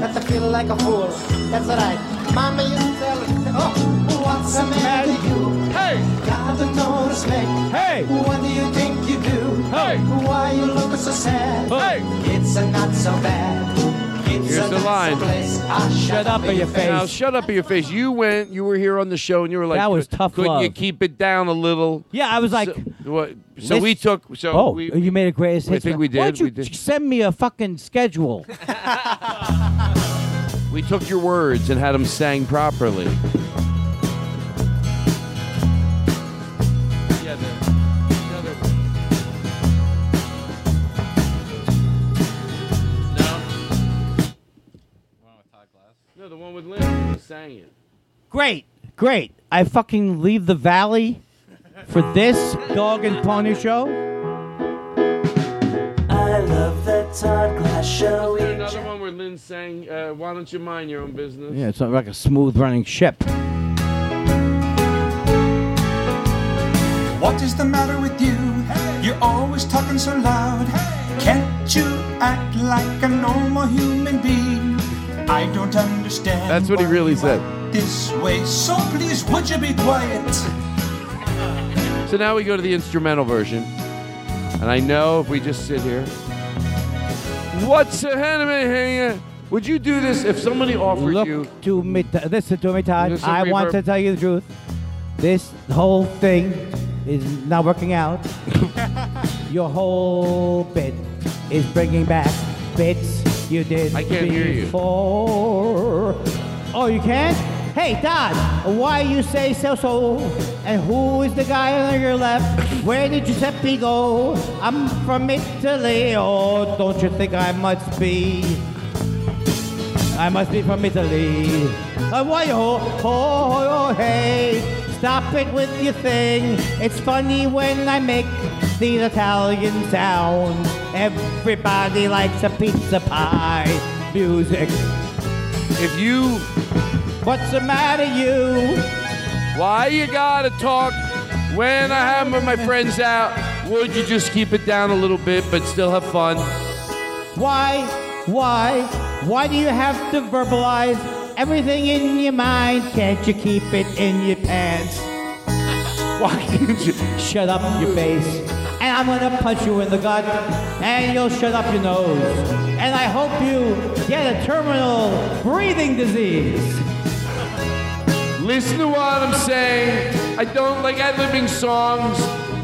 [SPEAKER 12] That's to feel like a fool. That's right. Mama used to tell me, oh, what's the matter with you? Hey! Gotta no respect. Hey! What do you think you do? Hey! Why you look so sad? Hey! It's uh, not so bad. It's
[SPEAKER 5] Here's
[SPEAKER 12] a
[SPEAKER 5] the
[SPEAKER 12] not
[SPEAKER 5] line.
[SPEAKER 12] So place. Ah, shut up in your
[SPEAKER 5] Now,
[SPEAKER 12] face.
[SPEAKER 5] shut up in your face. You went. You were here on the show, and you were like,
[SPEAKER 6] That was
[SPEAKER 5] "Could-
[SPEAKER 6] tough
[SPEAKER 5] Couldn't you
[SPEAKER 6] love."
[SPEAKER 5] keep it down a little?
[SPEAKER 6] Yeah, I was like,
[SPEAKER 5] So, what- so
[SPEAKER 6] This-
[SPEAKER 5] we took. So
[SPEAKER 6] oh,
[SPEAKER 5] we,
[SPEAKER 6] you made a greatest
[SPEAKER 5] I
[SPEAKER 6] hits
[SPEAKER 5] think
[SPEAKER 6] one.
[SPEAKER 5] we
[SPEAKER 6] Why
[SPEAKER 5] did,
[SPEAKER 6] don't you
[SPEAKER 5] we did.
[SPEAKER 6] send me a
[SPEAKER 5] [laughs]
[SPEAKER 6] fucking schedule?
[SPEAKER 5] we took your words and had them sang properly.
[SPEAKER 10] Yeah, the, the other
[SPEAKER 5] No, the one with Lynn sang it.
[SPEAKER 6] Great, great. I fucking leave the valley for this dog and pony show.
[SPEAKER 10] I love the Todd Glass show.
[SPEAKER 5] Is there another one where Lynn sang, uh, "Why don't you mind your own business"?
[SPEAKER 6] Yeah, it's not like a smooth running ship.
[SPEAKER 13] What is the matter with you? You're always talking so loud. Can't you act like a normal human being? I don't understand.
[SPEAKER 5] That's what he really said.
[SPEAKER 13] This way, so please would you be quiet?
[SPEAKER 5] So now we go to the instrumental version, and I know if we just sit here, what's a handyman? Would you do this if somebody offered
[SPEAKER 6] Look
[SPEAKER 5] you?
[SPEAKER 6] to me, t- listen to me, Todd.
[SPEAKER 5] Listen to
[SPEAKER 6] I
[SPEAKER 5] me,
[SPEAKER 6] want
[SPEAKER 5] Bert.
[SPEAKER 6] to tell you the truth. This whole thing is not
[SPEAKER 5] [laughs]
[SPEAKER 6] working out. Your whole bit is bringing back bits you did
[SPEAKER 5] I can't hear you.
[SPEAKER 6] before. Oh, you can't? Hey, Todd, why you say so so? And who is the guy on your left? Where did Giuseppe go? I'm from Italy. Oh, don't you think I must be? I must be from Italy. Oh, why, ho, ho, ho, ho, hey, stop it with your thing. It's funny when I make the Italian sound. Everybody likes a pizza pie music.
[SPEAKER 5] If you.
[SPEAKER 6] What's the matter, you?
[SPEAKER 5] Why you gotta talk when I have my friends out? Would you just keep it down a little bit but still have fun?
[SPEAKER 6] Why, why, why do you have to verbalize everything in your mind? Can't you keep it in your pants? [laughs] Why can't you shut up your face? And I'm gonna punch you in the gut, and you'll shut up your nose. And I hope you get a terminal breathing disease.
[SPEAKER 5] Listen to what I'm saying. I don't like ad libbing songs.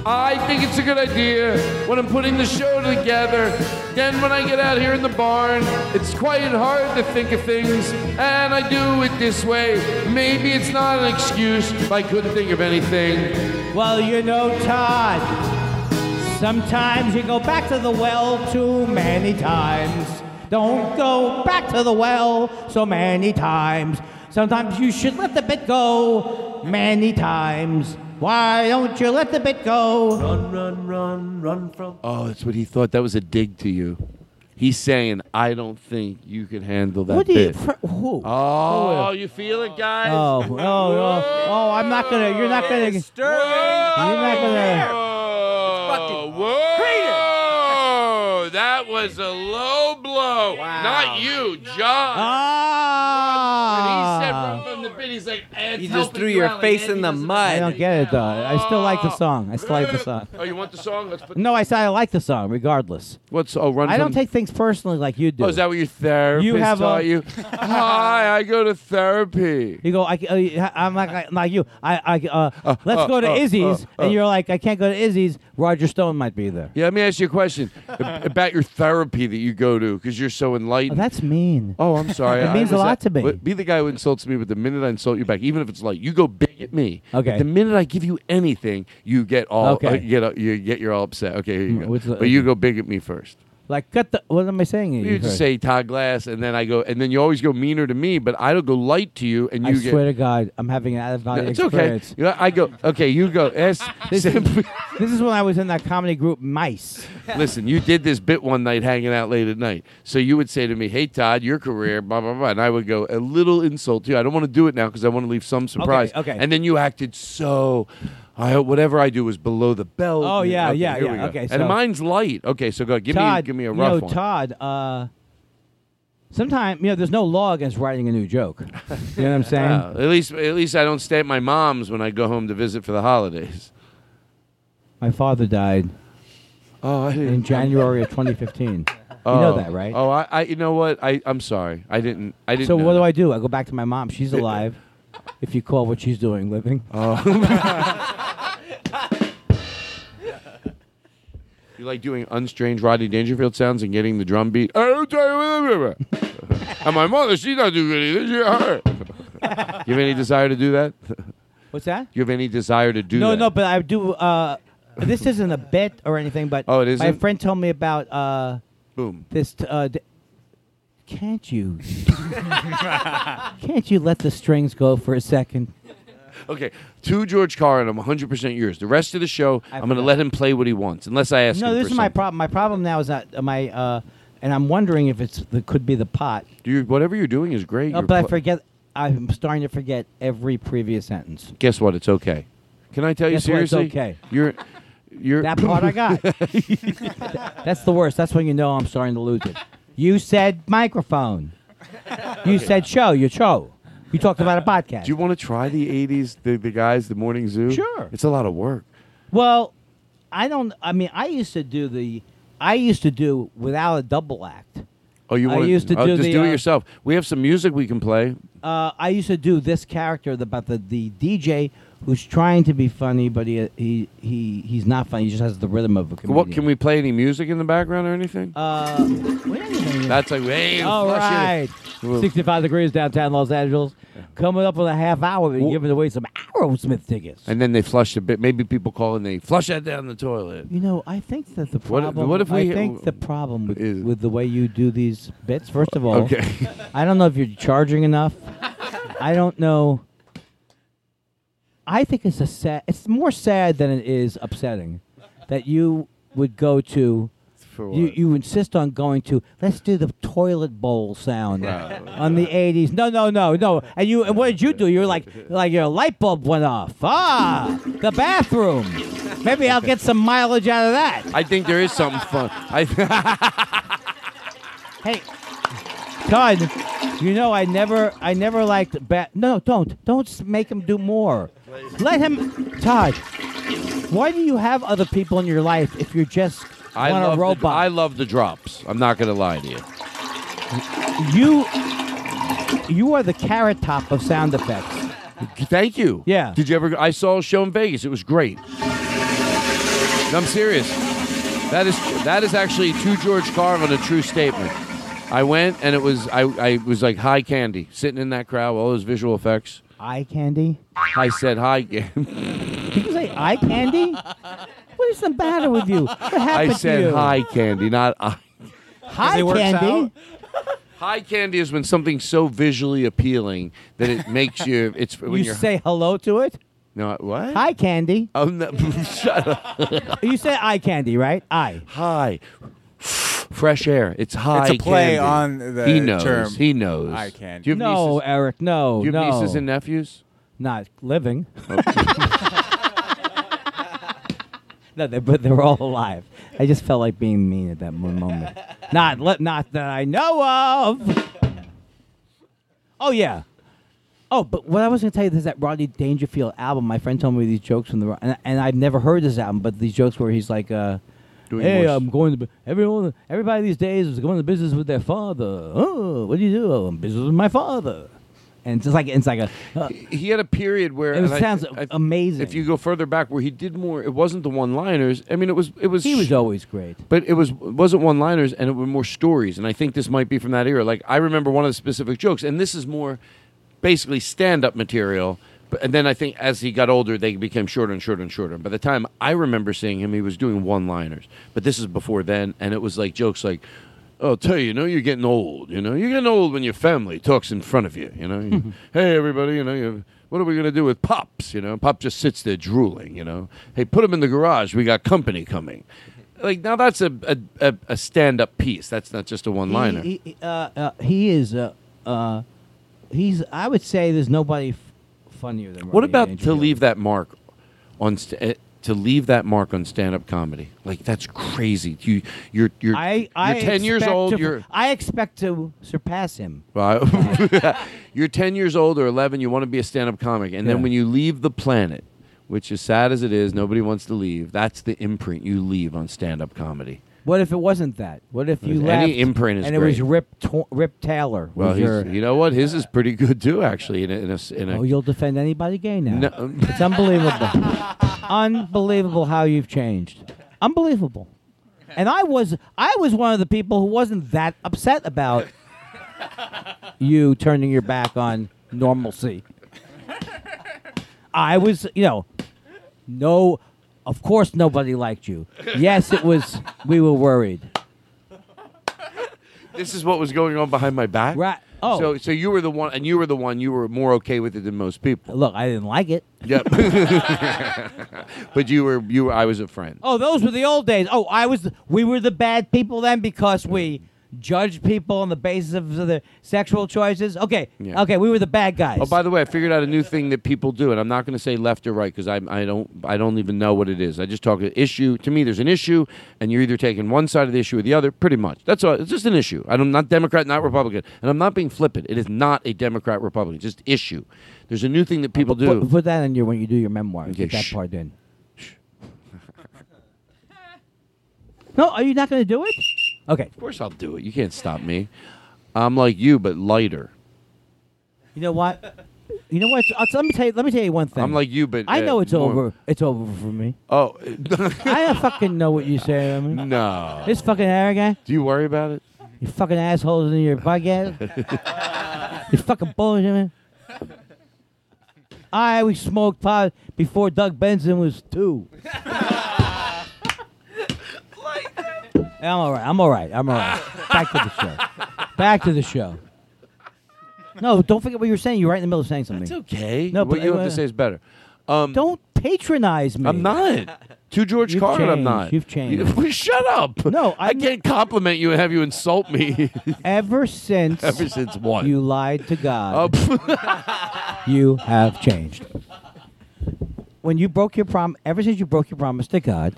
[SPEAKER 5] I think it's a good idea when I'm putting the show together. Then when I get out here in the barn, it's quite hard to think of things, and I do it this way. Maybe it's not an excuse, but I couldn't think of anything.
[SPEAKER 6] Well, you know, Todd, sometimes you go back to the well too many times. Don't go back to the well so many times. Sometimes you should let the bit go many times. Why don't you let the bit go? Run, run, run, run from.
[SPEAKER 5] Oh, that's what he thought. That was a dig to you. He's saying, I don't think you can handle that
[SPEAKER 6] What do you?
[SPEAKER 5] bit.
[SPEAKER 6] Fr- who?
[SPEAKER 5] oh,
[SPEAKER 6] Who?
[SPEAKER 5] you feel it, guys?
[SPEAKER 6] Oh, oh, oh, oh! I'm not gonna. You're not gonna. You're not gonna.
[SPEAKER 5] Oh, Whoa, whoa, that was a low blow. Not you, John.
[SPEAKER 6] Ah!
[SPEAKER 5] When he said run from the bit, he's like, it's
[SPEAKER 8] You just
[SPEAKER 5] helping
[SPEAKER 8] threw
[SPEAKER 5] you
[SPEAKER 8] your
[SPEAKER 5] out, like,
[SPEAKER 8] face
[SPEAKER 5] Andy
[SPEAKER 8] in the
[SPEAKER 5] doesn't-
[SPEAKER 6] I
[SPEAKER 8] mud.
[SPEAKER 6] don't get it though. I still like the song. I still like the song.
[SPEAKER 5] Oh, you want the song? Let's put.
[SPEAKER 6] No, I said I like the song, regardless.
[SPEAKER 5] What's oh run?
[SPEAKER 6] I don't
[SPEAKER 5] from-
[SPEAKER 6] take things personally like you do.
[SPEAKER 5] Oh, is that what your therapist
[SPEAKER 6] You have a-
[SPEAKER 5] taught you? Hi, I go to therapy.
[SPEAKER 6] you go, I, uh, I'm not like, like you. I, I uh, let's
[SPEAKER 5] uh,
[SPEAKER 6] go to
[SPEAKER 5] uh,
[SPEAKER 6] Izzy's,
[SPEAKER 5] uh, uh.
[SPEAKER 6] and you're like, I can't go to Izzy's. Roger Stone might be there.
[SPEAKER 5] Yeah, let me ask you a question [laughs] ab- about your therapy that you go to because you're so enlightened.
[SPEAKER 6] That's mean.
[SPEAKER 5] Oh, I'm sorry.
[SPEAKER 6] It
[SPEAKER 5] I
[SPEAKER 6] means a
[SPEAKER 5] was
[SPEAKER 6] lot
[SPEAKER 5] at-
[SPEAKER 6] to me.
[SPEAKER 5] but Be the guy who insults me, but the minute I insult you back, even if it's light, you go big at me.
[SPEAKER 6] Okay.
[SPEAKER 5] But the minute I give you anything, you get all
[SPEAKER 6] Okay.
[SPEAKER 5] uh, you get all- you get you're all upset. Okay, here you
[SPEAKER 6] Mm,
[SPEAKER 5] go.
[SPEAKER 6] what's the-
[SPEAKER 5] but you go big at me first.
[SPEAKER 6] Like, cut the. What am I saying?
[SPEAKER 5] You just say Todd Glass, and then I go, and then you always go meaner to me, but I don't go light to you, and
[SPEAKER 6] I
[SPEAKER 5] you
[SPEAKER 6] swear to
[SPEAKER 5] get.
[SPEAKER 6] God, I'm having an out of body
[SPEAKER 5] No, it's
[SPEAKER 6] experience.
[SPEAKER 5] okay. You know, I go. Okay, you go. Yes, simply-
[SPEAKER 6] [laughs] This is when I was in that comedy group Mice.
[SPEAKER 5] Listen, you did this bit one night hanging out late at night. So you would say to me, "Hey Todd, your career, blah blah blah," and I would go a little insult to you. I don't want to do it now because I want to leave some surprise.
[SPEAKER 6] okay.
[SPEAKER 5] And then you acted so. I hope whatever I do was below the belt.
[SPEAKER 6] Oh,
[SPEAKER 5] And-
[SPEAKER 6] yeah,
[SPEAKER 5] okay,
[SPEAKER 6] yeah,
[SPEAKER 5] here we
[SPEAKER 6] yeah,
[SPEAKER 5] go.
[SPEAKER 6] okay, so-
[SPEAKER 5] and mine's light. Okay, so go give
[SPEAKER 6] Todd,
[SPEAKER 5] me give me a
[SPEAKER 6] you
[SPEAKER 5] rough
[SPEAKER 6] know,
[SPEAKER 5] one.
[SPEAKER 6] Todd, uh, sometimes you know, there's no law against writing a new joke. you know what
[SPEAKER 5] [laughs]
[SPEAKER 6] I'm saying?
[SPEAKER 5] Yeah, at least at least I don't stay at my mom's when I go home to visit for the holidays.
[SPEAKER 6] My father died.
[SPEAKER 5] Oh,
[SPEAKER 6] in January of 2015. you know that, right?
[SPEAKER 5] Oh, I, I you know what? I I'm sorry. I didn't I didn't
[SPEAKER 6] So
[SPEAKER 5] know
[SPEAKER 6] what
[SPEAKER 5] that.
[SPEAKER 6] do I do? I go back to my mom. She's alive. if you call what she's
[SPEAKER 5] [laughs]
[SPEAKER 6] doing living.
[SPEAKER 5] Oh. You like doing unstrange Rodney Dangerfield sounds and getting the drum beat? I don't tell you [laughs] And my mother, she doesn't do anything. She her. [laughs] you have any desire to do that?
[SPEAKER 6] [laughs] What's that?
[SPEAKER 5] You have any desire to do
[SPEAKER 6] no,
[SPEAKER 5] that?
[SPEAKER 6] no, but I do. Uh, this isn't a bet or anything, but
[SPEAKER 5] Oh, it
[SPEAKER 6] my
[SPEAKER 5] isn't?
[SPEAKER 6] friend told me about uh,
[SPEAKER 5] Boom.
[SPEAKER 6] This t- uh, d- can't you? can't you let the strings go for a second?
[SPEAKER 5] Okay, to George Carlin, I'm 100% yours. The rest of the show, I am going to let him play what he wants, unless I ask
[SPEAKER 6] no,
[SPEAKER 5] him
[SPEAKER 6] this
[SPEAKER 5] for
[SPEAKER 6] is my
[SPEAKER 5] something.
[SPEAKER 6] problem. My problem now is that uh, my uh, and I'm wondering if it's the, could be the pot.
[SPEAKER 5] Do you, whatever you're doing is great.
[SPEAKER 6] Oh,
[SPEAKER 5] You're
[SPEAKER 6] but I
[SPEAKER 5] pl-
[SPEAKER 6] forget. I'm starting to forget every previous sentence.
[SPEAKER 5] Guess what? It's okay. Can I tell
[SPEAKER 6] Guess
[SPEAKER 5] you
[SPEAKER 6] what? It's
[SPEAKER 5] seriously?
[SPEAKER 6] okay.
[SPEAKER 5] You're, you're
[SPEAKER 6] That part
[SPEAKER 5] [laughs]
[SPEAKER 6] I got. That's the worst. That's when you know I'm starting to lose it. You said microphone. You said show. Your show. You talked about a podcast.
[SPEAKER 5] Do you want to try the 80s, the, the guys, the morning zoo?
[SPEAKER 6] Sure.
[SPEAKER 5] It's a lot of work.
[SPEAKER 6] Well, I don't. I mean, I used to do the. I used to do without a double act.
[SPEAKER 5] Oh, you
[SPEAKER 6] I
[SPEAKER 5] want
[SPEAKER 6] used to
[SPEAKER 5] oh,
[SPEAKER 6] do
[SPEAKER 5] just
[SPEAKER 6] the,
[SPEAKER 5] do it
[SPEAKER 6] uh,
[SPEAKER 5] yourself. We have some music we can play.
[SPEAKER 6] Uh, I used to do this character about the, the DJ who's trying to be funny, but he he, he he's not funny. He just has the rhythm of a comedian.
[SPEAKER 5] What can we play? Any music in the background or anything?
[SPEAKER 6] Uh,
[SPEAKER 5] That's like hey,
[SPEAKER 6] All
[SPEAKER 5] flush
[SPEAKER 6] right,
[SPEAKER 5] it. Well,
[SPEAKER 6] sixty-five degrees downtown Los Angeles. Coming up in a half hour, they're giving away some Aerosmith tickets.
[SPEAKER 5] And then they flush a bit. Maybe people call and they flush that down the toilet.
[SPEAKER 6] [laughs] You know, I think that the
[SPEAKER 5] What-
[SPEAKER 6] problem.
[SPEAKER 5] what if we-
[SPEAKER 6] I think the problem with, with the way you do these bits. First of all,
[SPEAKER 5] Okay.
[SPEAKER 6] I don't know if you're charging enough. I don't know. I think it's a sad. It's more sad than it is upsetting that you would go to.
[SPEAKER 5] For
[SPEAKER 6] You,
[SPEAKER 5] what?
[SPEAKER 6] you insist on going to let's do the toilet bowl sound
[SPEAKER 5] Right.
[SPEAKER 6] on the 80s no no no no and you and what did you do you were like like your light bulb went off ah the bathroom maybe i'll get some mileage out of that
[SPEAKER 5] I think there is something fun. I [laughs]
[SPEAKER 6] Hey, Todd, you know I never, I never liked bat. No, don't, don't s- make him do more. Let him, Todd. Why do you have other people in your life if you're just
[SPEAKER 5] I
[SPEAKER 6] on
[SPEAKER 5] love
[SPEAKER 6] a
[SPEAKER 5] The,
[SPEAKER 6] robot?
[SPEAKER 5] I love the drops. I'm not gonna lie to you.
[SPEAKER 6] you, you are the carrot top of sound effects.
[SPEAKER 5] Thank you.
[SPEAKER 6] Yeah.
[SPEAKER 5] Did you ever? go- I saw a show in Vegas. It was great. No, I'm serious. That is that is actually to George Carlin a true statement. I went and it was I, I was like high candy sitting in that crowd, with all those visual effects.
[SPEAKER 6] Eye candy.
[SPEAKER 5] I said hi. [laughs]
[SPEAKER 6] People say eye candy. What is the matter with you? What happened
[SPEAKER 5] I
[SPEAKER 6] to
[SPEAKER 5] said
[SPEAKER 6] you?
[SPEAKER 5] hi candy, not I.
[SPEAKER 6] Hi, candy.
[SPEAKER 5] High candy is when something's so visually appealing that it makes you. It's when
[SPEAKER 6] You
[SPEAKER 5] you're
[SPEAKER 6] say hello to it.
[SPEAKER 5] no what?
[SPEAKER 6] Hi, candy.
[SPEAKER 5] Oh no! [laughs] Shut up.
[SPEAKER 6] You said eye candy, right? Eye.
[SPEAKER 5] Hi. Fresh air. It's high.
[SPEAKER 9] play
[SPEAKER 5] candy.
[SPEAKER 9] on the
[SPEAKER 5] he knows.
[SPEAKER 9] term
[SPEAKER 5] He knows.
[SPEAKER 9] eye candy.
[SPEAKER 5] Do you have
[SPEAKER 6] no,
[SPEAKER 5] nieces?
[SPEAKER 6] Eric. No.
[SPEAKER 5] Do you have
[SPEAKER 6] no.
[SPEAKER 5] nieces and nephews?
[SPEAKER 6] Not living. [laughs] no, they, but they're all alive. I just felt like being mean at that mo- moment. not, li- not that I know of. Oh yeah. Oh, but what I was going to tell you is that Rodney Dangerfield album. My friend told me these jokes from the Ro- and, and I've never heard this album, but these jokes where he's like, uh,
[SPEAKER 5] Doing
[SPEAKER 6] "Hey,
[SPEAKER 5] voice.
[SPEAKER 6] I'm going to bu- everyone. Everybody these days is going to business with their father. Oh, what do you do? Oh, I'm business with my father." And it's just like it's like a uh,
[SPEAKER 5] He had a period where
[SPEAKER 6] It
[SPEAKER 5] and I-
[SPEAKER 6] sounds
[SPEAKER 5] I-
[SPEAKER 6] amazing.
[SPEAKER 5] If you go further back, where he did more, it wasn't the one-liners. I mean, it was it was
[SPEAKER 6] he was always great.
[SPEAKER 5] But it was it wasn't one liners, and it were more stories. And I think this might be from that era. Like I remember one of the specific jokes, and this is more basically stand up material. But, and then I think as he got older, they became shorter and shorter and shorter. And by the time I remember seeing him, he was doing one-liners. But this is before then, and it was like jokes like, "Oh, tell you, you know, you're getting old. You know, you're getting old when your family talks in front of you. You know,
[SPEAKER 6] [laughs]
[SPEAKER 5] You- hey everybody, you know, you, what are we gonna do with pops? You know, pop just sits there drooling. You know, hey, put him in the garage. We got company coming. Like now, that's a a, a, a stand-up piece. That's not just a one-liner.
[SPEAKER 6] He, he- uh, uh, he is. Uh, uh, he's. I would say there's nobody f- funnier than.
[SPEAKER 5] What
[SPEAKER 6] Rodney
[SPEAKER 5] about to
[SPEAKER 6] Dangerfield.
[SPEAKER 5] leave that mark on st- eh, to leave that mark on stand-up comedy? Like that's crazy. You you're you're
[SPEAKER 6] I,
[SPEAKER 5] you're
[SPEAKER 6] I
[SPEAKER 5] ten years
[SPEAKER 6] expect
[SPEAKER 5] old.
[SPEAKER 6] to-
[SPEAKER 5] You're
[SPEAKER 6] I expect to surpass him. [laughs]
[SPEAKER 5] well, I- [laughs] you're ten years old or eleven. You want to be a stand-up comic, and
[SPEAKER 6] Yeah.
[SPEAKER 5] then when you leave the planet, which is sad as it is, nobody wants to leave. That's the imprint you leave on stand-up comedy.
[SPEAKER 6] What if it wasn't that? What if you
[SPEAKER 5] Any
[SPEAKER 6] left
[SPEAKER 5] imprint is
[SPEAKER 6] and it was
[SPEAKER 5] great.
[SPEAKER 6] Rip Tw- Rip Taylor?
[SPEAKER 5] Well,
[SPEAKER 6] was
[SPEAKER 5] he's,
[SPEAKER 6] your-
[SPEAKER 5] you know what? His is pretty good too, actually. In a, in a, s- in a
[SPEAKER 6] oh, you'll defend anybody gay now.
[SPEAKER 5] No.
[SPEAKER 6] It's unbelievable. unbelievable how you've changed. Unbelievable. And I was I was one of the people who wasn't that upset about you turning your back on normalcy. I was, you know, no of course nobody liked you. Yes, it was we were worried.
[SPEAKER 5] This is what was going on behind my back. Right.
[SPEAKER 6] Oh.
[SPEAKER 5] So so you were the one, and you were the one. You were more okay with it than most people.
[SPEAKER 6] Look, I didn't like it. [laughs]
[SPEAKER 5] Yep. [laughs] but you were you. Were, I was a friend.
[SPEAKER 6] Oh, those were the old days. Oh, I was. We were the bad people then because we judged people on the basis of their sexual choices. Okay,
[SPEAKER 5] Yeah.
[SPEAKER 6] okay, we were the bad guys.
[SPEAKER 5] Oh, by the way, I figured out a new thing that people do, and I'm not going to say left or right because I, I don't I don't even know what it is. I just talk an issue. To me, there's an issue, and you're either taking one side of the issue or the other. Pretty much. That's all. It's just an issue. I'm not Democrat, not Republican, and I'm not being flippant. It is not a Democrat Republican. Just issue. There's a new thing that people do.
[SPEAKER 6] Put, put that in your when you do your memoir. Get that
[SPEAKER 5] shh.
[SPEAKER 6] part in. no, are you not going to do it? Okay.
[SPEAKER 5] Of course I'll do it. You can't stop me. I'm like you, but lighter.
[SPEAKER 6] You know what? You know what? I'll- let me tell you. Let me tell you one thing.
[SPEAKER 5] I'm like you, but
[SPEAKER 6] I
[SPEAKER 5] uh,
[SPEAKER 6] know it's
[SPEAKER 5] more-
[SPEAKER 6] over. It's over for me.
[SPEAKER 5] Oh
[SPEAKER 6] [laughs] I fucking know what you say. I mean,
[SPEAKER 5] no.
[SPEAKER 6] This fucking arrogant.
[SPEAKER 5] Do you worry about it?
[SPEAKER 6] You fucking assholes in your podcast.
[SPEAKER 5] [laughs]
[SPEAKER 6] you fucking bullshit, man. I we smoked pot before Doug Benson was two. I'm all right. I'm all right. I'm all right. Back to the show. Back to the show. No, don't forget what you were saying. You're right in the middle of saying something. That's
[SPEAKER 5] okay. what you have to say is better. Um,
[SPEAKER 6] don't patronize me.
[SPEAKER 5] I'm not. To George
[SPEAKER 6] You've
[SPEAKER 5] Carlin, I'm
[SPEAKER 6] changed.
[SPEAKER 5] not.
[SPEAKER 6] You've changed.
[SPEAKER 5] You- [laughs] Shut up. No, I, can't compliment you and have you insult me. [laughs]
[SPEAKER 6] Ever since.
[SPEAKER 5] Ever since what?
[SPEAKER 6] You lied to God.
[SPEAKER 5] [laughs] Oh,
[SPEAKER 6] you have changed. When you broke your prom, ever since you broke your promise to God,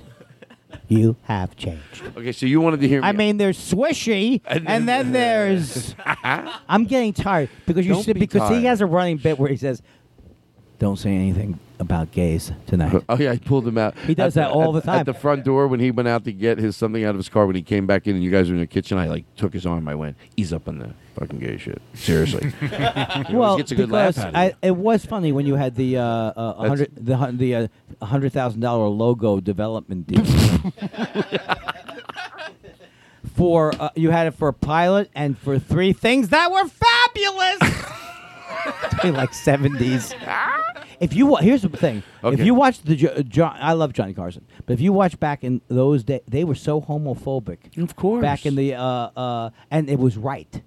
[SPEAKER 6] you have changed.
[SPEAKER 5] okay, so you wanted to hear me.
[SPEAKER 6] I mean, there's swishy,
[SPEAKER 5] And
[SPEAKER 6] and,
[SPEAKER 5] then-
[SPEAKER 6] then
[SPEAKER 5] [laughs]
[SPEAKER 6] there's. I'm getting tired because you
[SPEAKER 5] Don't
[SPEAKER 6] said
[SPEAKER 5] be
[SPEAKER 6] because
[SPEAKER 5] tired.
[SPEAKER 6] he has a running bit where he says, "Don't say anything about gays tonight."
[SPEAKER 5] Oh yeah, I pulled him out.
[SPEAKER 6] He does
[SPEAKER 5] At
[SPEAKER 6] that all
[SPEAKER 5] at-
[SPEAKER 6] the time.
[SPEAKER 5] At the front door when he went out to get his something out of his car, when he came back in and you guys were in the kitchen, I like took his arm. I went, "He's up on the fucking gay shit."
[SPEAKER 6] [laughs]
[SPEAKER 5] Seriously. He [laughs] always
[SPEAKER 6] well,
[SPEAKER 5] gets a good laugh
[SPEAKER 6] because
[SPEAKER 5] out of
[SPEAKER 6] I, it was funny when you had the uh, uh, a hundred the hun- the uh, hundred thousand dollar logo development
[SPEAKER 5] [laughs]
[SPEAKER 6] deal for uh, you had it for a pilot and for three things that were
[SPEAKER 5] [laughs]
[SPEAKER 6] fabulous. They're like seventies. If you wa- here's the thing, if
[SPEAKER 14] Okay.
[SPEAKER 6] you watch the jo- John, I love Johnny Carson, but if you watch back in those days, they were so homophobic.
[SPEAKER 5] Of course,
[SPEAKER 6] back in the uh, uh,
[SPEAKER 5] [laughs]
[SPEAKER 6] and it was right.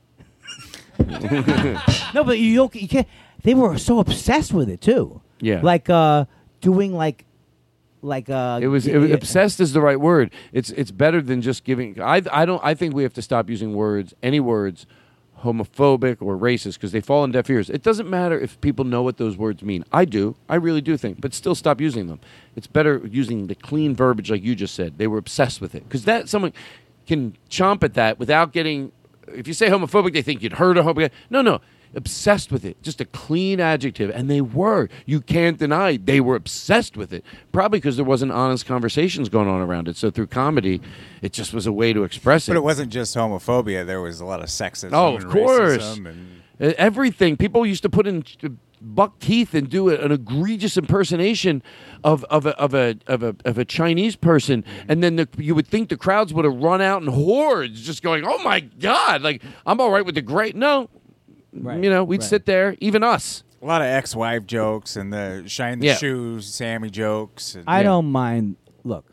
[SPEAKER 6] no, but you don't, you can't. They were so obsessed with it too.
[SPEAKER 5] Yeah.
[SPEAKER 6] like uh, doing like, like uh,
[SPEAKER 5] It was, it was obsessed is the right word. It's it's better than just giving. I I don't. I think we have to stop using words, any words, homophobic or racist, because they fall on deaf ears. It doesn't matter if people know what those words mean. I do. I really do think, but still stop using them. It's better using the clean verbiage, like you just said. They were obsessed with it because that someone can chomp at that without getting. If you say homophobic, they think you'd hurt a homophobic. No, no. Obsessed with it, just a clean adjective, and they were. You can't deny they were obsessed with it. Probably because there wasn't honest conversations going on around it. So through comedy, it just was a way to express it.
[SPEAKER 9] But it wasn't just homophobia. There was a lot of sexism.
[SPEAKER 5] Oh, of
[SPEAKER 9] and
[SPEAKER 5] course.
[SPEAKER 9] racism and-
[SPEAKER 5] Uh, Everything. People used to put in uh, buck teeth and do a- an egregious impersonation of, of, a, of, a, of, a, of a Chinese person. And then the, you would think the crowds would have run out in hordes just going, oh my God, like I'm all right with the great. No. You know, we'd sit there, even us.
[SPEAKER 9] A lot of ex-wife jokes and the shine the
[SPEAKER 6] Yeah.
[SPEAKER 9] shoes, Sammy jokes. And,
[SPEAKER 6] I don't mind. Look,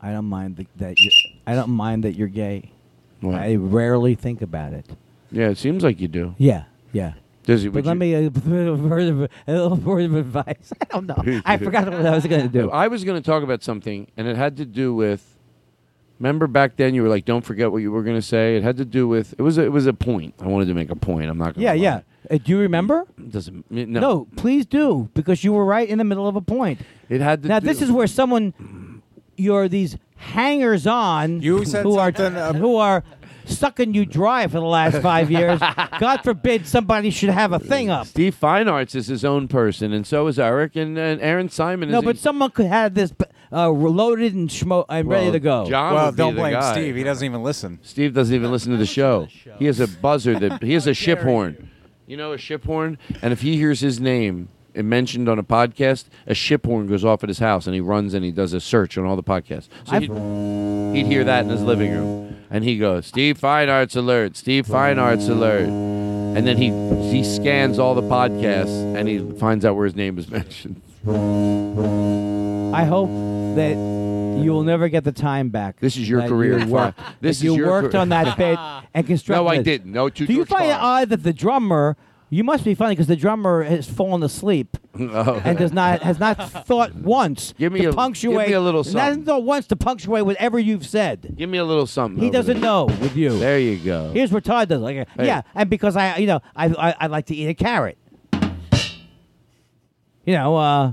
[SPEAKER 6] I don't mind th- that you. I don't mind that you're gay.
[SPEAKER 5] What?
[SPEAKER 6] I rarely think about it.
[SPEAKER 5] Yeah, it seems like you do.
[SPEAKER 6] Yeah, yeah.
[SPEAKER 5] Does he?
[SPEAKER 6] But let me uh, [laughs] word of, a little word of advice. [laughs] I don't know. I forgot what I was going to
[SPEAKER 5] [laughs]
[SPEAKER 6] do.
[SPEAKER 5] I was going to talk about something, and it had to do with. Remember back then, you were like, "Don't forget what you were going to say." It had to do with it was a, it was a point. I wanted to make a point. I'm not going.
[SPEAKER 6] Yeah, yeah. Uh, do you remember?
[SPEAKER 5] Doesn't no.
[SPEAKER 6] please do because you were right in the middle of a point.
[SPEAKER 5] It had to
[SPEAKER 6] Now
[SPEAKER 5] do-
[SPEAKER 6] this is where someone, you're these hangers on who
[SPEAKER 9] said
[SPEAKER 6] are who are sucking you dry for the last five
[SPEAKER 5] [laughs]
[SPEAKER 6] years. God forbid somebody should have a thing up.
[SPEAKER 5] Steve Fine Arts is his own person, and so is Eric, and, and Aaron Simon.
[SPEAKER 6] No,
[SPEAKER 5] is
[SPEAKER 6] but someone could have this uh, loaded and schmo and ready
[SPEAKER 5] Well,
[SPEAKER 6] to go.
[SPEAKER 5] John would be the guy.
[SPEAKER 9] He doesn't even listen.
[SPEAKER 5] Steve doesn't even listen to the show. He has a buzzer that he has a ship horn. You know a ship horn, and if he hears his name it mentioned on a podcast, a ship horn goes off at his house, and he runs and he does a search on all the podcasts. So
[SPEAKER 6] I've-
[SPEAKER 5] he'd, he'd hear that in his living room, and he goes, "Steve Fine Arts alert! Steve Fine Arts alert!" And then he he scans all the podcasts and he finds out where his name is [laughs] mentioned.
[SPEAKER 6] I hope that you will never get the time back.
[SPEAKER 5] This is your
[SPEAKER 6] that
[SPEAKER 5] career,
[SPEAKER 6] You
[SPEAKER 5] Fran.
[SPEAKER 6] worked,
[SPEAKER 5] This
[SPEAKER 6] that
[SPEAKER 5] is
[SPEAKER 6] you
[SPEAKER 5] your
[SPEAKER 6] worked
[SPEAKER 5] career.
[SPEAKER 6] on that bit and constructed.
[SPEAKER 5] No, I
[SPEAKER 6] it.
[SPEAKER 5] didn't. No, to
[SPEAKER 6] Do you
[SPEAKER 5] George
[SPEAKER 6] find it
[SPEAKER 5] Carlin.
[SPEAKER 6] odd that the drummer? You must be funny because the drummer has
[SPEAKER 5] [laughs]
[SPEAKER 6] fallen asleep and does not has not thought once
[SPEAKER 5] Oh. Give me
[SPEAKER 6] to
[SPEAKER 5] a- give me
[SPEAKER 6] punctuate.
[SPEAKER 5] a little
[SPEAKER 6] and Hasn't thought once to punctuate whatever you've said.
[SPEAKER 5] Give me a little something.
[SPEAKER 6] He
[SPEAKER 5] over
[SPEAKER 6] doesn't
[SPEAKER 5] there.
[SPEAKER 6] know with you.
[SPEAKER 5] There you go.
[SPEAKER 6] Here's what Todd does. Like, uh,
[SPEAKER 5] Hey.
[SPEAKER 6] yeah, and because I, you know, I, I, I like to eat a carrot. You know, uh,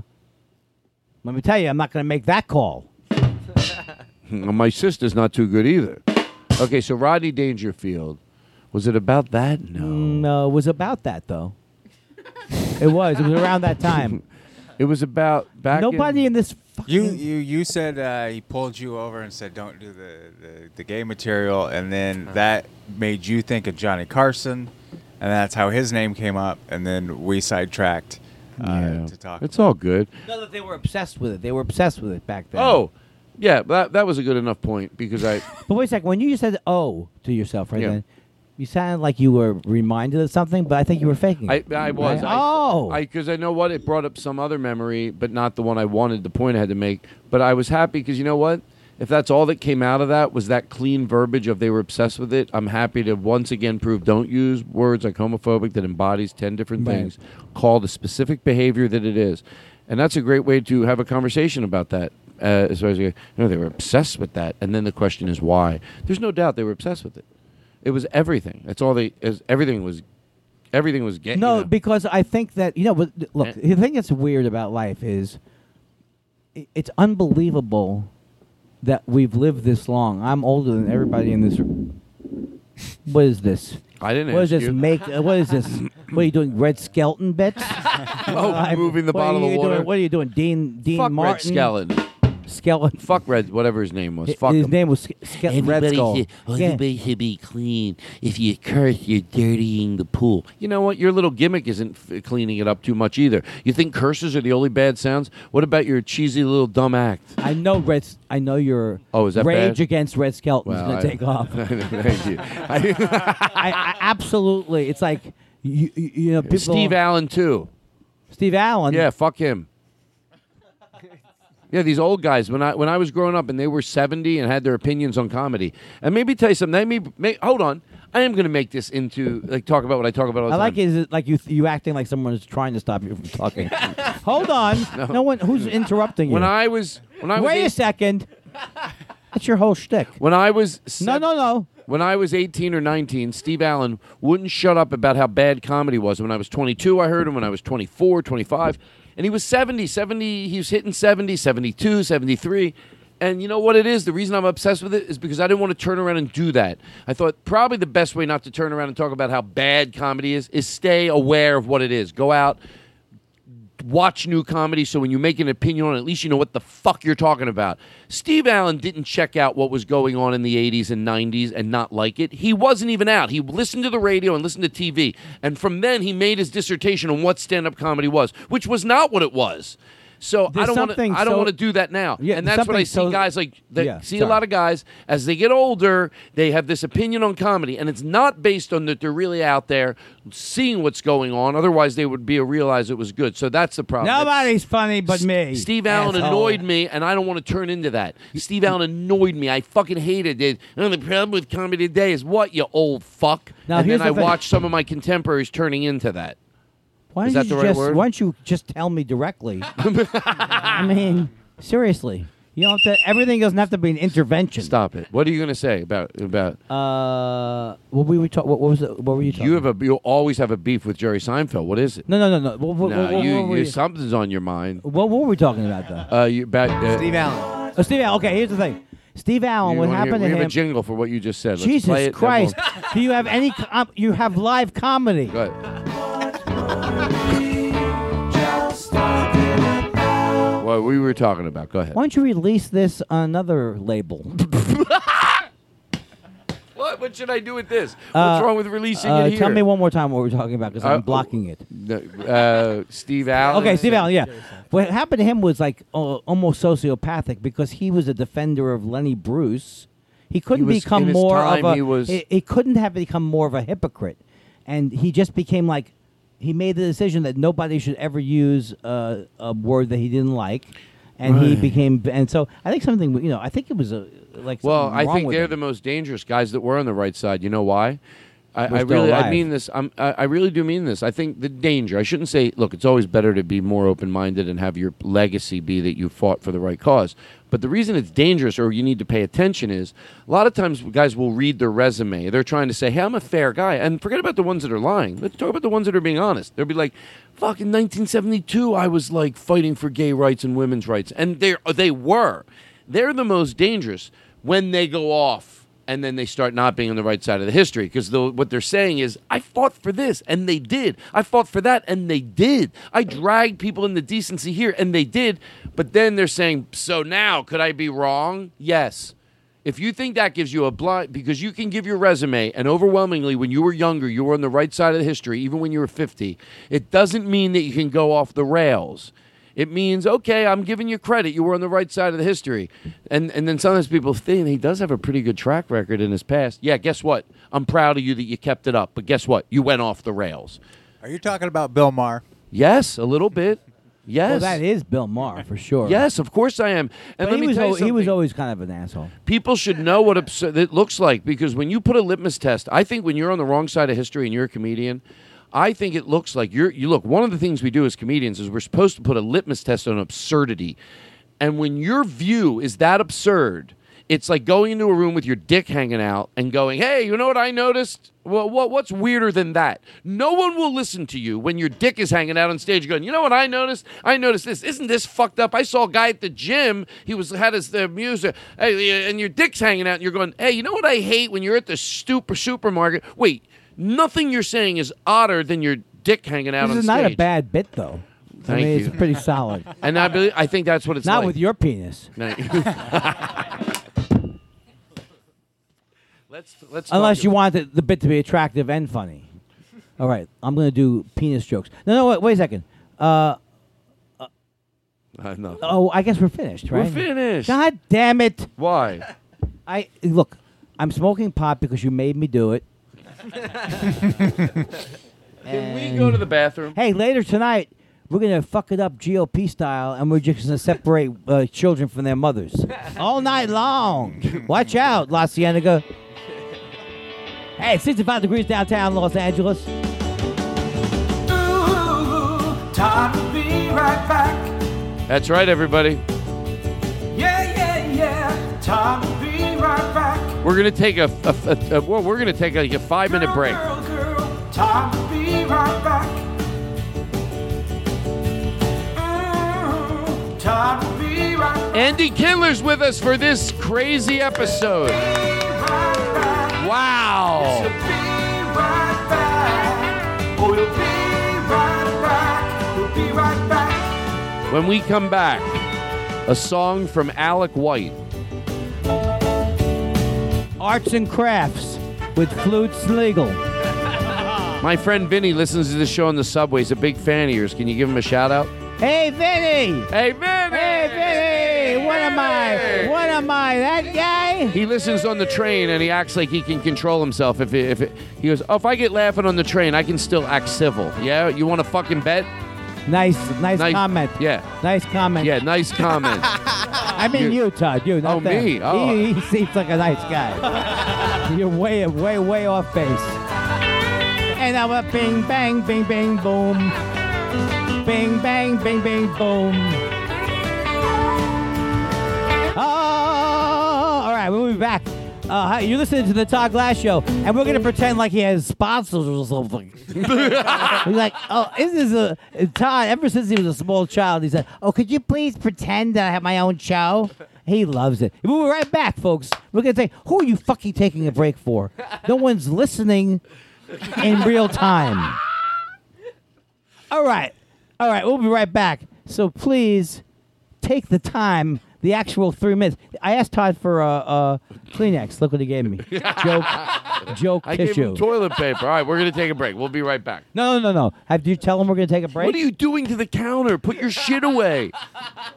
[SPEAKER 6] let me tell you, I'm not going to make that call.
[SPEAKER 5] Mm, My sister's not too good either. Okay, so Rodney Dangerfield. Was it about that? No.
[SPEAKER 6] No, it was about that though. it was. It was around that time.
[SPEAKER 5] [laughs] it was about back.
[SPEAKER 6] Nobody in, this.
[SPEAKER 9] You you you said uh, he pulled you over and said don't do the, the, the gay material, and then
[SPEAKER 5] Uh-huh.
[SPEAKER 9] that made you think of Johnny Carson, and that's how his name came up, and then we sidetracked uh, to talk.
[SPEAKER 5] It's all good.
[SPEAKER 6] No, that they were obsessed with it. They were obsessed with it back then.
[SPEAKER 5] Oh, yeah, that, that was a good enough point because I.
[SPEAKER 6] But wait a second. When you said "oh" to yourself right
[SPEAKER 5] Yeah.
[SPEAKER 6] then, you sounded like you were reminded of something, but I think you were faking.
[SPEAKER 5] I,
[SPEAKER 6] it,
[SPEAKER 5] I was.
[SPEAKER 6] right?
[SPEAKER 5] I,
[SPEAKER 6] oh,
[SPEAKER 5] Because I, know what? It brought up some other memory, but not the one I wanted, the point I had to make. But I was happy because you know what? If that's all that came out of that was that clean verbiage of they were obsessed with it, I'm happy to once again prove don't use words like homophobic that embodies 10 different
[SPEAKER 6] Right.
[SPEAKER 5] things. Call the specific behavior that it is. And that's a great way to have a conversation about that. Uh, as far as you know, they were obsessed with that. And then the question is why? There's no doubt they were obsessed with it. It was everything. That's all they, is everything was, everything was gay.
[SPEAKER 6] no, because I think that Uh, you know. but- Look, the thing that's weird about life is, i- it's unbelievable that we've lived this long. I'm older than everybody in this. room. What is this?
[SPEAKER 5] I didn't
[SPEAKER 6] What is
[SPEAKER 5] ask
[SPEAKER 6] this
[SPEAKER 5] you.
[SPEAKER 6] make? uh, what
[SPEAKER 5] [laughs]
[SPEAKER 6] is this? What are you doing? Red Skelton bits?
[SPEAKER 5] Oh,
[SPEAKER 6] [laughs] I'm-
[SPEAKER 5] moving the
[SPEAKER 6] what are
[SPEAKER 5] bottle of
[SPEAKER 6] you doing-
[SPEAKER 5] water.
[SPEAKER 6] what are you doing, Dean? Dean
[SPEAKER 5] Fuck
[SPEAKER 6] Martin.
[SPEAKER 5] Red Skeleton.
[SPEAKER 6] Skeleton.
[SPEAKER 5] Fuck Red, whatever his name was.
[SPEAKER 6] Hi-
[SPEAKER 5] Fuck
[SPEAKER 6] his
[SPEAKER 5] him.
[SPEAKER 6] name was Ske- Ske- Red Everybody Skull. should- oh, Yeah. everybody
[SPEAKER 5] should be clean. If you curse, you're dirtying the pool. You know what? Your little gimmick isn't f- cleaning it up too much either. You think curses are the only bad sounds? What about your cheesy little dumb act?
[SPEAKER 6] I know Red. S- I know your
[SPEAKER 5] Oh, is that
[SPEAKER 6] rage
[SPEAKER 5] bad?
[SPEAKER 6] against Red Skelton's
[SPEAKER 5] Well, [laughs]
[SPEAKER 6] gonna
[SPEAKER 5] I-
[SPEAKER 6] take off.
[SPEAKER 5] Thank
[SPEAKER 6] [laughs]
[SPEAKER 5] you. I, [laughs]
[SPEAKER 6] I absolutely. It's like you, you, you know people.
[SPEAKER 5] Steve Allen too.
[SPEAKER 6] Steve Allen.
[SPEAKER 5] Yeah, fuck him. Yeah, these old guys. When I when I was growing up, and they were seventy and had their opinions on comedy. And maybe tell you something. They may, may, hold on. I am going to make this into like talk about what I talk about. All the
[SPEAKER 6] I like
[SPEAKER 5] time.
[SPEAKER 6] it, is it like you you acting like someone is trying to stop you from talking.
[SPEAKER 5] [laughs]
[SPEAKER 6] Hold on. No. one who's interrupting you.
[SPEAKER 5] When I was when I was
[SPEAKER 6] Wait
[SPEAKER 5] eight-
[SPEAKER 6] a second. That's your whole shtick.
[SPEAKER 5] When I was
[SPEAKER 6] No, no, no.
[SPEAKER 5] When I was 18 or 19, Steve Allen wouldn't shut up about how bad comedy was. When I was 22, I heard him. When I was 24, 25, and he was 70, 70. He was hitting 70, 72, 73. And you know what it is? The reason I'm obsessed with it is because I didn't want to turn around and do that. I thought probably the best way not to turn around and talk about how bad comedy is is stay aware of what it is. Go out, watch new comedy so when you make an opinion on it, at least you know what the fuck you're talking about. Steve Allen didn't check out what was going on in the 80s and 90s and not like it. He wasn't even out. He listened to the radio and listened to TV. And from then, he made his dissertation on what stand up comedy was, which was not what it was. So I
[SPEAKER 4] There's
[SPEAKER 5] don't want to.
[SPEAKER 4] something
[SPEAKER 5] I don't
[SPEAKER 4] so-
[SPEAKER 5] want to do that now.
[SPEAKER 4] Yeah,
[SPEAKER 5] and that's what I
[SPEAKER 4] something so-
[SPEAKER 5] see guys like. That
[SPEAKER 4] Yeah,
[SPEAKER 5] see a
[SPEAKER 4] sorry.
[SPEAKER 5] lot of guys as they get older, they have this opinion on comedy, and it's not based on that they're really out there seeing what's going on. Otherwise, they would be a realize it was good. So that's the problem. That's-
[SPEAKER 6] Nobody's funny but me.
[SPEAKER 5] Steve Allen
[SPEAKER 6] asshole.
[SPEAKER 5] annoyed me, and I don't want to turn into that. Steve Allen annoyed me. I fucking hated it. And the problem with comedy today is what, you old fuck?
[SPEAKER 6] Now,
[SPEAKER 5] and
[SPEAKER 6] here's
[SPEAKER 5] then I
[SPEAKER 6] the thing.
[SPEAKER 5] watched some of my contemporaries turning into that.
[SPEAKER 6] Why
[SPEAKER 5] Is
[SPEAKER 6] don't
[SPEAKER 5] that the
[SPEAKER 6] you
[SPEAKER 5] right
[SPEAKER 6] just,
[SPEAKER 5] word?
[SPEAKER 6] Why don't you just tell me
[SPEAKER 5] [laughs]
[SPEAKER 6] directly? I mean, seriously, you don't have to. Everything doesn't have to be an intervention.
[SPEAKER 5] Stop it. What are you going to say about about?
[SPEAKER 6] Uh, what we were talking. What, what was? The, what were you talking?
[SPEAKER 5] You have a you always have a beef with Jerry Seinfeld. What is it?
[SPEAKER 6] No, no, no, no. What, what,
[SPEAKER 5] no,
[SPEAKER 6] what, what
[SPEAKER 5] you,
[SPEAKER 6] were
[SPEAKER 5] you
[SPEAKER 6] we-
[SPEAKER 5] something's on your mind.
[SPEAKER 6] What were we talking about though?
[SPEAKER 5] Uh, you about uh,
[SPEAKER 6] Steve Allen. Oh, Steve Allen. Okay, here's the thing. Steve Allen.
[SPEAKER 5] you
[SPEAKER 6] What
[SPEAKER 5] wanna hear-
[SPEAKER 6] happened
[SPEAKER 5] we
[SPEAKER 6] to
[SPEAKER 5] have
[SPEAKER 6] him?
[SPEAKER 5] a jingle for what you just said. Let's play it,
[SPEAKER 6] Jesus
[SPEAKER 5] then we'll- [laughs]
[SPEAKER 6] Christ! Do you have any? Com- you have live comedy.
[SPEAKER 5] Good. What we were talking about. Go ahead.
[SPEAKER 6] Why don't you release this on another label?
[SPEAKER 5] What? What should I do with this?
[SPEAKER 6] Uh,
[SPEAKER 5] [laughs] What's wrong with releasing
[SPEAKER 6] uh,
[SPEAKER 5] it here?
[SPEAKER 6] Tell me one more time what we're talking about because
[SPEAKER 5] Uh,
[SPEAKER 6] I'm blocking it.
[SPEAKER 5] No, uh, Steve Allen.
[SPEAKER 6] Okay, Steve Allen. Yeah, what happened to him was like uh, almost sociopathic because he was a defender of Lenny Bruce. He couldn't
[SPEAKER 5] was- in
[SPEAKER 6] become
[SPEAKER 5] his
[SPEAKER 6] more
[SPEAKER 5] time,
[SPEAKER 6] of a.
[SPEAKER 5] he was-
[SPEAKER 6] he couldn't have become more of a hypocrite, and he just became like. He made the decision that nobody should ever use uh, a word that he didn't like, and he
[SPEAKER 5] Right.
[SPEAKER 6] became. And so I think something. You know, I think it was a like.
[SPEAKER 5] Well,
[SPEAKER 6] something
[SPEAKER 5] I
[SPEAKER 6] wrong
[SPEAKER 5] think
[SPEAKER 6] with
[SPEAKER 5] they're
[SPEAKER 6] him.
[SPEAKER 5] the most dangerous guys that were on the right side. You know why? I,
[SPEAKER 6] We're
[SPEAKER 5] I
[SPEAKER 6] still
[SPEAKER 5] really, I
[SPEAKER 6] alive.
[SPEAKER 5] mean this. I'm, I, I really do mean this. I think the danger. I shouldn't say. Look, it's always better to be more open-minded and have your legacy be that you fought for the right cause. But the reason it's dangerous, or you need to pay attention, is a lot of times guys will read their resume. They're trying to say, "Hey, I'm a fair guy," and forget about the ones that are lying. Let's talk about the ones that are being honest. They'll be like, "Fuck, in 1972, I was like fighting for gay rights and women's rights," and they they were. They're the most dangerous when they go off and then they start not being on the right side of the history because the, what they're saying is, I fought for this and they did. I fought for that and they did. I dragged people into decency here and they did. But then they're saying, so now could I be wrong? Yes. If you think that gives you a blind, because you can give your resume, and overwhelmingly, when you were younger, you were on the right side of the history, even when you were 50, it doesn't mean that you can go off the rails. It means, okay, I'm giving you credit. You were on the right side of the history. And, and then sometimes people think he does have a pretty good track record in his past. Yeah, guess what? I'm proud of you that you kept it up. But guess what? You went off the rails.
[SPEAKER 9] Are you talking about Uh, Bill Maher?
[SPEAKER 5] Yes, a little bit. Yes.
[SPEAKER 6] Well, that is Bill Maher for sure.
[SPEAKER 5] Yes, of course I am. And
[SPEAKER 6] But
[SPEAKER 5] let
[SPEAKER 6] he
[SPEAKER 5] me
[SPEAKER 6] was
[SPEAKER 5] tell you
[SPEAKER 6] al- he was
[SPEAKER 5] something.
[SPEAKER 6] always kind of an asshole.
[SPEAKER 5] People should know what abs- it looks like because when you put a litmus test, I think when you're on the wrong side of history and you're a comedian, I think it looks like you're. You look. One of the things we do as comedians is we're supposed to put a litmus test on absurdity, and when your view is that absurd, it's like going into a room with your dick hanging out and going, "Hey, you know what I noticed? Well, what what's weirder than that? No one will listen to you when your dick is hanging out on stage, going, "You know what I noticed? I noticed this. Isn't this fucked up? I saw a guy at the gym. He was had his uh, music, hey, and your dick's hanging out, and you're going, "Hey, you know what I hate when you're at the super supermarket? Wait, nothing you're saying is odder than your dick hanging out
[SPEAKER 6] This
[SPEAKER 5] on
[SPEAKER 6] is
[SPEAKER 5] stage.
[SPEAKER 6] not a bad bit though. I
[SPEAKER 5] Thank
[SPEAKER 6] mean,
[SPEAKER 5] you.
[SPEAKER 6] it's pretty
[SPEAKER 5] [laughs]
[SPEAKER 6] solid.
[SPEAKER 5] and I believe I think that's what it's
[SPEAKER 6] not
[SPEAKER 5] like.
[SPEAKER 6] with your penis.
[SPEAKER 5] let's let's talk
[SPEAKER 6] Unless you
[SPEAKER 5] about-
[SPEAKER 6] want the, the bit to be attractive and funny. All right, I'm going to do penis jokes. No, no, wait, wait a second. Uh,
[SPEAKER 5] I know.
[SPEAKER 6] oh, I guess we're finished,
[SPEAKER 5] We're
[SPEAKER 6] right?
[SPEAKER 5] finished.
[SPEAKER 6] God damn it!
[SPEAKER 5] Why?
[SPEAKER 6] I look. I'm smoking pot because you made me do
[SPEAKER 5] [laughs]
[SPEAKER 6] it.
[SPEAKER 5] Can we
[SPEAKER 6] And-
[SPEAKER 5] go to the bathroom?
[SPEAKER 6] Hey, later tonight we're gonna fuck it up GOP style, and we're just gonna separate uh, children from
[SPEAKER 5] [laughs]
[SPEAKER 6] their mothers all night long. Watch out,
[SPEAKER 5] [laughs]
[SPEAKER 6] La Cienega. Hey, 65 degrees downtown Los Angeles.
[SPEAKER 13] Ooh, Todd will be right back.
[SPEAKER 5] [laughs] That's right, everybody.
[SPEAKER 13] Yeah, yeah, yeah. Todd will be right back.
[SPEAKER 5] We're gonna take a, a, a, a- well, we're gonna take like a five minute break.
[SPEAKER 13] Girl, girl, Todd will be right back. Ooh, Todd will be right
[SPEAKER 5] Andy Kindler's with us for this crazy episode. Wow.
[SPEAKER 13] Oh, he'll be right back. He'll be right back.
[SPEAKER 5] When we come back, a song from Alec White.
[SPEAKER 6] Arts and crafts with
[SPEAKER 5] [laughs]
[SPEAKER 6] flutes legal.
[SPEAKER 5] My friend Vinny listens to the show on the subway. He's a big fan of yours. Can you give him a shout out?
[SPEAKER 6] Hey, Vinny!
[SPEAKER 5] Hey, Vinny!
[SPEAKER 6] Hey, Vinny! What am I? What am I? That guy?
[SPEAKER 5] He listens on the train and he acts like he can control himself. If it, if it, he goes, oh, if I get laughing on the train, I can still act civil. Yeah, you want to fucking bet?
[SPEAKER 6] Nice, nice, comment.
[SPEAKER 5] Yeah,
[SPEAKER 6] nice comment.
[SPEAKER 5] Yeah, nice comment.
[SPEAKER 6] [laughs] I mean, you, Todd. You. Not
[SPEAKER 5] Oh,
[SPEAKER 6] them.
[SPEAKER 5] me. Oh.
[SPEAKER 6] He, he seems like a nice
[SPEAKER 5] [laughs]
[SPEAKER 6] guy. You're way, way, way off base. And I went bing, bang, bing, bing, boom. Bing, bang, bing, bing, boom. Oh, all right, we'll be back. Uh, hi, you're listening to the Todd Glass Show, and we're gonna pretend like he has sponsors or something. We're like, oh, this is a Todd. Ever since he was a small child, he said, "Oh, could you please pretend that I have my own show?" He loves it. We'll be right back, folks. We're gonna say, "Who are you fucking taking a break for?" No one's listening in real time. All right, all right. We'll be right back. So please take the time. The actual three minutes. I asked Todd for a uh, uh, Kleenex. Look what he
[SPEAKER 5] [laughs]
[SPEAKER 6] gave me. [laughs] Joke, joke
[SPEAKER 5] I
[SPEAKER 6] tissue.
[SPEAKER 5] gave him toilet paper. All right, we're gonna take a break. We'll be right back.
[SPEAKER 6] No, no, no, no. Have you tell him we're gonna take a break?
[SPEAKER 5] What are you doing to the counter? Put your shit away.
[SPEAKER 6] I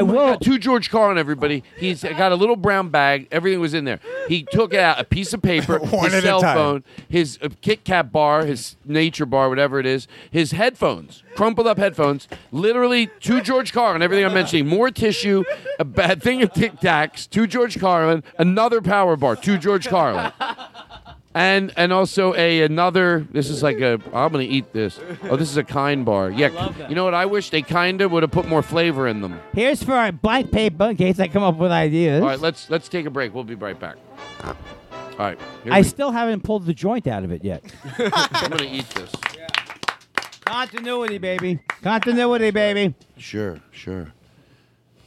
[SPEAKER 5] Oh my
[SPEAKER 6] will.
[SPEAKER 5] God, To George Carlin, everybody. He's got a little brown bag. Everything was in there. He took out a piece of
[SPEAKER 9] [laughs]
[SPEAKER 5] paper,
[SPEAKER 9] One at
[SPEAKER 5] his
[SPEAKER 9] a
[SPEAKER 5] cell
[SPEAKER 9] time.
[SPEAKER 5] phone, his uh, Kit Kat bar, his Nature bar, whatever it is, his headphones, crumpled up headphones, literally to George Carlin. Everything I'm mentioning, more tissue, a bad thing of Tic Tacs, to George Carlin, another power bar, to George Carlin. And and also a another. This is like a. I'm gonna eat this. Oh, this is a kind bar. Yeah, you know what? I wish they kinda would have put more flavor in them.
[SPEAKER 6] Here's for our blank paper in case I come up with ideas.
[SPEAKER 5] All right, let's let's take a break. We'll be right back. All right, here
[SPEAKER 6] I
[SPEAKER 5] we-
[SPEAKER 6] still haven't pulled the joint out of it yet.
[SPEAKER 5] [laughs] I'm gonna eat this.
[SPEAKER 6] Continuity, baby. Continuity, baby.
[SPEAKER 5] Sure, sure.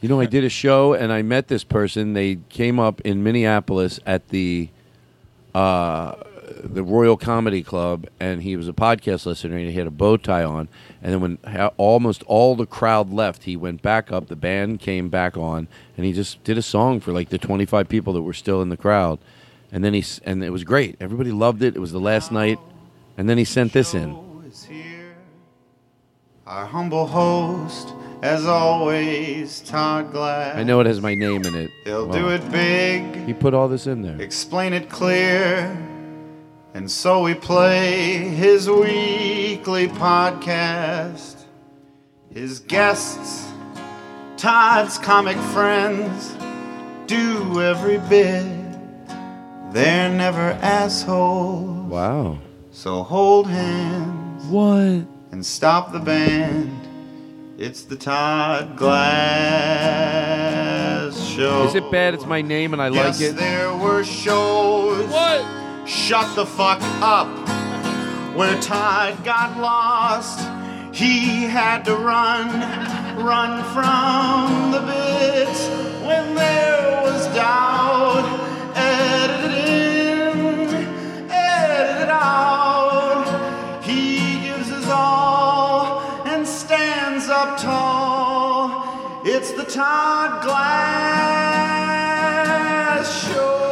[SPEAKER 5] You know, I did a show and I met this person. They came up in Minneapolis at the uh, the Royal Comedy Club, and he was a podcast listener. and He had a bow tie on, and then when ha- almost all the crowd left, he went back up. The band came back on, and he just did a song for like the twenty five people that were still in the crowd. And then he s- and it was great. Everybody loved it. It was the last night, and then he sent this in.
[SPEAKER 14] is here. Our humble host, as always, Todd Glass.
[SPEAKER 5] I know it has my name in it.
[SPEAKER 14] He'll
[SPEAKER 5] Wow.
[SPEAKER 14] do it big,
[SPEAKER 5] He put all this in there.
[SPEAKER 14] explain it clear, and so we play his weekly podcast. His guests, Todd's comic friends, do every bit. They're never assholes.
[SPEAKER 5] Wow.
[SPEAKER 14] So hold hands.
[SPEAKER 5] What?
[SPEAKER 14] And stop the band. It's the Todd Glass Show.
[SPEAKER 5] Is it bad? It's my name, and I like
[SPEAKER 14] yes,
[SPEAKER 5] it.
[SPEAKER 14] there were shows. What? Shut the fuck up. Where Todd got lost, he had to run, run from the bits when there was doubt. Edit in, edit out. He gives his all and stands up tall. It's the Todd Glass Show.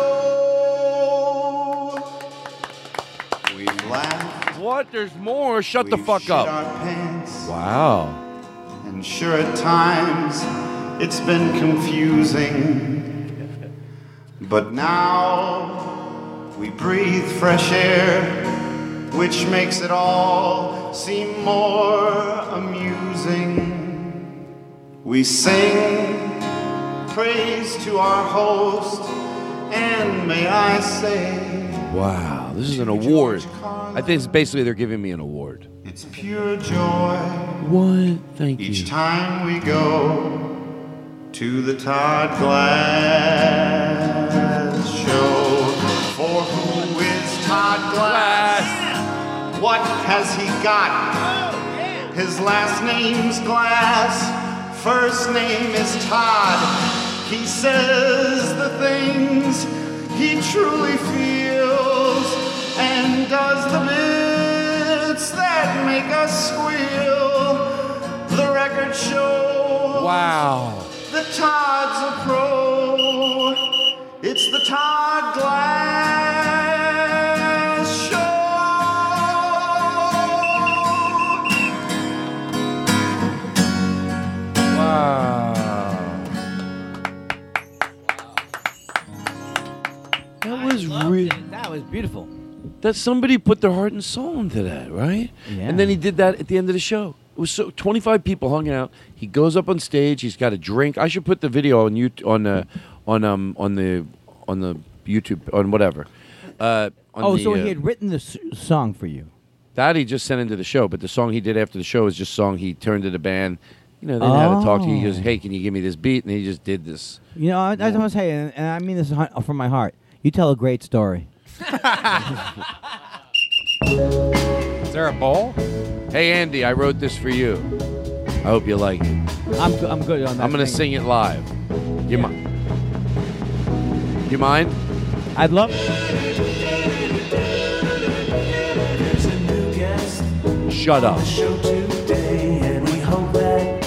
[SPEAKER 14] We laugh.
[SPEAKER 5] What? There's more. Shut the fuck up. Wow.
[SPEAKER 14] And sure, at times it's been confusing. But now we breathe fresh air, which makes it all seem more amusing. We sing praise to our host, and may I say,
[SPEAKER 5] Wow. This is an award. I think it's basically they're giving me an award.
[SPEAKER 14] it's pure joy.
[SPEAKER 5] What? Thank
[SPEAKER 14] Each time we go to the Todd Glass show, for who is Todd Glass? What has he got? His last name's Glass, first name is Todd. He says the things he truly feels and does the bits that make us squeal. The record shows
[SPEAKER 5] Wow.
[SPEAKER 14] the Todd's a pro. It's the Todd Glass Show.
[SPEAKER 5] was really
[SPEAKER 6] That was beautiful.
[SPEAKER 5] that somebody put their heart and soul into that, right? And then he did that at the end of the show. It was so 25 people hung out. He goes up on stage. He's got a drink. I should put the video on you on uh, on um on the on the YouTube on whatever. Uh, on
[SPEAKER 6] oh,
[SPEAKER 5] the,
[SPEAKER 6] so
[SPEAKER 5] uh,
[SPEAKER 6] he had written the s- song for you.
[SPEAKER 5] that he just sent into the show, but the song he did after the show is just song he turned to the band. You know, they didn't have a talk to you. He goes,
[SPEAKER 6] Oh.
[SPEAKER 5] "Hey, can you give me this beat?" And he just did this.
[SPEAKER 6] You know, I, I was gonna say, and, and I mean this hu- from my heart. You tell a great story.
[SPEAKER 5] Is there a bowl? Hey, Andy, I wrote this for you. I hope you like it.
[SPEAKER 6] I'm, go- I'm good on that.
[SPEAKER 5] I'm gonna
[SPEAKER 6] thing.
[SPEAKER 5] sing it live. You mind? You mind?
[SPEAKER 6] I'd love.
[SPEAKER 10] There's a new guest
[SPEAKER 5] Shut
[SPEAKER 10] on
[SPEAKER 5] up.
[SPEAKER 10] the show today, and we hope that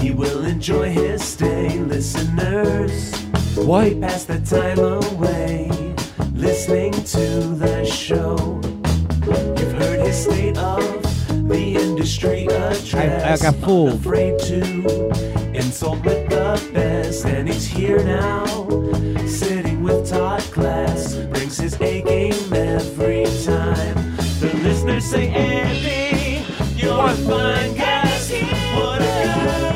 [SPEAKER 10] he will enjoy his stay. Listeners,
[SPEAKER 5] What?
[SPEAKER 10] we pass the time away listening to the show. You've heard his state of the industry
[SPEAKER 6] I, I
[SPEAKER 10] address.
[SPEAKER 6] got fooled.
[SPEAKER 10] Afraid to insult with the best, and he's here now, sitting with Todd Glass. Brings his A game every time. The listeners say, Andy, you're a fine guest. What a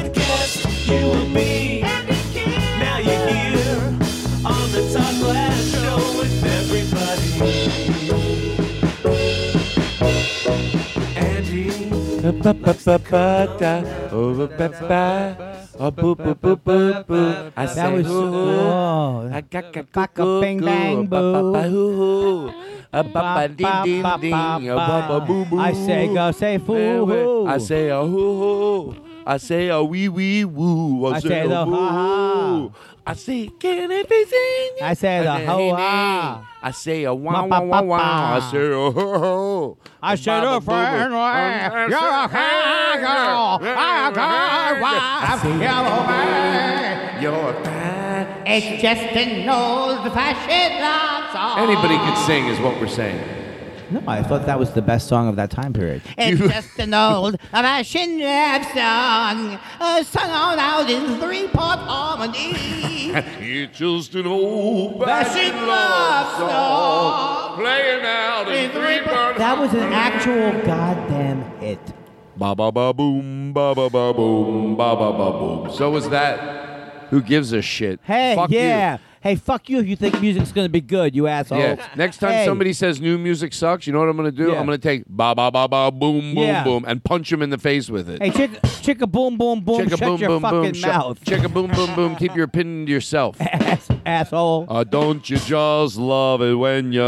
[SPEAKER 10] good guest you will be. Now you're here on the Todd Glass show with everybody.
[SPEAKER 5] Oh, I
[SPEAKER 6] That was oh,
[SPEAKER 5] Baka
[SPEAKER 6] bing bang
[SPEAKER 5] boo.
[SPEAKER 6] Uh, I say go say fool.
[SPEAKER 5] I say a hoo hoo. I say a wee wee woo.
[SPEAKER 6] I "Uh, say the
[SPEAKER 5] ha I say can it be seen?
[SPEAKER 6] I uh, say the
[SPEAKER 5] hey,
[SPEAKER 6] ho
[SPEAKER 5] hey.
[SPEAKER 6] ha.
[SPEAKER 5] I say uh, a
[SPEAKER 6] Ma,
[SPEAKER 5] wow
[SPEAKER 6] pa,
[SPEAKER 5] wow wow wow.
[SPEAKER 6] pa,
[SPEAKER 5] I
[SPEAKER 6] pa.
[SPEAKER 5] say a ho ho.
[SPEAKER 6] I say
[SPEAKER 5] Ba,
[SPEAKER 6] the
[SPEAKER 5] ba, boo,
[SPEAKER 6] friend
[SPEAKER 5] boo.
[SPEAKER 6] way. You're a kind girl. I got wife.
[SPEAKER 5] You're a bad.
[SPEAKER 7] It's just an old-fashioned love song.
[SPEAKER 5] Anybody could sing, is what we're saying.
[SPEAKER 6] No, I thought that was the best song of that time period.
[SPEAKER 7] It's just an old-fashioned love song, uh, sung all out in three-part
[SPEAKER 5] [laughs]
[SPEAKER 7] harmony.
[SPEAKER 5] it's just an old
[SPEAKER 7] Fashioned love song,
[SPEAKER 5] playing out in three parts.
[SPEAKER 6] That was an actual goddamn hit.
[SPEAKER 5] Ba ba ba boom, ba ba ba boom, ba ba ba boom. So was that. Who gives a shit?
[SPEAKER 6] Hey,
[SPEAKER 5] Fuck you.
[SPEAKER 6] yeah. Hey, fuck you if you think music's gonna be good, you asshole.
[SPEAKER 5] Yeah. Next time
[SPEAKER 6] Hey.
[SPEAKER 5] somebody says new music sucks, you know what I'm going to do?
[SPEAKER 6] Yeah.
[SPEAKER 5] I'm going to take ba ba ba ba boom boom
[SPEAKER 6] Yeah.
[SPEAKER 5] boom and punch him in the face with it.
[SPEAKER 6] Hey, chick, chicka boom boom boom,
[SPEAKER 5] Chicka
[SPEAKER 6] shut
[SPEAKER 5] boom
[SPEAKER 6] your
[SPEAKER 5] boom
[SPEAKER 6] fucking
[SPEAKER 5] boom. shut-
[SPEAKER 6] mouth,
[SPEAKER 5] Chicka boom boom boom. Keep your opinion to
[SPEAKER 6] [laughs]
[SPEAKER 5] yourself.
[SPEAKER 6] asshole.
[SPEAKER 5] Uh, don't you just love it when you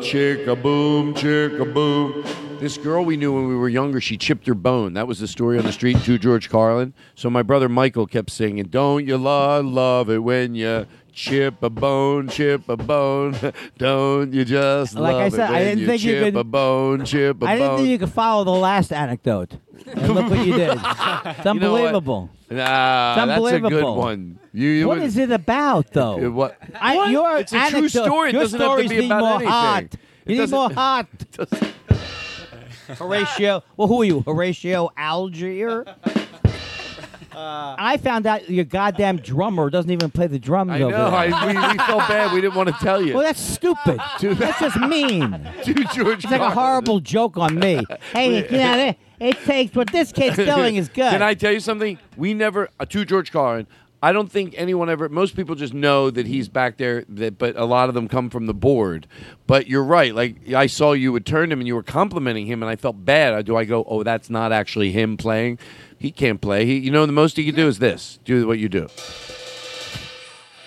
[SPEAKER 5] chicka boom, chicka boom? This girl we knew when we were younger, she chipped her bone. That was the story on the street to George Carlin. So my brother Michael kept singing, Don't you lo- love it when you chip a bone, chip a bone? [laughs] don't you just
[SPEAKER 6] Like I
[SPEAKER 5] love
[SPEAKER 6] said,
[SPEAKER 5] it
[SPEAKER 6] I
[SPEAKER 5] when
[SPEAKER 6] didn't
[SPEAKER 5] you
[SPEAKER 6] think you
[SPEAKER 5] chip
[SPEAKER 6] could-
[SPEAKER 5] a bone, chip a
[SPEAKER 6] I didn't
[SPEAKER 5] bone?
[SPEAKER 6] think you could follow the last anecdote. And look what you did. It's
[SPEAKER 5] You know what?
[SPEAKER 6] unbelievable.
[SPEAKER 5] Nah,
[SPEAKER 6] It's
[SPEAKER 5] Ah, that's a good
[SPEAKER 6] unbelievable.
[SPEAKER 5] one. You, you
[SPEAKER 6] what
[SPEAKER 5] would-
[SPEAKER 6] is it about, though?
[SPEAKER 5] It wa-
[SPEAKER 6] I, Your
[SPEAKER 5] It's a true
[SPEAKER 6] anecdote-
[SPEAKER 5] story. It
[SPEAKER 6] Your
[SPEAKER 5] doesn't have to
[SPEAKER 6] stories
[SPEAKER 5] be
[SPEAKER 6] need
[SPEAKER 5] about
[SPEAKER 6] more
[SPEAKER 5] anything.
[SPEAKER 6] heart.
[SPEAKER 5] It
[SPEAKER 6] You need
[SPEAKER 5] doesn't- [laughs]
[SPEAKER 6] more heart. Horatio. Well, who are you, Horatio Algier?
[SPEAKER 5] Uh,
[SPEAKER 6] I found out your goddamn drummer doesn't even play the drums
[SPEAKER 5] I
[SPEAKER 6] over
[SPEAKER 5] know.
[SPEAKER 6] there.
[SPEAKER 5] I, we, we
[SPEAKER 6] [laughs]
[SPEAKER 5] felt bad. We didn't want to tell you.
[SPEAKER 6] Well,
[SPEAKER 5] [laughs]
[SPEAKER 6] that's stupid. that's just mean.
[SPEAKER 5] Dude, George
[SPEAKER 6] It's like a
[SPEAKER 5] Carlin.
[SPEAKER 6] horrible joke on me.
[SPEAKER 5] [laughs]
[SPEAKER 6] Hey, you know, it, it takes what this kid's doing is good.
[SPEAKER 5] Can I tell you something? We never uh, to George Carlin. I don't think anyone ever. Most people just know that he's back there, that, but a lot of them come from the board. But you're right. Like I saw you would turn him, and you were complimenting him, and I felt bad. I, do I go? Oh, that's not actually him playing. He can't play. He, you know, the most he can do is this. Do what you do.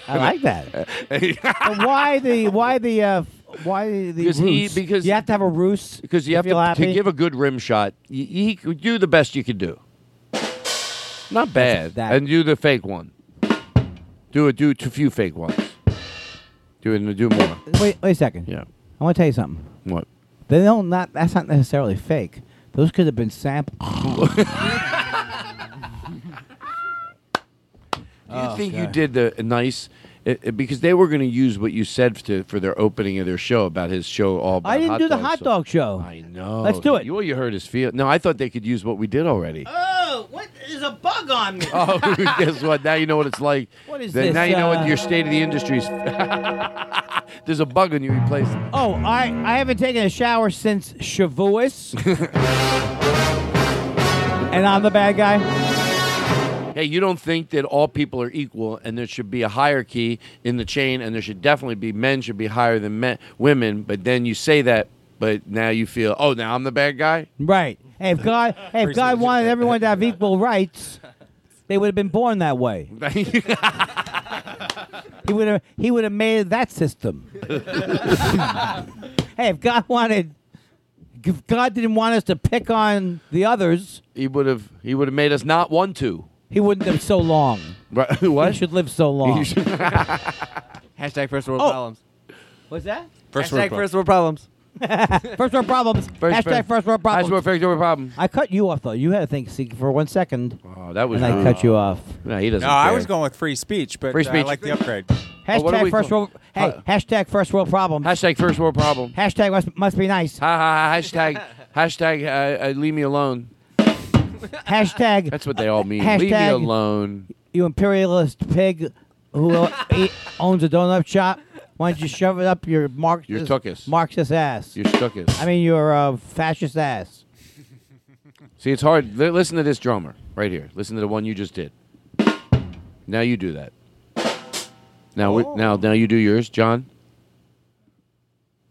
[SPEAKER 6] I like that. But why the why the uh, why the
[SPEAKER 5] [laughs] Because he-
[SPEAKER 6] roost?
[SPEAKER 5] because-
[SPEAKER 6] you have to have a roost
[SPEAKER 5] Because you have
[SPEAKER 6] feel
[SPEAKER 5] to, to
[SPEAKER 6] happy?
[SPEAKER 5] give a good rim shot. You, you could do the best you could do. Not bad. And do the fake one. Do it. Do too few fake ones. Do it. and Do more.
[SPEAKER 6] Wait, wait a second.
[SPEAKER 5] Yeah.
[SPEAKER 6] I want to tell you something.
[SPEAKER 5] What?
[SPEAKER 6] They don't not. That's not necessarily fake. Those could have
[SPEAKER 5] [laughs]
[SPEAKER 6] been sampled.
[SPEAKER 5] Do
[SPEAKER 6] Oh,
[SPEAKER 5] you think you did the nice? It, it- because they were going to use what you said to, for their opening of their show about his show all. About
[SPEAKER 6] I didn't
[SPEAKER 5] hot
[SPEAKER 6] do the
[SPEAKER 5] dogs,
[SPEAKER 6] hot
[SPEAKER 5] so-
[SPEAKER 6] dog show.
[SPEAKER 5] I know.
[SPEAKER 6] Let's do it.
[SPEAKER 5] You, all you heard is feel. No, I thought they could use what we did
[SPEAKER 6] [laughs]
[SPEAKER 5] already. [laughs]
[SPEAKER 7] Oh, what? There's a bug on me.
[SPEAKER 5] oh, guess what? Now you know what it's like.
[SPEAKER 7] What is
[SPEAKER 5] Then
[SPEAKER 7] this,
[SPEAKER 5] Now you know
[SPEAKER 7] uh,
[SPEAKER 5] what your state of the industry is. [laughs] there's a bug on you. Replace it.
[SPEAKER 6] Oh, I I haven't taken a shower since
[SPEAKER 5] [laughs]
[SPEAKER 6] Shavuos. and I'm the bad guy.
[SPEAKER 5] Hey, you don't think that all people are equal and there should be a hierarchy in the chain and there should definitely be men should be higher than men, women, but then you say that, but now you feel, oh, now I'm the bad guy?
[SPEAKER 6] Right. Hey, if God, hey, if God wanted everyone to have
[SPEAKER 8] [laughs]
[SPEAKER 6] equal rights, they would have been born that way. [laughs] he would have he would have made
[SPEAKER 8] [laughs]
[SPEAKER 6] that system. hey, if God wanted, if God didn't want us to pick on the others,
[SPEAKER 5] he would have he would have made us not want to.
[SPEAKER 6] He wouldn't have so long.
[SPEAKER 5] [laughs] Right? What?
[SPEAKER 6] He should live so long. [laughs]
[SPEAKER 8] Hashtag first world
[SPEAKER 6] Oh.
[SPEAKER 8] problems.
[SPEAKER 6] What's that?
[SPEAKER 8] Hashtag first world problems.
[SPEAKER 6] [laughs] first
[SPEAKER 5] [laughs]
[SPEAKER 6] world problems. Hashtag first, world problems.
[SPEAKER 5] Hashtag first world problems.
[SPEAKER 6] I cut you off though. You had to think see, for one second.
[SPEAKER 5] Oh, that was
[SPEAKER 6] And I
[SPEAKER 5] rude.
[SPEAKER 6] cut you off.
[SPEAKER 5] No, he doesn't.
[SPEAKER 9] No, I
[SPEAKER 5] care.
[SPEAKER 9] was going with free speech, but
[SPEAKER 5] Free
[SPEAKER 9] uh,
[SPEAKER 5] speech.
[SPEAKER 9] I like the upgrade.
[SPEAKER 5] Oh, what are
[SPEAKER 6] Hashtag
[SPEAKER 5] we
[SPEAKER 6] first
[SPEAKER 5] call-
[SPEAKER 6] world. Hey, hashtag first world problem.
[SPEAKER 5] Hashtag first world problem.
[SPEAKER 6] [sniffs] Hashtag must, must be nice.
[SPEAKER 5] Ha ha ha. Hashtag, hashtag uh, uh, leave me alone.
[SPEAKER 6] Hashtag.
[SPEAKER 5] That's what they all mean. leave me
[SPEAKER 6] hashtag-
[SPEAKER 5] alone.
[SPEAKER 6] You imperialist pig who
[SPEAKER 5] [laughs]
[SPEAKER 6] o- eat, owns a donut shop. Why don't you shove it up your Marxist,
[SPEAKER 5] Your tuckus.
[SPEAKER 6] Marxist ass?
[SPEAKER 5] You're stuck it.
[SPEAKER 6] I mean, your uh, fascist ass.
[SPEAKER 5] See, it's hard. Li- listen to this drummer right here. Listen to the one you just did. Now you do that. Now,
[SPEAKER 6] Oh.
[SPEAKER 5] we- now, now you do yours, John.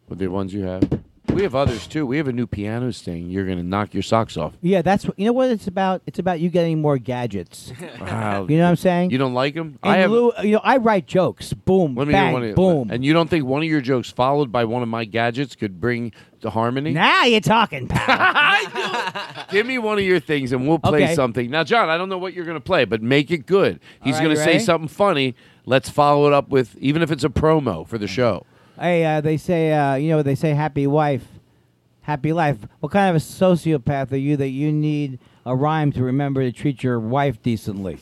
[SPEAKER 5] With the ones you have, we have others too. We have a new pianos thing. You're gonna knock your socks off.
[SPEAKER 6] Yeah, that's what, you know what it's about. It's about you getting
[SPEAKER 5] [laughs]
[SPEAKER 6] more gadgets.
[SPEAKER 5] Wow.
[SPEAKER 6] You know what I'm saying?
[SPEAKER 5] You don't like them?
[SPEAKER 6] In lieu- you know, I write jokes. Boom,
[SPEAKER 5] Let me hear
[SPEAKER 6] bang,
[SPEAKER 5] one of
[SPEAKER 6] boom.
[SPEAKER 5] And you don't think one of your jokes followed by one of my gadgets could bring the harmony?
[SPEAKER 6] Now you're talking, pal.
[SPEAKER 5] Give me one of your things and we'll play
[SPEAKER 6] Okay.
[SPEAKER 5] something. Now, John, I don't know what you're going to play, but make it good. He's
[SPEAKER 6] right,
[SPEAKER 5] going
[SPEAKER 6] you
[SPEAKER 5] to say
[SPEAKER 6] ready?
[SPEAKER 5] something funny. Let's follow it up with, even if it's a promo for the show.
[SPEAKER 6] hey, uh, they say, uh, you know, they say happy wife, happy life. What kind of a sociopath are you that you need a rhyme to remember to treat your wife decently?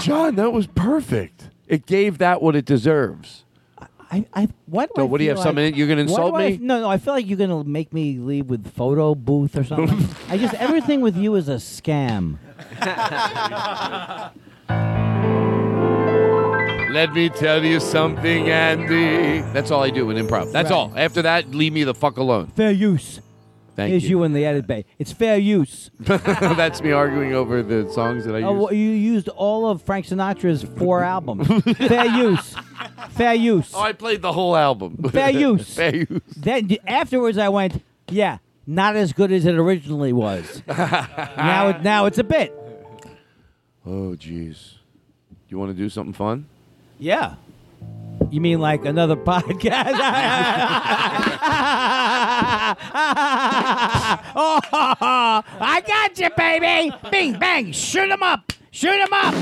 [SPEAKER 5] John, that was perfect. It gave that what it deserves.
[SPEAKER 6] I, I, what?
[SPEAKER 5] So
[SPEAKER 6] I
[SPEAKER 5] what do you
[SPEAKER 6] feel
[SPEAKER 5] have, something that you're gonna
[SPEAKER 6] why do
[SPEAKER 5] insult
[SPEAKER 6] I-
[SPEAKER 5] me?
[SPEAKER 6] no, no. I feel like you're gonna make me leave with photo booth
[SPEAKER 5] [laughs]
[SPEAKER 6] or something. I just everything with you is a scam.
[SPEAKER 5] Let me tell you something, Andy. That's all I do in improv. That's
[SPEAKER 6] Right.
[SPEAKER 5] all. After that, leave me the fuck alone.
[SPEAKER 6] Fair use.
[SPEAKER 5] Thank
[SPEAKER 6] is
[SPEAKER 5] you.
[SPEAKER 6] you. in the edit bay. It's
[SPEAKER 5] [laughs]
[SPEAKER 6] fair use.
[SPEAKER 5] That's me arguing over the songs that I
[SPEAKER 6] Oh,
[SPEAKER 5] use.
[SPEAKER 6] well, you used all of Frank Sinatra's four albums. fair use.
[SPEAKER 5] [laughs]
[SPEAKER 6] Fair use.
[SPEAKER 5] Oh, I played the whole album. [laughs]
[SPEAKER 6] Fair use.
[SPEAKER 5] Fair use.
[SPEAKER 6] Then d- afterwards, I went, yeah, not as good as it
[SPEAKER 5] [laughs]
[SPEAKER 6] originally was. now, it, now it's a bit.
[SPEAKER 5] Oh, jeez. You want to do something fun?
[SPEAKER 6] Yeah. You mean like another [laughs] [laughs] podcast? [laughs] oh, I got you, baby! Bing, bang, shoot 'em up, shoot 'em up.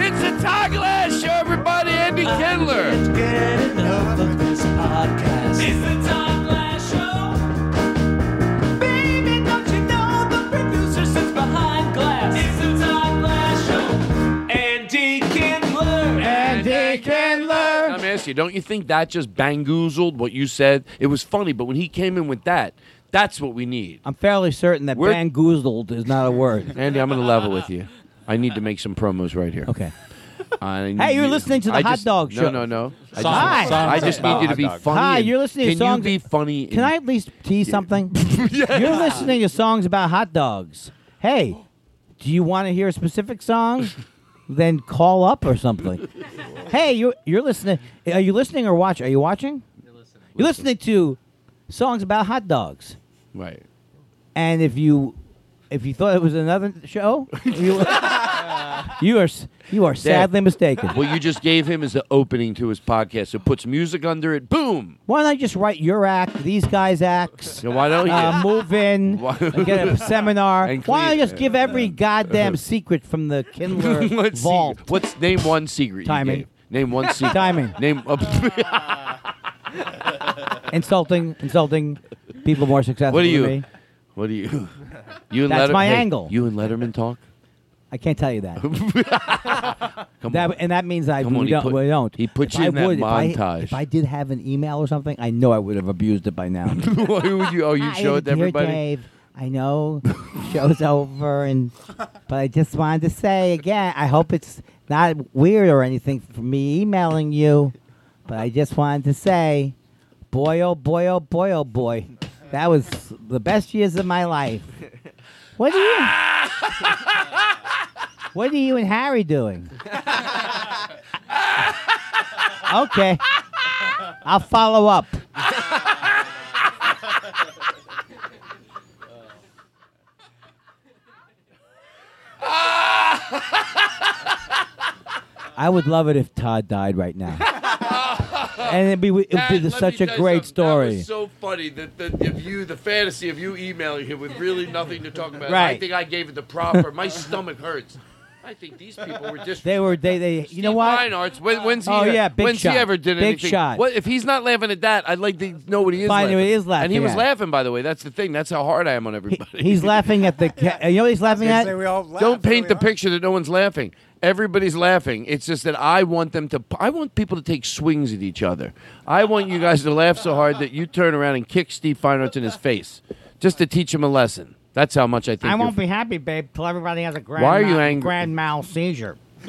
[SPEAKER 5] It's the Todd Glass Show, everybody. Andy Kindler.
[SPEAKER 10] Get enough of this podcast. It's the Todd Glass Show. Baby, don't you know the producer sits behind glass? It's the Todd Glass Show. Andy Kindler. [laughs]
[SPEAKER 6] Andy Kindler.
[SPEAKER 5] I'm asking you, don't you think that just bangoozled what you said? It was funny, but when he came in with that, that's what we need.
[SPEAKER 6] I'm fairly certain that
[SPEAKER 5] We're-
[SPEAKER 6] bangoozled is not a word.
[SPEAKER 5] Andy, I'm going to level with you. I need to make some promos right here.
[SPEAKER 6] Okay.
[SPEAKER 5] [laughs] I need
[SPEAKER 6] Hey, you're
[SPEAKER 5] you-
[SPEAKER 6] listening to the
[SPEAKER 5] I
[SPEAKER 6] Hot
[SPEAKER 5] just-
[SPEAKER 6] Dog Show.
[SPEAKER 5] No, no, no. I just,
[SPEAKER 6] Hi.
[SPEAKER 5] I just need you to be
[SPEAKER 9] Hot dog.
[SPEAKER 5] funny.
[SPEAKER 6] Hi,
[SPEAKER 5] and-
[SPEAKER 6] you're listening to
[SPEAKER 5] Can
[SPEAKER 6] songs-
[SPEAKER 5] you be funny?
[SPEAKER 6] Can I at least tease
[SPEAKER 5] [laughs]
[SPEAKER 6] something? You're listening to songs about hot dogs. Hey, do you want to hear a
[SPEAKER 5] [laughs]
[SPEAKER 6] specific song? then call up or something. hey, you you're listening. Are you listening or watch? Are you watching? You're listening. You're listening to songs about hot dogs.
[SPEAKER 5] Right.
[SPEAKER 6] And if you if you thought it was another show,
[SPEAKER 5] [laughs]
[SPEAKER 6] you, you are s- you are sadly mistaken.
[SPEAKER 5] What you just gave him is the opening to his podcast. It puts music under it. Boom.
[SPEAKER 6] Why don't I just write your act, these guys' acts?
[SPEAKER 5] Yeah, why don't you?
[SPEAKER 6] Uh, move in,
[SPEAKER 5] Why- [laughs]
[SPEAKER 6] get a seminar.
[SPEAKER 5] And
[SPEAKER 6] Why don't I
[SPEAKER 5] clean-
[SPEAKER 6] just give
[SPEAKER 5] [laughs]
[SPEAKER 6] every goddamn secret from the Kindler
[SPEAKER 5] Let's see.
[SPEAKER 6] vault?
[SPEAKER 5] [laughs] What's name one secret? you
[SPEAKER 6] Timing.
[SPEAKER 5] gave? Name one
[SPEAKER 6] [laughs]
[SPEAKER 5] secret.
[SPEAKER 6] Timing.
[SPEAKER 5] Name. [laughs]
[SPEAKER 6] Insulting, insulting people more successful
[SPEAKER 5] what are
[SPEAKER 6] than
[SPEAKER 5] you?
[SPEAKER 6] me.
[SPEAKER 5] What are you? You and
[SPEAKER 6] That's
[SPEAKER 5] Letter-
[SPEAKER 6] my
[SPEAKER 5] hey,
[SPEAKER 6] angle.
[SPEAKER 5] You and Letterman talk.
[SPEAKER 6] I can't tell you that.
[SPEAKER 5] [laughs] Come
[SPEAKER 6] that
[SPEAKER 5] on.
[SPEAKER 6] and that means I
[SPEAKER 5] Come on,
[SPEAKER 6] we
[SPEAKER 5] he
[SPEAKER 6] don't.
[SPEAKER 5] put-
[SPEAKER 6] we don't.
[SPEAKER 5] he put
[SPEAKER 6] If
[SPEAKER 5] you
[SPEAKER 6] I
[SPEAKER 5] in that
[SPEAKER 6] would, if I-
[SPEAKER 5] montage.
[SPEAKER 6] If I did have an email or something, I know I would have abused it by
[SPEAKER 5] [laughs]
[SPEAKER 6] now.
[SPEAKER 5] Why would you? Oh, you
[SPEAKER 6] Hi,
[SPEAKER 5] show it to [laughs]
[SPEAKER 6] dear
[SPEAKER 5] everybody.
[SPEAKER 6] Dave. I know [laughs] show's over, and but I just wanted to say again, I hope it's not weird or anything for me emailing you, but I just wanted to say, boy, oh boy, oh boy, oh boy, that was the best years of my life. What
[SPEAKER 5] [laughs]
[SPEAKER 6] do you? what are you and Harry
[SPEAKER 5] [laughs]
[SPEAKER 6] doing? okay, I'll
[SPEAKER 5] [laughs]
[SPEAKER 6] follow up. I would love it if Todd died right
[SPEAKER 5] [laughs]
[SPEAKER 6] now. and it'd be, it'd be
[SPEAKER 5] That- let
[SPEAKER 6] such
[SPEAKER 5] me
[SPEAKER 6] a
[SPEAKER 5] tell you
[SPEAKER 6] great
[SPEAKER 5] something, that
[SPEAKER 6] story.
[SPEAKER 5] was so funny that the, of you, the fantasy of you emailing him with really nothing to talk about. I
[SPEAKER 6] Right.
[SPEAKER 5] think I gave it the proper. My stomach hurts. I think these people were
[SPEAKER 6] [laughs]
[SPEAKER 5] just.
[SPEAKER 6] they were they they you know what?
[SPEAKER 5] Reinhardt's. When, when's he?
[SPEAKER 6] Oh, yeah, big
[SPEAKER 5] when's
[SPEAKER 6] shot.
[SPEAKER 5] he ever did
[SPEAKER 6] Big
[SPEAKER 5] anything?
[SPEAKER 6] shot.
[SPEAKER 5] What if he's not laughing at that? I'd like to know what he is.
[SPEAKER 6] Find out
[SPEAKER 5] laughing.
[SPEAKER 6] what he is laughing
[SPEAKER 5] And he was
[SPEAKER 6] at.
[SPEAKER 5] laughing, by the way. That's the thing. That's how hard I am on everybody. [laughs]
[SPEAKER 6] He's laughing at the ca- you know what he's laughing at?
[SPEAKER 5] Don't paint the picture that no one's laughing. Everybody's laughing. It's just that I want them to. I want people to take swings at each other. I want you guys to laugh so hard that you turn around and kick Steve Feinarts in his face, just to teach him a lesson. That's how much I think.
[SPEAKER 6] I
[SPEAKER 5] you're
[SPEAKER 6] won't be happy, babe, till everybody has a grand
[SPEAKER 5] Why are you
[SPEAKER 6] mal-
[SPEAKER 5] angry?
[SPEAKER 6] grand mal seizure. [laughs]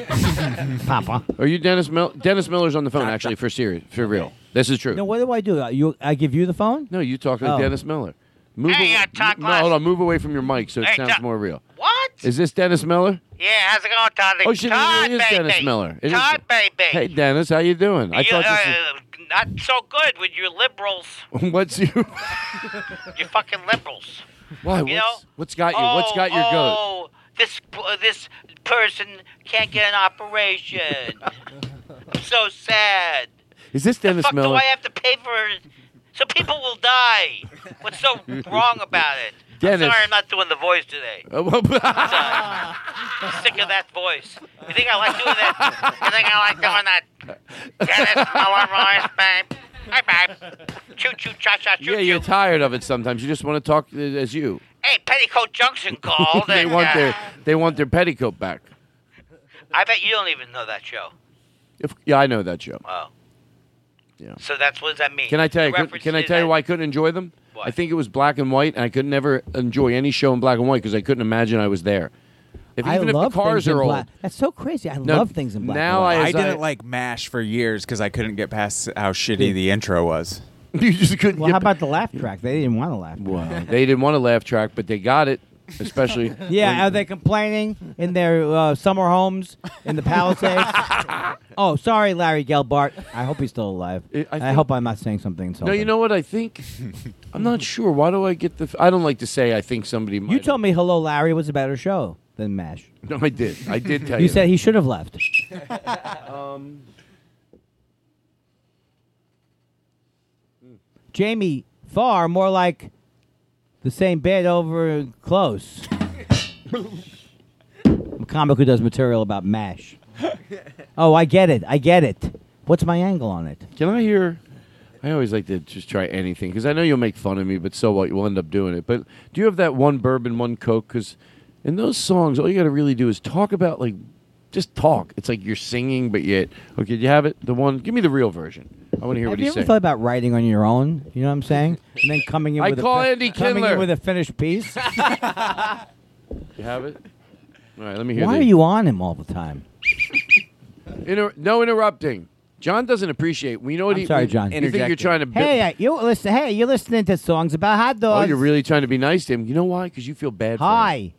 [SPEAKER 6] Papa.
[SPEAKER 5] Are you Dennis Mil- Dennis Miller's on the phone actually for serious for real? This is true.
[SPEAKER 6] No, what do I do? You I give you the phone?
[SPEAKER 5] No, you talk to
[SPEAKER 6] Oh.
[SPEAKER 5] Dennis Miller. Move
[SPEAKER 15] Hey,
[SPEAKER 5] away-
[SPEAKER 15] uh, Todd
[SPEAKER 5] no,
[SPEAKER 15] Glass.
[SPEAKER 5] hold on. Move away from your mic so it
[SPEAKER 15] Hey,
[SPEAKER 5] sounds
[SPEAKER 15] Todd-
[SPEAKER 5] more real.
[SPEAKER 15] What?
[SPEAKER 5] Is this Dennis Miller?
[SPEAKER 15] Yeah, how's it going, Todd?
[SPEAKER 5] Oh shit, it
[SPEAKER 15] Todd,
[SPEAKER 5] really is
[SPEAKER 15] baby.
[SPEAKER 5] Dennis Miller. It is-
[SPEAKER 15] Todd, baby.
[SPEAKER 5] Hey Dennis, how you doing? I
[SPEAKER 15] you,
[SPEAKER 5] thought
[SPEAKER 15] uh, not so good with your liberals.
[SPEAKER 5] [laughs] this was, what's your
[SPEAKER 15] you fucking liberals.
[SPEAKER 5] why?
[SPEAKER 15] You know?
[SPEAKER 5] what's, what's got you? what's got your goat?
[SPEAKER 15] oh, this uh, this person can't get an operation. I'm so sad.
[SPEAKER 5] Is this Dennis
[SPEAKER 15] Fuck, do
[SPEAKER 5] Miller?
[SPEAKER 15] I have to pay for? So people will die. What's so wrong about it? I'm
[SPEAKER 5] Dennis.
[SPEAKER 15] sorry, I'm not doing the voice today.
[SPEAKER 5] Uh, well, [laughs]
[SPEAKER 15] I'm sorry. I'm sick of that voice. You think I like doing that? You think I like doing that? Dennis Miller voice, babe. Hi, babe. Choo choo cha cha choo.
[SPEAKER 5] yeah, you're tired of it sometimes. You just want to talk uh, as you.
[SPEAKER 15] Hey, Petticoat Junction called.
[SPEAKER 5] [laughs] they
[SPEAKER 15] and,
[SPEAKER 5] want
[SPEAKER 15] uh,
[SPEAKER 5] their they want their petticoat back.
[SPEAKER 15] I bet you don't even know that show.
[SPEAKER 5] If, yeah, I know that show.
[SPEAKER 15] Wow.
[SPEAKER 5] Yeah.
[SPEAKER 15] So that's what does that mean?
[SPEAKER 5] Can I tell
[SPEAKER 15] The
[SPEAKER 5] you? could-
[SPEAKER 15] reference
[SPEAKER 5] Can I
[SPEAKER 15] is
[SPEAKER 5] tell you
[SPEAKER 15] that-
[SPEAKER 5] why I couldn't enjoy them?
[SPEAKER 15] Why?
[SPEAKER 5] I think it was black and white, and I could never enjoy any show in black and white because I couldn't imagine I was there. If
[SPEAKER 6] I
[SPEAKER 5] even if the
[SPEAKER 6] love
[SPEAKER 5] cars
[SPEAKER 6] things in
[SPEAKER 5] are old,
[SPEAKER 6] black. That's so crazy. I
[SPEAKER 5] No,
[SPEAKER 6] love things in black. and
[SPEAKER 5] now
[SPEAKER 6] white.
[SPEAKER 5] I-
[SPEAKER 9] I
[SPEAKER 5] as I-
[SPEAKER 9] didn't like MASH for years because I couldn't get past how shitty the intro was.
[SPEAKER 5] [laughs] you just couldn't.
[SPEAKER 6] Well, how about
[SPEAKER 5] [laughs]
[SPEAKER 6] the laugh track? They didn't want to laugh.
[SPEAKER 5] Wow. they didn't want a laugh track, but they got it.
[SPEAKER 6] [laughs]
[SPEAKER 5] Especially
[SPEAKER 6] Yeah, are they complaining in their uh, summer homes in
[SPEAKER 5] [laughs]
[SPEAKER 6] the Palisades? oh, sorry, Larry Gelbart. I hope he's still alive. I,
[SPEAKER 5] think-
[SPEAKER 6] hope I'm not saying something
[SPEAKER 5] No,
[SPEAKER 6] insulting.
[SPEAKER 5] you know what I think?
[SPEAKER 6] [laughs]
[SPEAKER 5] I'm not sure. Why do I get the? I don't like to say I think somebody. Might
[SPEAKER 6] You told me Hello Larry was a better show than MASH.
[SPEAKER 5] No, I did. I
[SPEAKER 6] [laughs]
[SPEAKER 5] did tell
[SPEAKER 6] you
[SPEAKER 5] you.
[SPEAKER 6] said he should have left.
[SPEAKER 5] um,
[SPEAKER 6] Jamie Farr, more like the same bed over close. a comic who does material about MASH. Oh, I get it. I get it. What's my angle on it?
[SPEAKER 5] Can I hear? I always like to just try anything because I know you'll make fun of me, but so what? You'll end up doing it. But do you have that one bourbon, one coke? Because in those songs, all you got to really do is talk about like, just talk. It's like you're singing, but yet okay. Do you have it? The one? Give me the real version. I want to hear
[SPEAKER 6] Have
[SPEAKER 5] what
[SPEAKER 6] you
[SPEAKER 5] he
[SPEAKER 6] ever
[SPEAKER 5] said.
[SPEAKER 6] thought about writing on your own? You know what
[SPEAKER 5] [laughs]
[SPEAKER 6] I'm saying? And then coming in
[SPEAKER 5] I
[SPEAKER 6] with
[SPEAKER 5] call
[SPEAKER 6] a
[SPEAKER 5] Andy
[SPEAKER 6] coming
[SPEAKER 5] Kindler.
[SPEAKER 6] in with a
[SPEAKER 5] [laughs]
[SPEAKER 6] finished piece. [laughs]
[SPEAKER 5] you have it? All right, let me hear.
[SPEAKER 6] Why
[SPEAKER 5] the-
[SPEAKER 6] are you on him all the time?
[SPEAKER 5] Inter- no interrupting. John doesn't appreciate. We know what
[SPEAKER 6] I'm
[SPEAKER 5] he.
[SPEAKER 6] sorry,
[SPEAKER 5] we-
[SPEAKER 6] John.
[SPEAKER 5] You think you're trying to?
[SPEAKER 6] Hey, uh, you listen. Hey, you're listening to songs about hot
[SPEAKER 5] oh,
[SPEAKER 6] dogs.
[SPEAKER 5] you're really trying to be nice to him. You know why? Because you feel bad. for him.
[SPEAKER 6] Hi,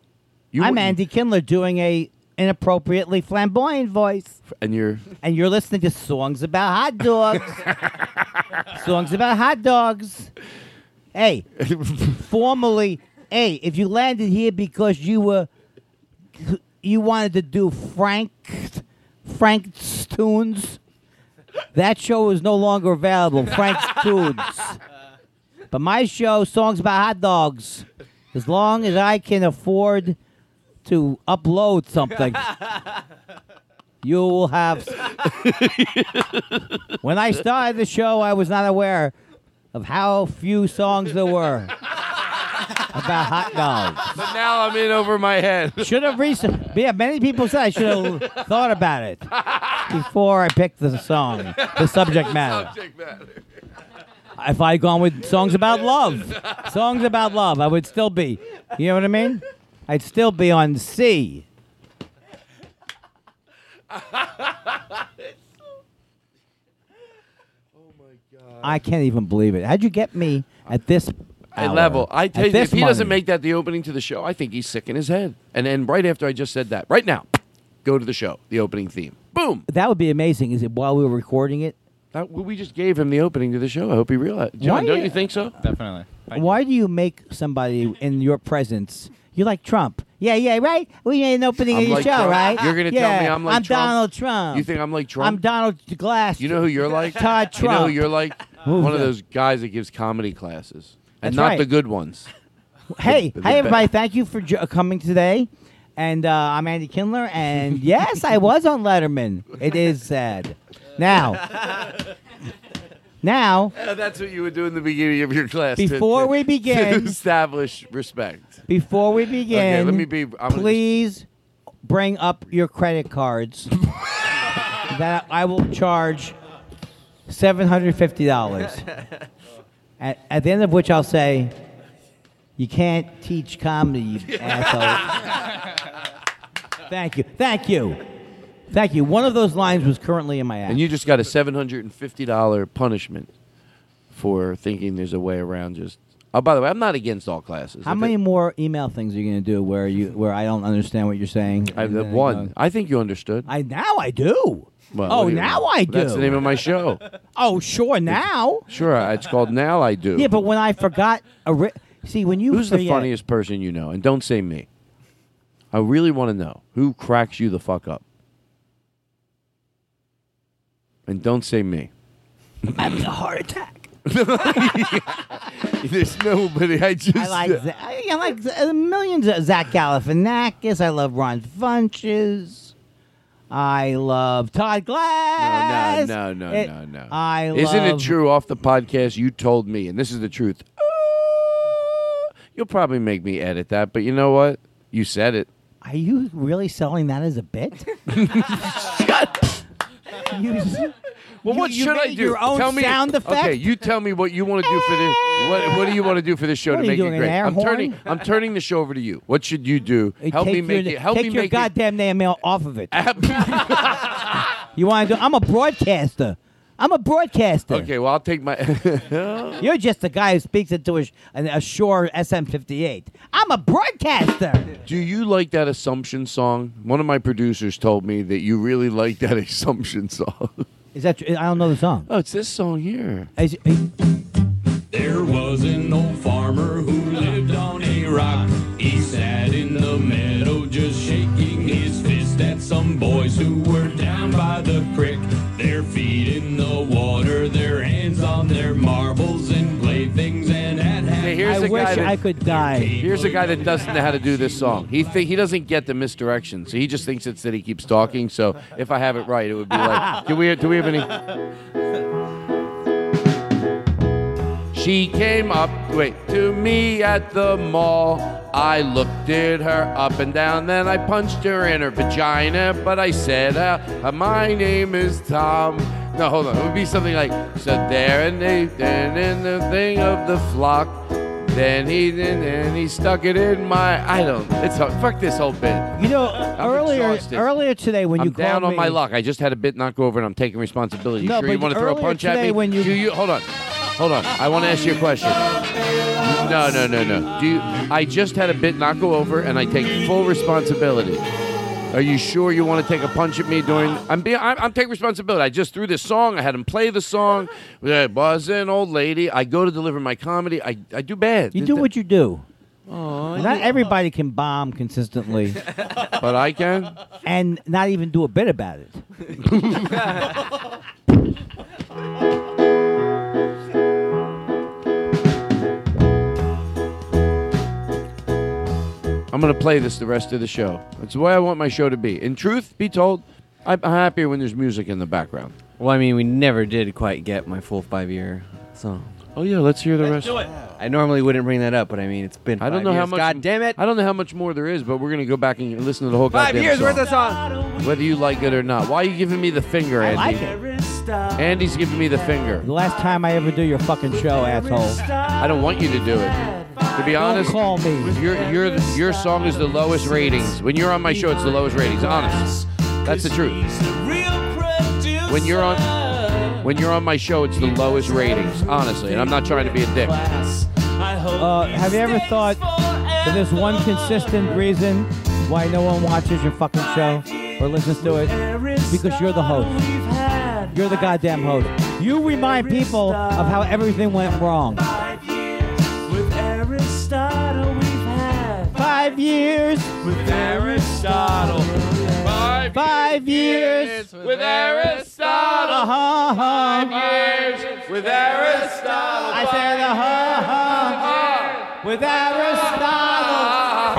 [SPEAKER 5] You-
[SPEAKER 6] I'm Andy Kindler doing a inappropriately flamboyant voice,
[SPEAKER 5] And you're.
[SPEAKER 6] and you're listening to songs about
[SPEAKER 5] [laughs]
[SPEAKER 6] hot dogs. songs about hot dogs. Hey, formerly, hey, if you landed here because you were you wanted to do Frank Frank's tunes, that show is no longer available. Frank's tunes. But my show, Songs About Hot Dogs, as long as I can afford to upload something, you will have. when I started the show, I was not aware of how few songs there were about hot dogs.
[SPEAKER 5] [laughs] But now I'm in over my head.
[SPEAKER 6] [laughs] Should have recent. Yeah, many people said I should have thought about it before I picked the song, the subject matter.
[SPEAKER 5] Subject matter.
[SPEAKER 6] If I had gone with songs about love, songs about love, I would still be You know what I mean? I'd still be on
[SPEAKER 5] [laughs]
[SPEAKER 6] C.
[SPEAKER 5] Oh
[SPEAKER 6] I can't even believe it. How'd you get me at this
[SPEAKER 5] I
[SPEAKER 6] hour?
[SPEAKER 5] level. I tell
[SPEAKER 6] At
[SPEAKER 5] you, if
[SPEAKER 6] this
[SPEAKER 5] he doesn't
[SPEAKER 6] moment?
[SPEAKER 5] make that the opening to the show, I think he's sick in his head. And then right after I just said that, right now, go to the show, the opening theme. boom,
[SPEAKER 6] that would be amazing. Is it while we were recording it?
[SPEAKER 5] That, we just gave him the opening to the show. I hope he realized. John,
[SPEAKER 6] Why
[SPEAKER 5] don't
[SPEAKER 6] you-
[SPEAKER 5] you think so?
[SPEAKER 9] Definitely.
[SPEAKER 6] Why do you make somebody in your presence? You're like Trump. Yeah, yeah, right. We made an opening
[SPEAKER 5] I'm
[SPEAKER 6] of your
[SPEAKER 5] like
[SPEAKER 6] show,
[SPEAKER 5] Trump.
[SPEAKER 6] right?
[SPEAKER 5] You're gonna
[SPEAKER 6] yeah,
[SPEAKER 5] tell me I'm like Trump?
[SPEAKER 6] Donald Trump.
[SPEAKER 5] You think I'm like Trump?
[SPEAKER 6] Um, I'm Donald Glass.
[SPEAKER 5] You know who you're like?
[SPEAKER 6] Todd Trump.
[SPEAKER 5] You know who you're like?
[SPEAKER 6] [laughs] Who's
[SPEAKER 5] One of
[SPEAKER 6] that?
[SPEAKER 5] those guys that gives comedy classes. And
[SPEAKER 6] That's
[SPEAKER 5] not
[SPEAKER 6] right.
[SPEAKER 5] the good ones.
[SPEAKER 6] Hey,
[SPEAKER 5] The- the
[SPEAKER 6] hey, everybody!
[SPEAKER 5] best.
[SPEAKER 6] Thank you for jo- coming today. And uh, I'm Andy Kindler.
[SPEAKER 5] [laughs]
[SPEAKER 6] And yes, I was on Letterman. It is sad. Now,
[SPEAKER 5] [laughs]
[SPEAKER 6] now,
[SPEAKER 5] Yeah, [laughs] that's what you would do in the beginning of your class. to-
[SPEAKER 6] Before
[SPEAKER 5] to-
[SPEAKER 6] we begin-
[SPEAKER 5] to establish respect.
[SPEAKER 6] before we begin,
[SPEAKER 5] Okay, let me be- I'm gonna just-
[SPEAKER 6] please bring up your
[SPEAKER 5] [laughs]
[SPEAKER 6] credit cards that I will charge seven hundred fifty [laughs] dollars. At, at the end of which I'll say, "You can't teach
[SPEAKER 5] [laughs]
[SPEAKER 6] comedy, you asshole." Thank you, thank you, thank you. One of those lines was currently in my act.
[SPEAKER 5] And you just got a seven hundred and fifty dollar punishment for thinking there's a way around just. Oh, by the way, I'm not against all classes.
[SPEAKER 6] How
[SPEAKER 5] If
[SPEAKER 6] many more email things are you going to do where you where I don't understand what you're saying?
[SPEAKER 5] I,
[SPEAKER 6] And
[SPEAKER 5] the
[SPEAKER 6] then
[SPEAKER 5] one.
[SPEAKER 6] go-
[SPEAKER 5] I think you understood.
[SPEAKER 6] I now I do.
[SPEAKER 5] Well,
[SPEAKER 6] oh,
[SPEAKER 5] what do you-
[SPEAKER 6] now I do.
[SPEAKER 5] That's the name of my show.
[SPEAKER 6] [laughs] oh, sure now.
[SPEAKER 5] Sure, I- it's called Now I Do.
[SPEAKER 6] Yeah, but when I forgot a ri- see when you uh,
[SPEAKER 5] Who's the
[SPEAKER 6] forget-
[SPEAKER 5] funniest [laughs] person you know? And don't say me. I really want to know who cracks you the fuck up. And don't say me.
[SPEAKER 6] [laughs] I'm a
[SPEAKER 5] [laughs]
[SPEAKER 6] heart attack.
[SPEAKER 5] There's nobody. I just.
[SPEAKER 6] I like Z- I, I like Z- uh, millions of Zach Galifianakis. I love Ron Funches. I love Todd Glass.
[SPEAKER 5] No, no, no,
[SPEAKER 6] It-
[SPEAKER 5] no, no.
[SPEAKER 6] I
[SPEAKER 5] Isn't
[SPEAKER 6] love-
[SPEAKER 5] it true off the podcast you told me, and this is the truth? uh, you'll probably make me edit that, but you know what? You said it.
[SPEAKER 6] Are you really selling that as a bit? [laughs] You,
[SPEAKER 5] Well,
[SPEAKER 6] you-
[SPEAKER 5] what
[SPEAKER 6] you
[SPEAKER 5] should I
[SPEAKER 6] made
[SPEAKER 5] do?
[SPEAKER 6] Your own
[SPEAKER 5] tell me,
[SPEAKER 6] sound effect.
[SPEAKER 5] Okay, you tell me what you want to do for this. What, what do you want to do for this show
[SPEAKER 6] What
[SPEAKER 5] to
[SPEAKER 6] are you
[SPEAKER 5] make
[SPEAKER 6] doing,
[SPEAKER 5] it
[SPEAKER 6] an
[SPEAKER 5] great?
[SPEAKER 6] air
[SPEAKER 5] I'm
[SPEAKER 6] horn?
[SPEAKER 5] turning. I'm turning the show over to you. What should you do?
[SPEAKER 6] Hey,
[SPEAKER 5] help
[SPEAKER 6] take
[SPEAKER 5] me
[SPEAKER 6] your,
[SPEAKER 5] make it. Help
[SPEAKER 6] take
[SPEAKER 5] me
[SPEAKER 6] your
[SPEAKER 5] make it.
[SPEAKER 6] goddamn name out off of it. [laughs] you want to do? I'm a broadcaster. I'm a broadcaster.
[SPEAKER 5] Okay, well, I'll take my. [laughs]
[SPEAKER 6] You're just the guy who speaks into a, sh- an- a Shure SM58. I'm a broadcaster.
[SPEAKER 5] Do you like that assumption song? One of my producers told me that you really like that assumption song.
[SPEAKER 6] Is that? tr- I don't know the song.
[SPEAKER 5] Oh, it's this song here.
[SPEAKER 6] Is, is,
[SPEAKER 16] There was an old farmer who lived on a rock. He sat in the meadow just shaking his fist at some boys who were down by the creek. Their feet in the water, their hands on their marbles and playthings, and at half.
[SPEAKER 5] Hey, here's a guy that,
[SPEAKER 6] could die.
[SPEAKER 5] Here's a guy that doesn't know how to do this song. He think he doesn't get the misdirection, so he just thinks it's that he keeps talking. So if I have it right, it would be like, do we do we have any? She came up, wait, to me at the mall. I looked at her up and down, then I punched her in her vagina. But I said, uh, uh, my name is Tom. No, hold on. It would be something like, so there and they, then in the thing of the flock. Then he, then, then he stuck it in my, I don't, it's, fuck this whole bit.
[SPEAKER 6] you know, earlier
[SPEAKER 5] exhausted.
[SPEAKER 6] earlier today when
[SPEAKER 5] I'm
[SPEAKER 6] you called
[SPEAKER 5] down on
[SPEAKER 6] me,
[SPEAKER 5] my luck. I just had a bit not go over, and I'm taking responsibility.
[SPEAKER 6] No,
[SPEAKER 5] sure you
[SPEAKER 6] but
[SPEAKER 5] want to throw a
[SPEAKER 6] earlier
[SPEAKER 5] punch at
[SPEAKER 6] today
[SPEAKER 5] me?
[SPEAKER 6] when you-
[SPEAKER 5] Do you hold on, hold on. I want to ask you a question. No, no, no, no. Do you, I just had a bit not go over, and I take full responsibility. Are you sure you want to take a punch at me during? I'm being. I'm, I'm taking responsibility. I just threw this song. I had him play the song. It was an old lady. I go to deliver my comedy. I, I do bad. Oh.
[SPEAKER 6] you do what you do.
[SPEAKER 5] Aw,
[SPEAKER 6] not
[SPEAKER 5] you-
[SPEAKER 6] everybody can bomb consistently,
[SPEAKER 5] [laughs] but I can,
[SPEAKER 6] and not even do a bit
[SPEAKER 5] [laughs]
[SPEAKER 6] about it.
[SPEAKER 5] I'm gonna play this the rest of the show. That's the way I want my show to be. In truth, be told, I'm happier when there's music in the background.
[SPEAKER 8] Well, I mean, we never did quite get my full five year song.
[SPEAKER 5] Oh yeah, let's hear the rest.
[SPEAKER 8] I normally wouldn't bring that up, but I mean, it's been.
[SPEAKER 5] I don't
[SPEAKER 8] five
[SPEAKER 5] know how
[SPEAKER 8] years.
[SPEAKER 5] much.
[SPEAKER 8] God
[SPEAKER 5] damn it! I don't know how much more there is, but we're gonna go back and listen to the whole
[SPEAKER 8] Five
[SPEAKER 5] goddamn
[SPEAKER 8] years
[SPEAKER 5] song.
[SPEAKER 8] worth of song.
[SPEAKER 5] Whether you like it or not, why are you giving me the finger, Andy?
[SPEAKER 6] like
[SPEAKER 5] Andy's giving me the finger.
[SPEAKER 6] The last time I ever do your fucking show, asshole.
[SPEAKER 5] I don't want you to do it. To be honest, call me. Your your your song is the lowest ratings. When you're on my show, it's the lowest ratings. Honest, that's the truth. When you're on when you're on my show, it's the lowest ratings. Honestly, and I'm not trying to be a dick.
[SPEAKER 6] Uh, have you ever thought that there's one consistent reason why no one watches your fucking show or listens to it? Because you're the host. You're the goddamn host. You remind people of how everything went wrong.
[SPEAKER 10] With Aristotle, we've had
[SPEAKER 6] five years.
[SPEAKER 10] With Aristotle, five,
[SPEAKER 6] five years.
[SPEAKER 10] With Aristotle,
[SPEAKER 6] uh-huh.
[SPEAKER 10] five years. With Aristotle, I said
[SPEAKER 6] a ha ha. With Aristotle,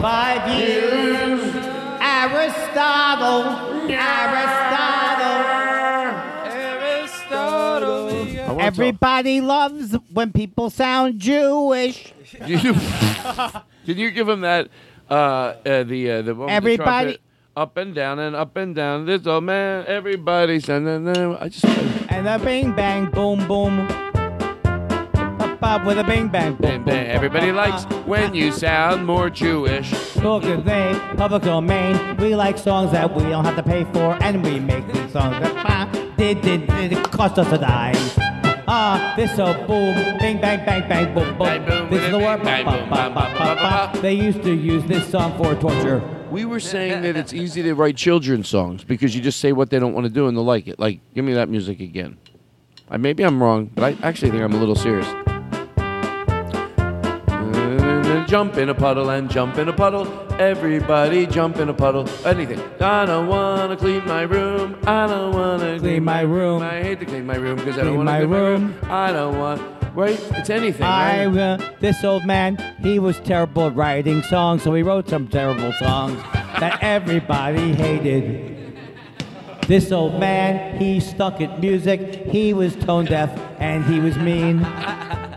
[SPEAKER 6] five years. Five years. Aristotle. Aristotle.
[SPEAKER 10] Aristotle.
[SPEAKER 6] Everybody loves when people sound Jewish.
[SPEAKER 5] Did you, [laughs] did you give him that? Uh, uh, the uh, the one with the
[SPEAKER 6] Everybody-
[SPEAKER 5] trumpet? up and down and up and down. This old man, everybody. I just
[SPEAKER 6] And a bing bang boom boom. Up up with a bing bang boom.
[SPEAKER 5] and then everybody likes when you sound more Jewish.
[SPEAKER 6] Book is name, public domain. We like songs that we don't have to pay for, and we make these songs that bah, did did did it cost us a dime. Ah, this so boom, bing bang bang bang boom boom. this is the word.
[SPEAKER 5] bang,
[SPEAKER 6] bah,
[SPEAKER 5] boom,
[SPEAKER 6] bah, bah, bah, bah. They used to use this song for torture.
[SPEAKER 5] We were saying that it's easy to write children's songs because you just say what they don't want to do and they'll like it. Like, give me that music again. I, maybe I'm wrong, but I actually think I'm a little serious. Uh, Jump in a puddle and jump in a puddle. Everybody jump in a puddle. Anything. I don't want to clean my room. I don't want to
[SPEAKER 6] Clean my room.
[SPEAKER 5] I hate to clean my room because I
[SPEAKER 6] Clean
[SPEAKER 5] don't want to
[SPEAKER 6] my
[SPEAKER 5] clean my room. I don't want. Right? It's anything.
[SPEAKER 6] I
[SPEAKER 5] right?
[SPEAKER 6] uh, this old man, he was terrible at writing songs, so he wrote some terrible songs that everybody hated. This old man, he stuck at music, he was tone deaf, and he was mean.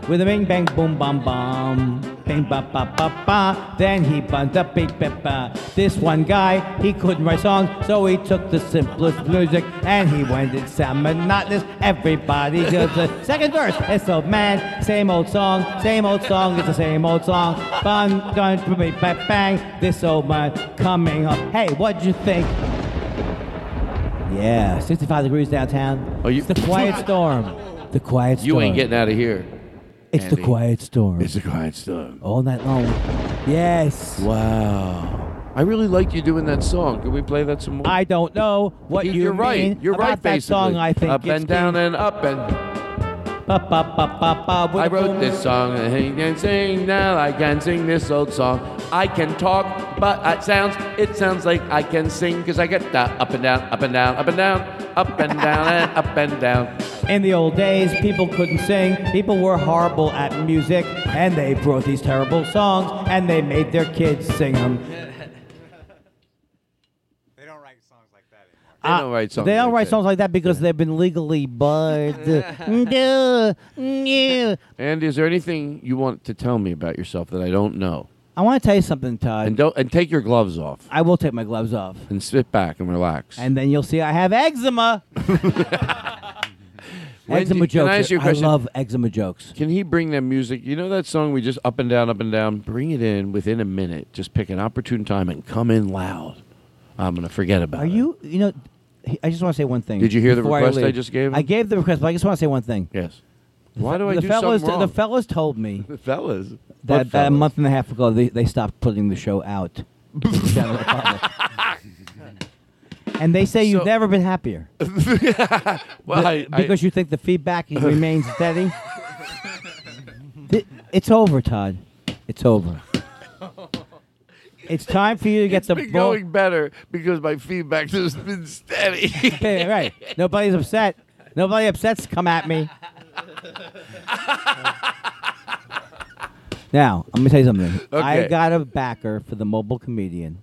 [SPEAKER 6] With a bing bang boom bum bum, bing ba ba ba ba, then he bumped up big ba ba. This one guy, he couldn't write songs, so he took the simplest music and he went and sound monotonous. Everybody does the second verse. It's so man, same old song, same old song, it's the same old song. Bun gun for me, bang bang. This old man coming up. Hey, what'd you think? Yeah, 65 degrees downtown.
[SPEAKER 5] Oh, you-
[SPEAKER 6] it's the quiet storm. The quiet storm.
[SPEAKER 5] You ain't getting out of here.
[SPEAKER 6] It's the
[SPEAKER 5] Andy.
[SPEAKER 6] quiet storm.
[SPEAKER 5] It's the quiet storm.
[SPEAKER 6] All night long. Yes.
[SPEAKER 5] Wow. I really like you doing that song. Can we play that some more?
[SPEAKER 6] I don't know what
[SPEAKER 5] you're
[SPEAKER 6] you
[SPEAKER 5] right.
[SPEAKER 6] mean
[SPEAKER 5] You're
[SPEAKER 6] about
[SPEAKER 5] right.
[SPEAKER 6] that
[SPEAKER 5] Basically,
[SPEAKER 6] song. I think
[SPEAKER 5] up
[SPEAKER 6] it's
[SPEAKER 5] and down
[SPEAKER 6] been-
[SPEAKER 5] and up and.
[SPEAKER 6] Ba, ba, ba, ba, ba, with
[SPEAKER 5] I
[SPEAKER 6] a boom.
[SPEAKER 5] wrote this song and I can sing now. I can sing this old song. I can talk, but it sounds it sounds like I can sing because I get that up and down, up and down, up and down, up and down
[SPEAKER 6] [laughs]
[SPEAKER 5] and up and down.
[SPEAKER 6] In the old days, people couldn't sing. People were horrible at music, and they wrote these terrible songs, and they made their kids sing them.
[SPEAKER 5] They don't write songs.
[SPEAKER 6] They don't
[SPEAKER 5] like
[SPEAKER 6] write
[SPEAKER 5] that.
[SPEAKER 6] songs like that because they've been legally
[SPEAKER 5] [laughs]
[SPEAKER 6] barred. Duh. Yeah.
[SPEAKER 5] Andy, is there anything you want to tell me about yourself that I don't know?
[SPEAKER 6] I want to tell you something, Todd.
[SPEAKER 5] And don't and take your gloves off
[SPEAKER 6] I will take my gloves off,
[SPEAKER 5] and sit back and relax.
[SPEAKER 6] and then you'll see I
[SPEAKER 5] [laughs]
[SPEAKER 6] have eczema. [laughs]
[SPEAKER 5] When do-
[SPEAKER 6] eczema
[SPEAKER 5] can
[SPEAKER 6] jokes.
[SPEAKER 5] I ask you a
[SPEAKER 6] are-
[SPEAKER 5] question?
[SPEAKER 6] I love eczema jokes.
[SPEAKER 5] Can he bring that music? You know that song we just up and down, up and down. Bring it in within a minute. Just pick an opportune time and come in loud. I'm gonna forget about
[SPEAKER 6] Are
[SPEAKER 5] it.
[SPEAKER 6] you? You know, he- I just want to say one thing.
[SPEAKER 5] Did you hear the
[SPEAKER 6] before
[SPEAKER 5] request I
[SPEAKER 6] leave.
[SPEAKER 5] just gave him?
[SPEAKER 6] I gave the request, but I just want to say one thing.
[SPEAKER 5] Yes. Why do I
[SPEAKER 6] the
[SPEAKER 5] do
[SPEAKER 6] fellas,
[SPEAKER 5] something
[SPEAKER 6] The
[SPEAKER 5] wrong?
[SPEAKER 6] fellas told me
[SPEAKER 5] The fellas. What
[SPEAKER 6] that that um, a
[SPEAKER 5] fellas?
[SPEAKER 6] month and a half ago they, they stopped putting the show
[SPEAKER 5] [laughs]
[SPEAKER 6] out, to the general public. and they say you've never been happier
[SPEAKER 5] [laughs] Well,
[SPEAKER 6] The-
[SPEAKER 5] I, I-
[SPEAKER 6] because you think
[SPEAKER 5] [laughs]
[SPEAKER 6] the feedback remains steady. Th- it's over, Todd.
[SPEAKER 5] [laughs]
[SPEAKER 6] It's over. It's time for you to get
[SPEAKER 5] it's
[SPEAKER 6] the
[SPEAKER 5] been
[SPEAKER 6] ball-
[SPEAKER 5] going better because my feedback has been
[SPEAKER 6] [laughs]
[SPEAKER 5] steady.
[SPEAKER 6] Yeah, right. Nobody's upset. Nobody upsets come at me. Now, I'm gonna tell you something. I
[SPEAKER 5] Okay. Oh.
[SPEAKER 6] got a backer for the mobile comedian.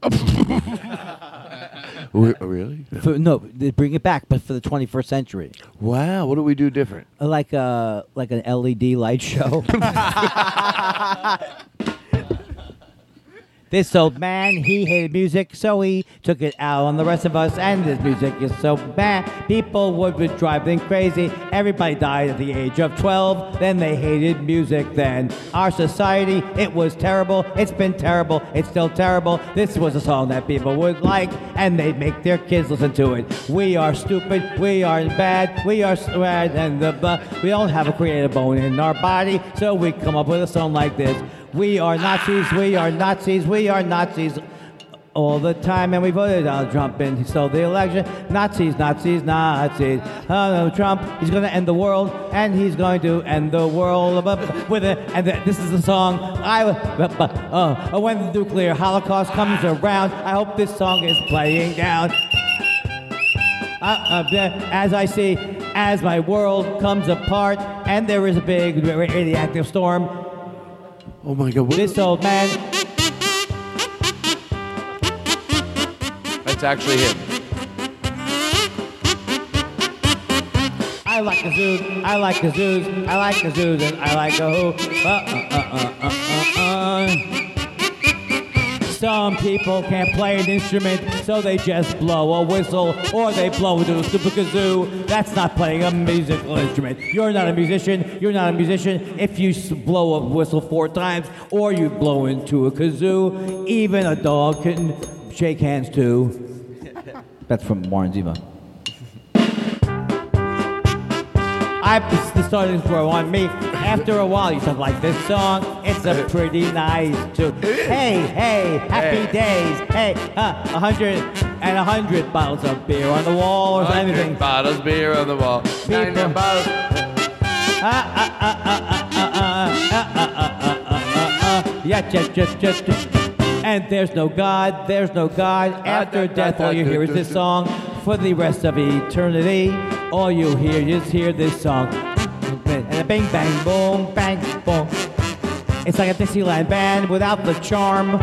[SPEAKER 5] Re- [laughs] really?
[SPEAKER 6] For- no, they bring it back, but for the 21st century,
[SPEAKER 5] Wow. What do we do different?
[SPEAKER 6] Uh, like a like an E
[SPEAKER 5] [laughs]
[SPEAKER 6] LED light show. This old man, he hated music, so he took it out on the rest of us. And this music is so bad, people would be driving crazy. Everybody died at the age of 12. Then they hated music. Then our society, it was terrible. It's been terrible. It's still terrible. This was a song that people would like, and they'd make their kids listen to it. We are stupid. We are bad. We are bad, and the bu- we don't have a creative bone in our body, so we come up with a song like this. We are Nazis. We are Nazis. We are Nazis. All the time, and we voted Donald Trump, and he stole the election. Nazis, Nazis, Nazis. Donald Trump, he's going to end the world, and he's going to end the world with it. And th- this is the song. I uh, when the nuclear holocaust comes around, I hope this song is playing down. Uh, uh, the- as I see, as my world comes apart, and there is a big radioactive storm.
[SPEAKER 5] Oh my God!
[SPEAKER 6] This old man.
[SPEAKER 5] That's actually him.
[SPEAKER 6] I like the zoos. I like the zoos. I like the zoos, and I like the who. Uh, uh, uh, uh, uh, uh, uh. Some people can't play an instrument, so they just blow a whistle or they blow into a super kazoo. That's not playing a musical instrument. You're not a musician. You're not a musician. If you s- blow a whistle four times or you blow into a kazoo, even a dog can shake hands too. That's from Warren Zevon. I the starting throw on me. After a while, you sound like this song. It's a pretty nice tune. Hey, hey, happy days. Hey, uh, a hundred and a hundred bottles of beer on the wall or anything.
[SPEAKER 5] Bottles beer on the wall. Nine bottles.
[SPEAKER 6] Yeah, just, just, just, just. And there's no God, there's no God. After death, all you hear is this song. For the rest of eternity, all you hear is hear this song. And a bing, bang, boom, bang, boom. It's like a Disneyland band without the charm.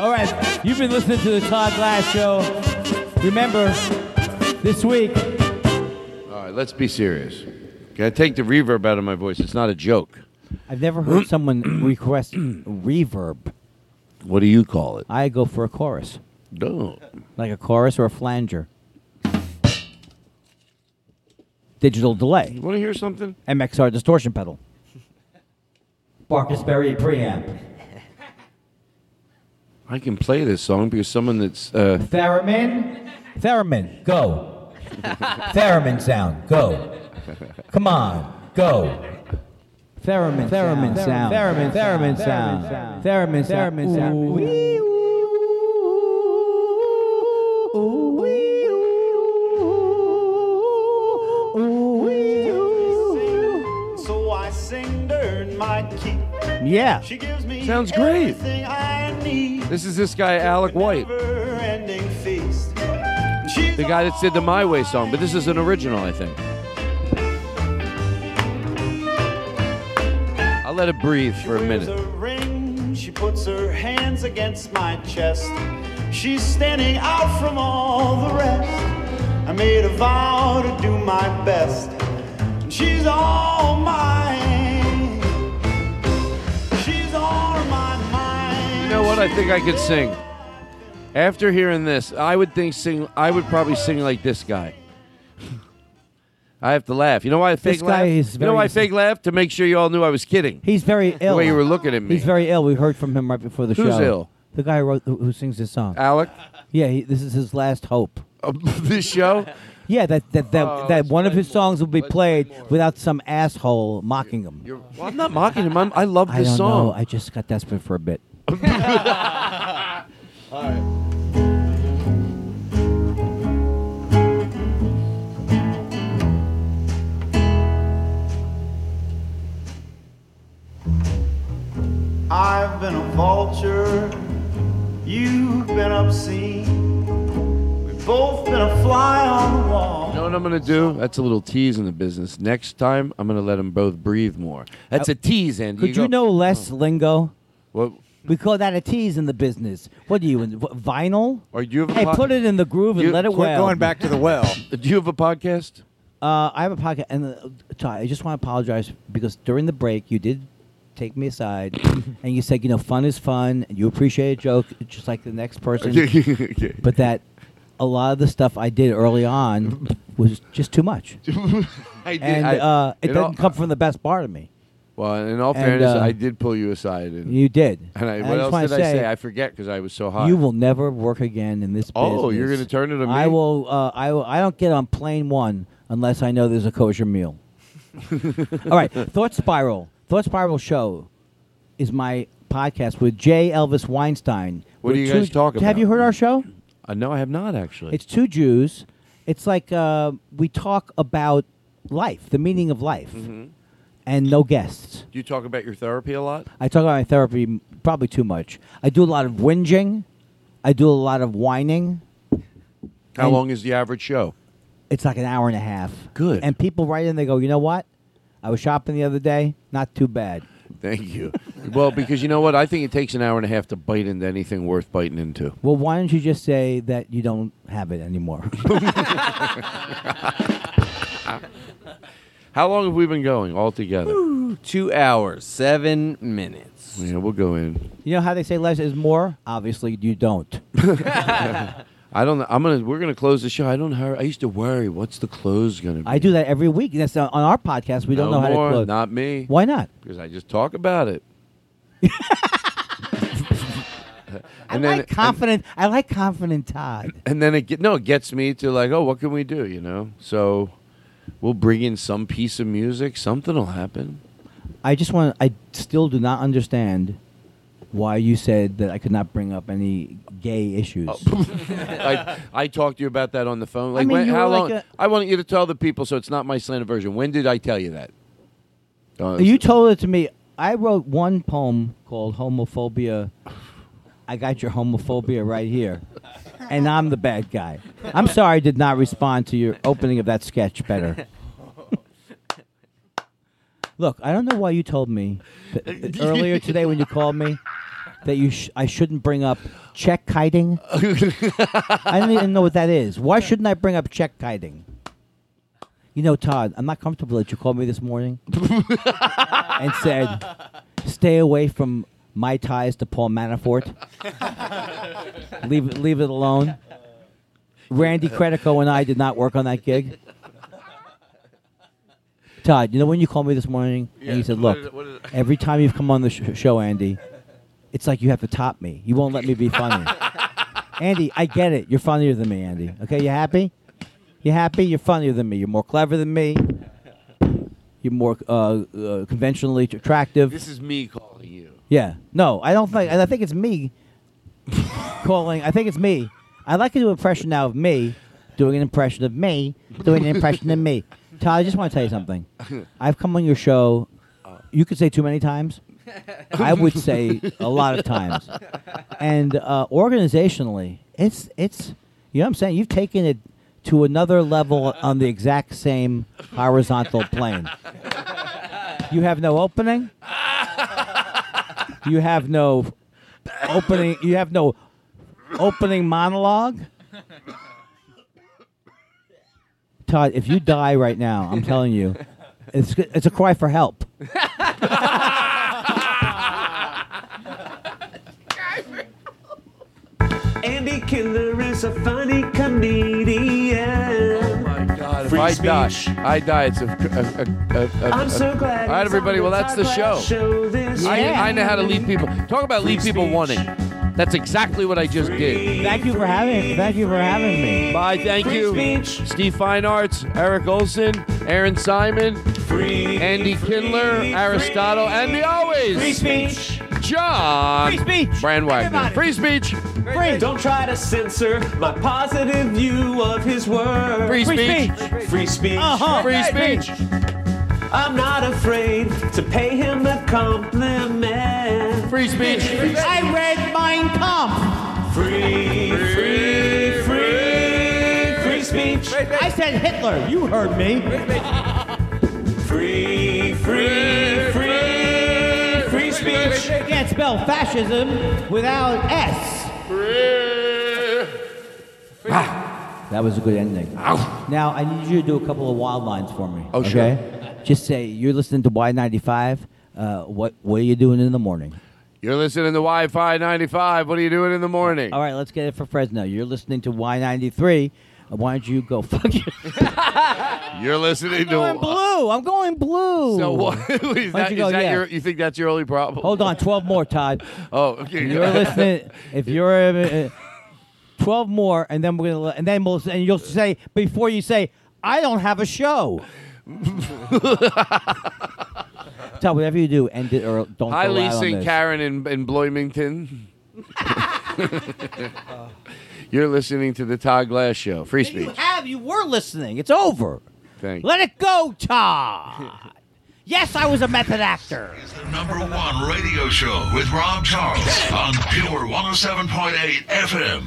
[SPEAKER 6] All right, you've been listening to the Todd Glass Show. Remember, this week,
[SPEAKER 5] All right, let's be serious. Can I take the reverb out of my voice? It's not a joke.
[SPEAKER 6] I've never
[SPEAKER 5] [clears throat]
[SPEAKER 6] heard someone request reverb.
[SPEAKER 5] What do you call it?
[SPEAKER 6] I go for a chorus.
[SPEAKER 5] No.
[SPEAKER 6] Like a chorus or a flanger. Digital delay.
[SPEAKER 5] You want to hear something?
[SPEAKER 6] MXR distortion pedal.
[SPEAKER 7] Barkisberry
[SPEAKER 5] [laughs]
[SPEAKER 7] preamp.
[SPEAKER 5] I can play this song because someone that's uh,
[SPEAKER 6] Theremin. Theremin, go. Theremin sound, go. Come on, go. Theremin, theremin sound. Theremin, theremin sound. Theremin, theremin sound.
[SPEAKER 14] So I sing during my key.
[SPEAKER 6] Yeah.
[SPEAKER 14] She gives me
[SPEAKER 5] Sounds great.
[SPEAKER 14] everything I need.
[SPEAKER 5] This is this guy Alec White,
[SPEAKER 14] Never-ending feast.
[SPEAKER 5] the guy that did the My Way song, but this is an original, I think. I'll let it breathe for a
[SPEAKER 14] Wears
[SPEAKER 5] minute.
[SPEAKER 14] ring. She puts her hands against my chest. She's standing out from all the rest. I made a vow to do my best. And she's all mine. She's all my mind.
[SPEAKER 5] You know what? I think I could sing. After hearing this, I would think sing. I would probably sing like this guy. [laughs] I have to laugh. You know why I fake
[SPEAKER 6] This
[SPEAKER 5] laugh?
[SPEAKER 6] guy is
[SPEAKER 5] you know
[SPEAKER 6] very-
[SPEAKER 5] why I fake laugh to make sure you all knew I was kidding.
[SPEAKER 6] He's very ill.
[SPEAKER 5] The way you were looking at me.
[SPEAKER 6] He's very ill. We heard from him right before the
[SPEAKER 5] Who's
[SPEAKER 6] show.
[SPEAKER 5] ill?
[SPEAKER 6] The guy who, wrote, who, who sings this song.
[SPEAKER 5] Alec.
[SPEAKER 6] Yeah, he, this is his last hope.
[SPEAKER 5] Of [laughs] this show.
[SPEAKER 6] Yeah, that that that,
[SPEAKER 5] Oh,
[SPEAKER 6] that
[SPEAKER 5] let's
[SPEAKER 6] one of his songs will be played without some asshole mocking him.
[SPEAKER 5] You're, well, I'm not mocking him. I'm, I love this
[SPEAKER 6] I don't
[SPEAKER 5] song.
[SPEAKER 6] know. I just got desperate for a bit.
[SPEAKER 5] All right.
[SPEAKER 14] I've been a vulture, you've been obscene. We've both been a fly on the wall.
[SPEAKER 5] You know what I'm gonna do? That's a little tease in the business. Next time, I'm gonna let them both breathe more. That's a tease, Andy.
[SPEAKER 6] Uh, Could you,
[SPEAKER 5] go-
[SPEAKER 6] know less lingo?
[SPEAKER 5] What?
[SPEAKER 6] We call that a tease in the business. What are you in what, vinyl?
[SPEAKER 5] Or do you have a
[SPEAKER 6] hey,
[SPEAKER 5] po-
[SPEAKER 6] put it in the groove and
[SPEAKER 5] You-
[SPEAKER 6] let it
[SPEAKER 5] Quit
[SPEAKER 6] wail.
[SPEAKER 5] [coughs] going back
[SPEAKER 9] to the well.
[SPEAKER 5] Do you have a podcast?
[SPEAKER 6] Uh, I have a podcast, and uh, sorry, I just want to apologize because during the break you did take me aside,
[SPEAKER 5] [laughs]
[SPEAKER 6] and you said, you know, fun is fun, and you appreciate a joke just like the
[SPEAKER 5] [laughs]
[SPEAKER 6] next person, but that a lot of the stuff I did
[SPEAKER 5] [laughs]
[SPEAKER 6] early on was just too much, [laughs]
[SPEAKER 5] I did-
[SPEAKER 6] and
[SPEAKER 5] I-
[SPEAKER 6] uh, it
[SPEAKER 5] in all-
[SPEAKER 6] doesn't come from the best part of me.
[SPEAKER 5] Well, in all
[SPEAKER 6] And,
[SPEAKER 5] fairness,
[SPEAKER 6] uh,
[SPEAKER 5] I did pull you aside. And,
[SPEAKER 6] You did.
[SPEAKER 5] And I,
[SPEAKER 6] And I
[SPEAKER 5] what
[SPEAKER 6] just
[SPEAKER 5] else
[SPEAKER 6] wanna
[SPEAKER 5] did I
[SPEAKER 6] say-
[SPEAKER 5] say? I forget because I was so hot.
[SPEAKER 6] You will never work again in this business.
[SPEAKER 5] Oh, you're gonna turn it to
[SPEAKER 6] I
[SPEAKER 5] me?
[SPEAKER 6] will. Uh, I will, I don't get on plane one unless I know there's a
[SPEAKER 5] [laughs]
[SPEAKER 6] kosher meal. All right, Thought Spiral. Thought Spiral show is my podcast with J. Elvis Weinstein.
[SPEAKER 5] What do
[SPEAKER 6] We're
[SPEAKER 5] you guys
[SPEAKER 6] two-
[SPEAKER 5] talk about?
[SPEAKER 6] Have you heard our show?
[SPEAKER 5] Uh, no, I have not actually.
[SPEAKER 6] It's two Jews. It's like uh, we talk about life, the meaning of life,
[SPEAKER 5] Mhm.
[SPEAKER 6] and no guests.
[SPEAKER 5] Do you talk about your therapy a lot?
[SPEAKER 6] I talk about my therapy m- probably too much. I do a lot of whinging. I do a lot of whining.
[SPEAKER 5] How
[SPEAKER 6] And-
[SPEAKER 5] long is the average show?
[SPEAKER 6] It's like an hour and a half.
[SPEAKER 5] Good.
[SPEAKER 6] And people write in, they go, you know what? I was shopping the other day. Not too bad.
[SPEAKER 5] Thank
[SPEAKER 6] [laughs]
[SPEAKER 5] you. well, because you know what? I think it takes an hour and a half to bite into anything worth biting into.
[SPEAKER 6] Well, why don't you just say that you don't have
[SPEAKER 5] [laughs]
[SPEAKER 6] it anymore?
[SPEAKER 5] [laughs] How long have we been going altogether?
[SPEAKER 8] Two hours, seven minutes.
[SPEAKER 5] Yeah, we'll go in.
[SPEAKER 6] you know how they say less is more? Obviously, you don't.
[SPEAKER 5] I don't. know. I'm gonna. We're gonna close the show. I don't. Hurry. I used to worry. What's the close gonna be?
[SPEAKER 6] I do that every week. That's on on our podcast. We don't
[SPEAKER 5] no
[SPEAKER 6] know how
[SPEAKER 5] more,
[SPEAKER 6] to close.
[SPEAKER 5] Not me.
[SPEAKER 6] Why not?
[SPEAKER 5] Because I just talk about
[SPEAKER 6] [laughs]
[SPEAKER 5] it. and
[SPEAKER 6] I like confident. I like confident Todd.
[SPEAKER 5] and then it get, no, it gets me to like, oh, what can we do? You know, so we'll bring in some piece of music. Something will happen.
[SPEAKER 6] I just want. I still do not understand why you said that I could not bring up any gay issues.
[SPEAKER 5] Oh. [laughs] I, I talked to you about that on the phone. Like,
[SPEAKER 6] mean,
[SPEAKER 5] when,
[SPEAKER 6] you
[SPEAKER 5] how
[SPEAKER 6] were like
[SPEAKER 5] long?
[SPEAKER 6] a-
[SPEAKER 5] I want you to tell the people, so it's not my slander version. When did I tell you that? Uh,
[SPEAKER 6] you told it to me. I wrote one poem called "Homophobia." I got your homophobia right here, and I'm the bad guy. I'm sorry, I did not respond to your opening of that sketch better. Look, I don't know why you told me that uh, earlier today when you called me that you sh- I shouldn't bring up check kiting. I don't even know what that is. Why shouldn't I bring up check kiting? You know, Todd, I'm not comfortable that you called me this morning and said, "Stay away from my ties to Paul Manafort. leave it, leave it alone." Randy Credico and I did not work on that gig. Todd, you know when you called me this morning and you said,
[SPEAKER 5] what
[SPEAKER 6] "Look,
[SPEAKER 5] did- what did-
[SPEAKER 6] every time you've come on the sh- show, Andy, it's like you have to top me. You won't let me
[SPEAKER 5] [laughs]
[SPEAKER 6] be funny." Andy, I get it. You're funnier than me, Andy. Okay, you happy? You happy? You're funnier than me. You're more clever than me. You're more uh, uh, conventionally attractive.
[SPEAKER 5] This is me calling you.
[SPEAKER 6] Yeah. No, I don't think. and I think it's me calling. I think it's me. I'd like to do an impression now of me doing an impression of me doing an impression of me. Todd, I just want to tell you something. I've come on your show. You could say too many times. I would say a lot of times. And uh, organizationally, it's it's you know what I'm saying. You've taken it to another level on the exact same horizontal plane. You have no opening. You have no opening. You have no opening monologue. Todd, if you die right now, I'm telling you, it's it's a cry for help.
[SPEAKER 10] Andy Killer is a funny comedian. Oh my God!
[SPEAKER 5] If I die, I die. It's a. a, a, a, a
[SPEAKER 10] I'm so glad.
[SPEAKER 5] All right,
[SPEAKER 10] it's
[SPEAKER 5] everybody.
[SPEAKER 10] on
[SPEAKER 5] Well, that's the
[SPEAKER 10] Todd
[SPEAKER 5] show.
[SPEAKER 10] Glass this
[SPEAKER 5] I, I know how to
[SPEAKER 10] week.
[SPEAKER 5] leave people. Talk about leave people wanting. That's exactly what I just did.
[SPEAKER 6] Thank you for having. Thank you for having me.
[SPEAKER 5] Bye. Thank you, Steve Fine Arts, Eric Olson, Aaron Simon, Andy Kindler, Aristotle, and the always
[SPEAKER 10] Free speech.
[SPEAKER 5] John
[SPEAKER 10] Free speech.
[SPEAKER 5] Brand Wagner.
[SPEAKER 10] Everybody.
[SPEAKER 5] Free speech.
[SPEAKER 10] Free. Don't try to censor my positive view of his work.
[SPEAKER 5] Free Free speech.
[SPEAKER 10] Free speech.
[SPEAKER 5] Uh-huh. Free [laughs] speech.
[SPEAKER 10] I'm not afraid to pay him a compliment.
[SPEAKER 5] Free speech.
[SPEAKER 7] I read Mein Kampf.
[SPEAKER 10] Free, free, free, free speech.
[SPEAKER 7] I [laughs] said Hitler. You heard me.
[SPEAKER 10] Free, free, free, free speech.
[SPEAKER 7] Can't spell fascism without S.
[SPEAKER 5] Ah.
[SPEAKER 10] Free.
[SPEAKER 6] That was a good ending. Now I need you to do a couple of wild lines for me.
[SPEAKER 5] Oh, sure.
[SPEAKER 6] okay? Just say you're listening to Y ninety five. Uh, what what are you doing in the morning?
[SPEAKER 5] You're listening to Wi Fi 95. What are you doing in the morning?
[SPEAKER 6] All right, let's get it for Fresno. You're listening to Y ninety three. uh, Why don't you go [laughs] fuck your
[SPEAKER 5] You're listening to.
[SPEAKER 6] I'm going blue. I'm going blue.
[SPEAKER 5] So what? [laughs] Is
[SPEAKER 6] Why don't
[SPEAKER 5] that,
[SPEAKER 6] you go,
[SPEAKER 5] is that
[SPEAKER 6] yeah.
[SPEAKER 5] your, you think that's your only problem?
[SPEAKER 6] Hold on, twelve more, Todd.
[SPEAKER 5] Oh, okay.
[SPEAKER 6] You're listening. If you're uh, uh, twelve more, and then we're gonna, let- and then we'll, and you'll say before you say, I don't have
[SPEAKER 5] [laughs]
[SPEAKER 6] a show. Todd, whatever you do, end it or don't.
[SPEAKER 5] Hi,
[SPEAKER 6] go out
[SPEAKER 5] Lisa
[SPEAKER 6] on
[SPEAKER 5] and
[SPEAKER 6] this.
[SPEAKER 5] Karen in, in
[SPEAKER 6] [laughs]
[SPEAKER 5] Bloomington. [laughs] You're listening to the Todd Glass Show. Free
[SPEAKER 6] You
[SPEAKER 5] speech.
[SPEAKER 6] have. You were listening. It's over.
[SPEAKER 5] Thank
[SPEAKER 6] Let it go,
[SPEAKER 5] [laughs]
[SPEAKER 6] Todd. yes, I was a method actor.
[SPEAKER 17] Number one radio show with Rob Charles on Pure 107.8 FM.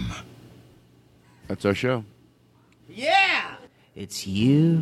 [SPEAKER 5] That's our show.
[SPEAKER 6] Yeah.
[SPEAKER 18] It's you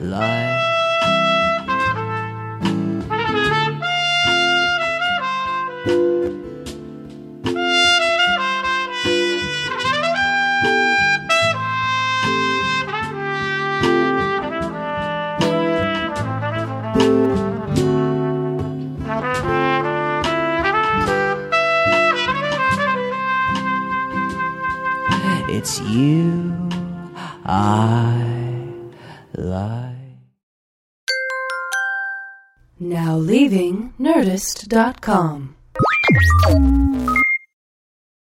[SPEAKER 18] like. It's you I like.
[SPEAKER 2] Now leaving Nerdist.com.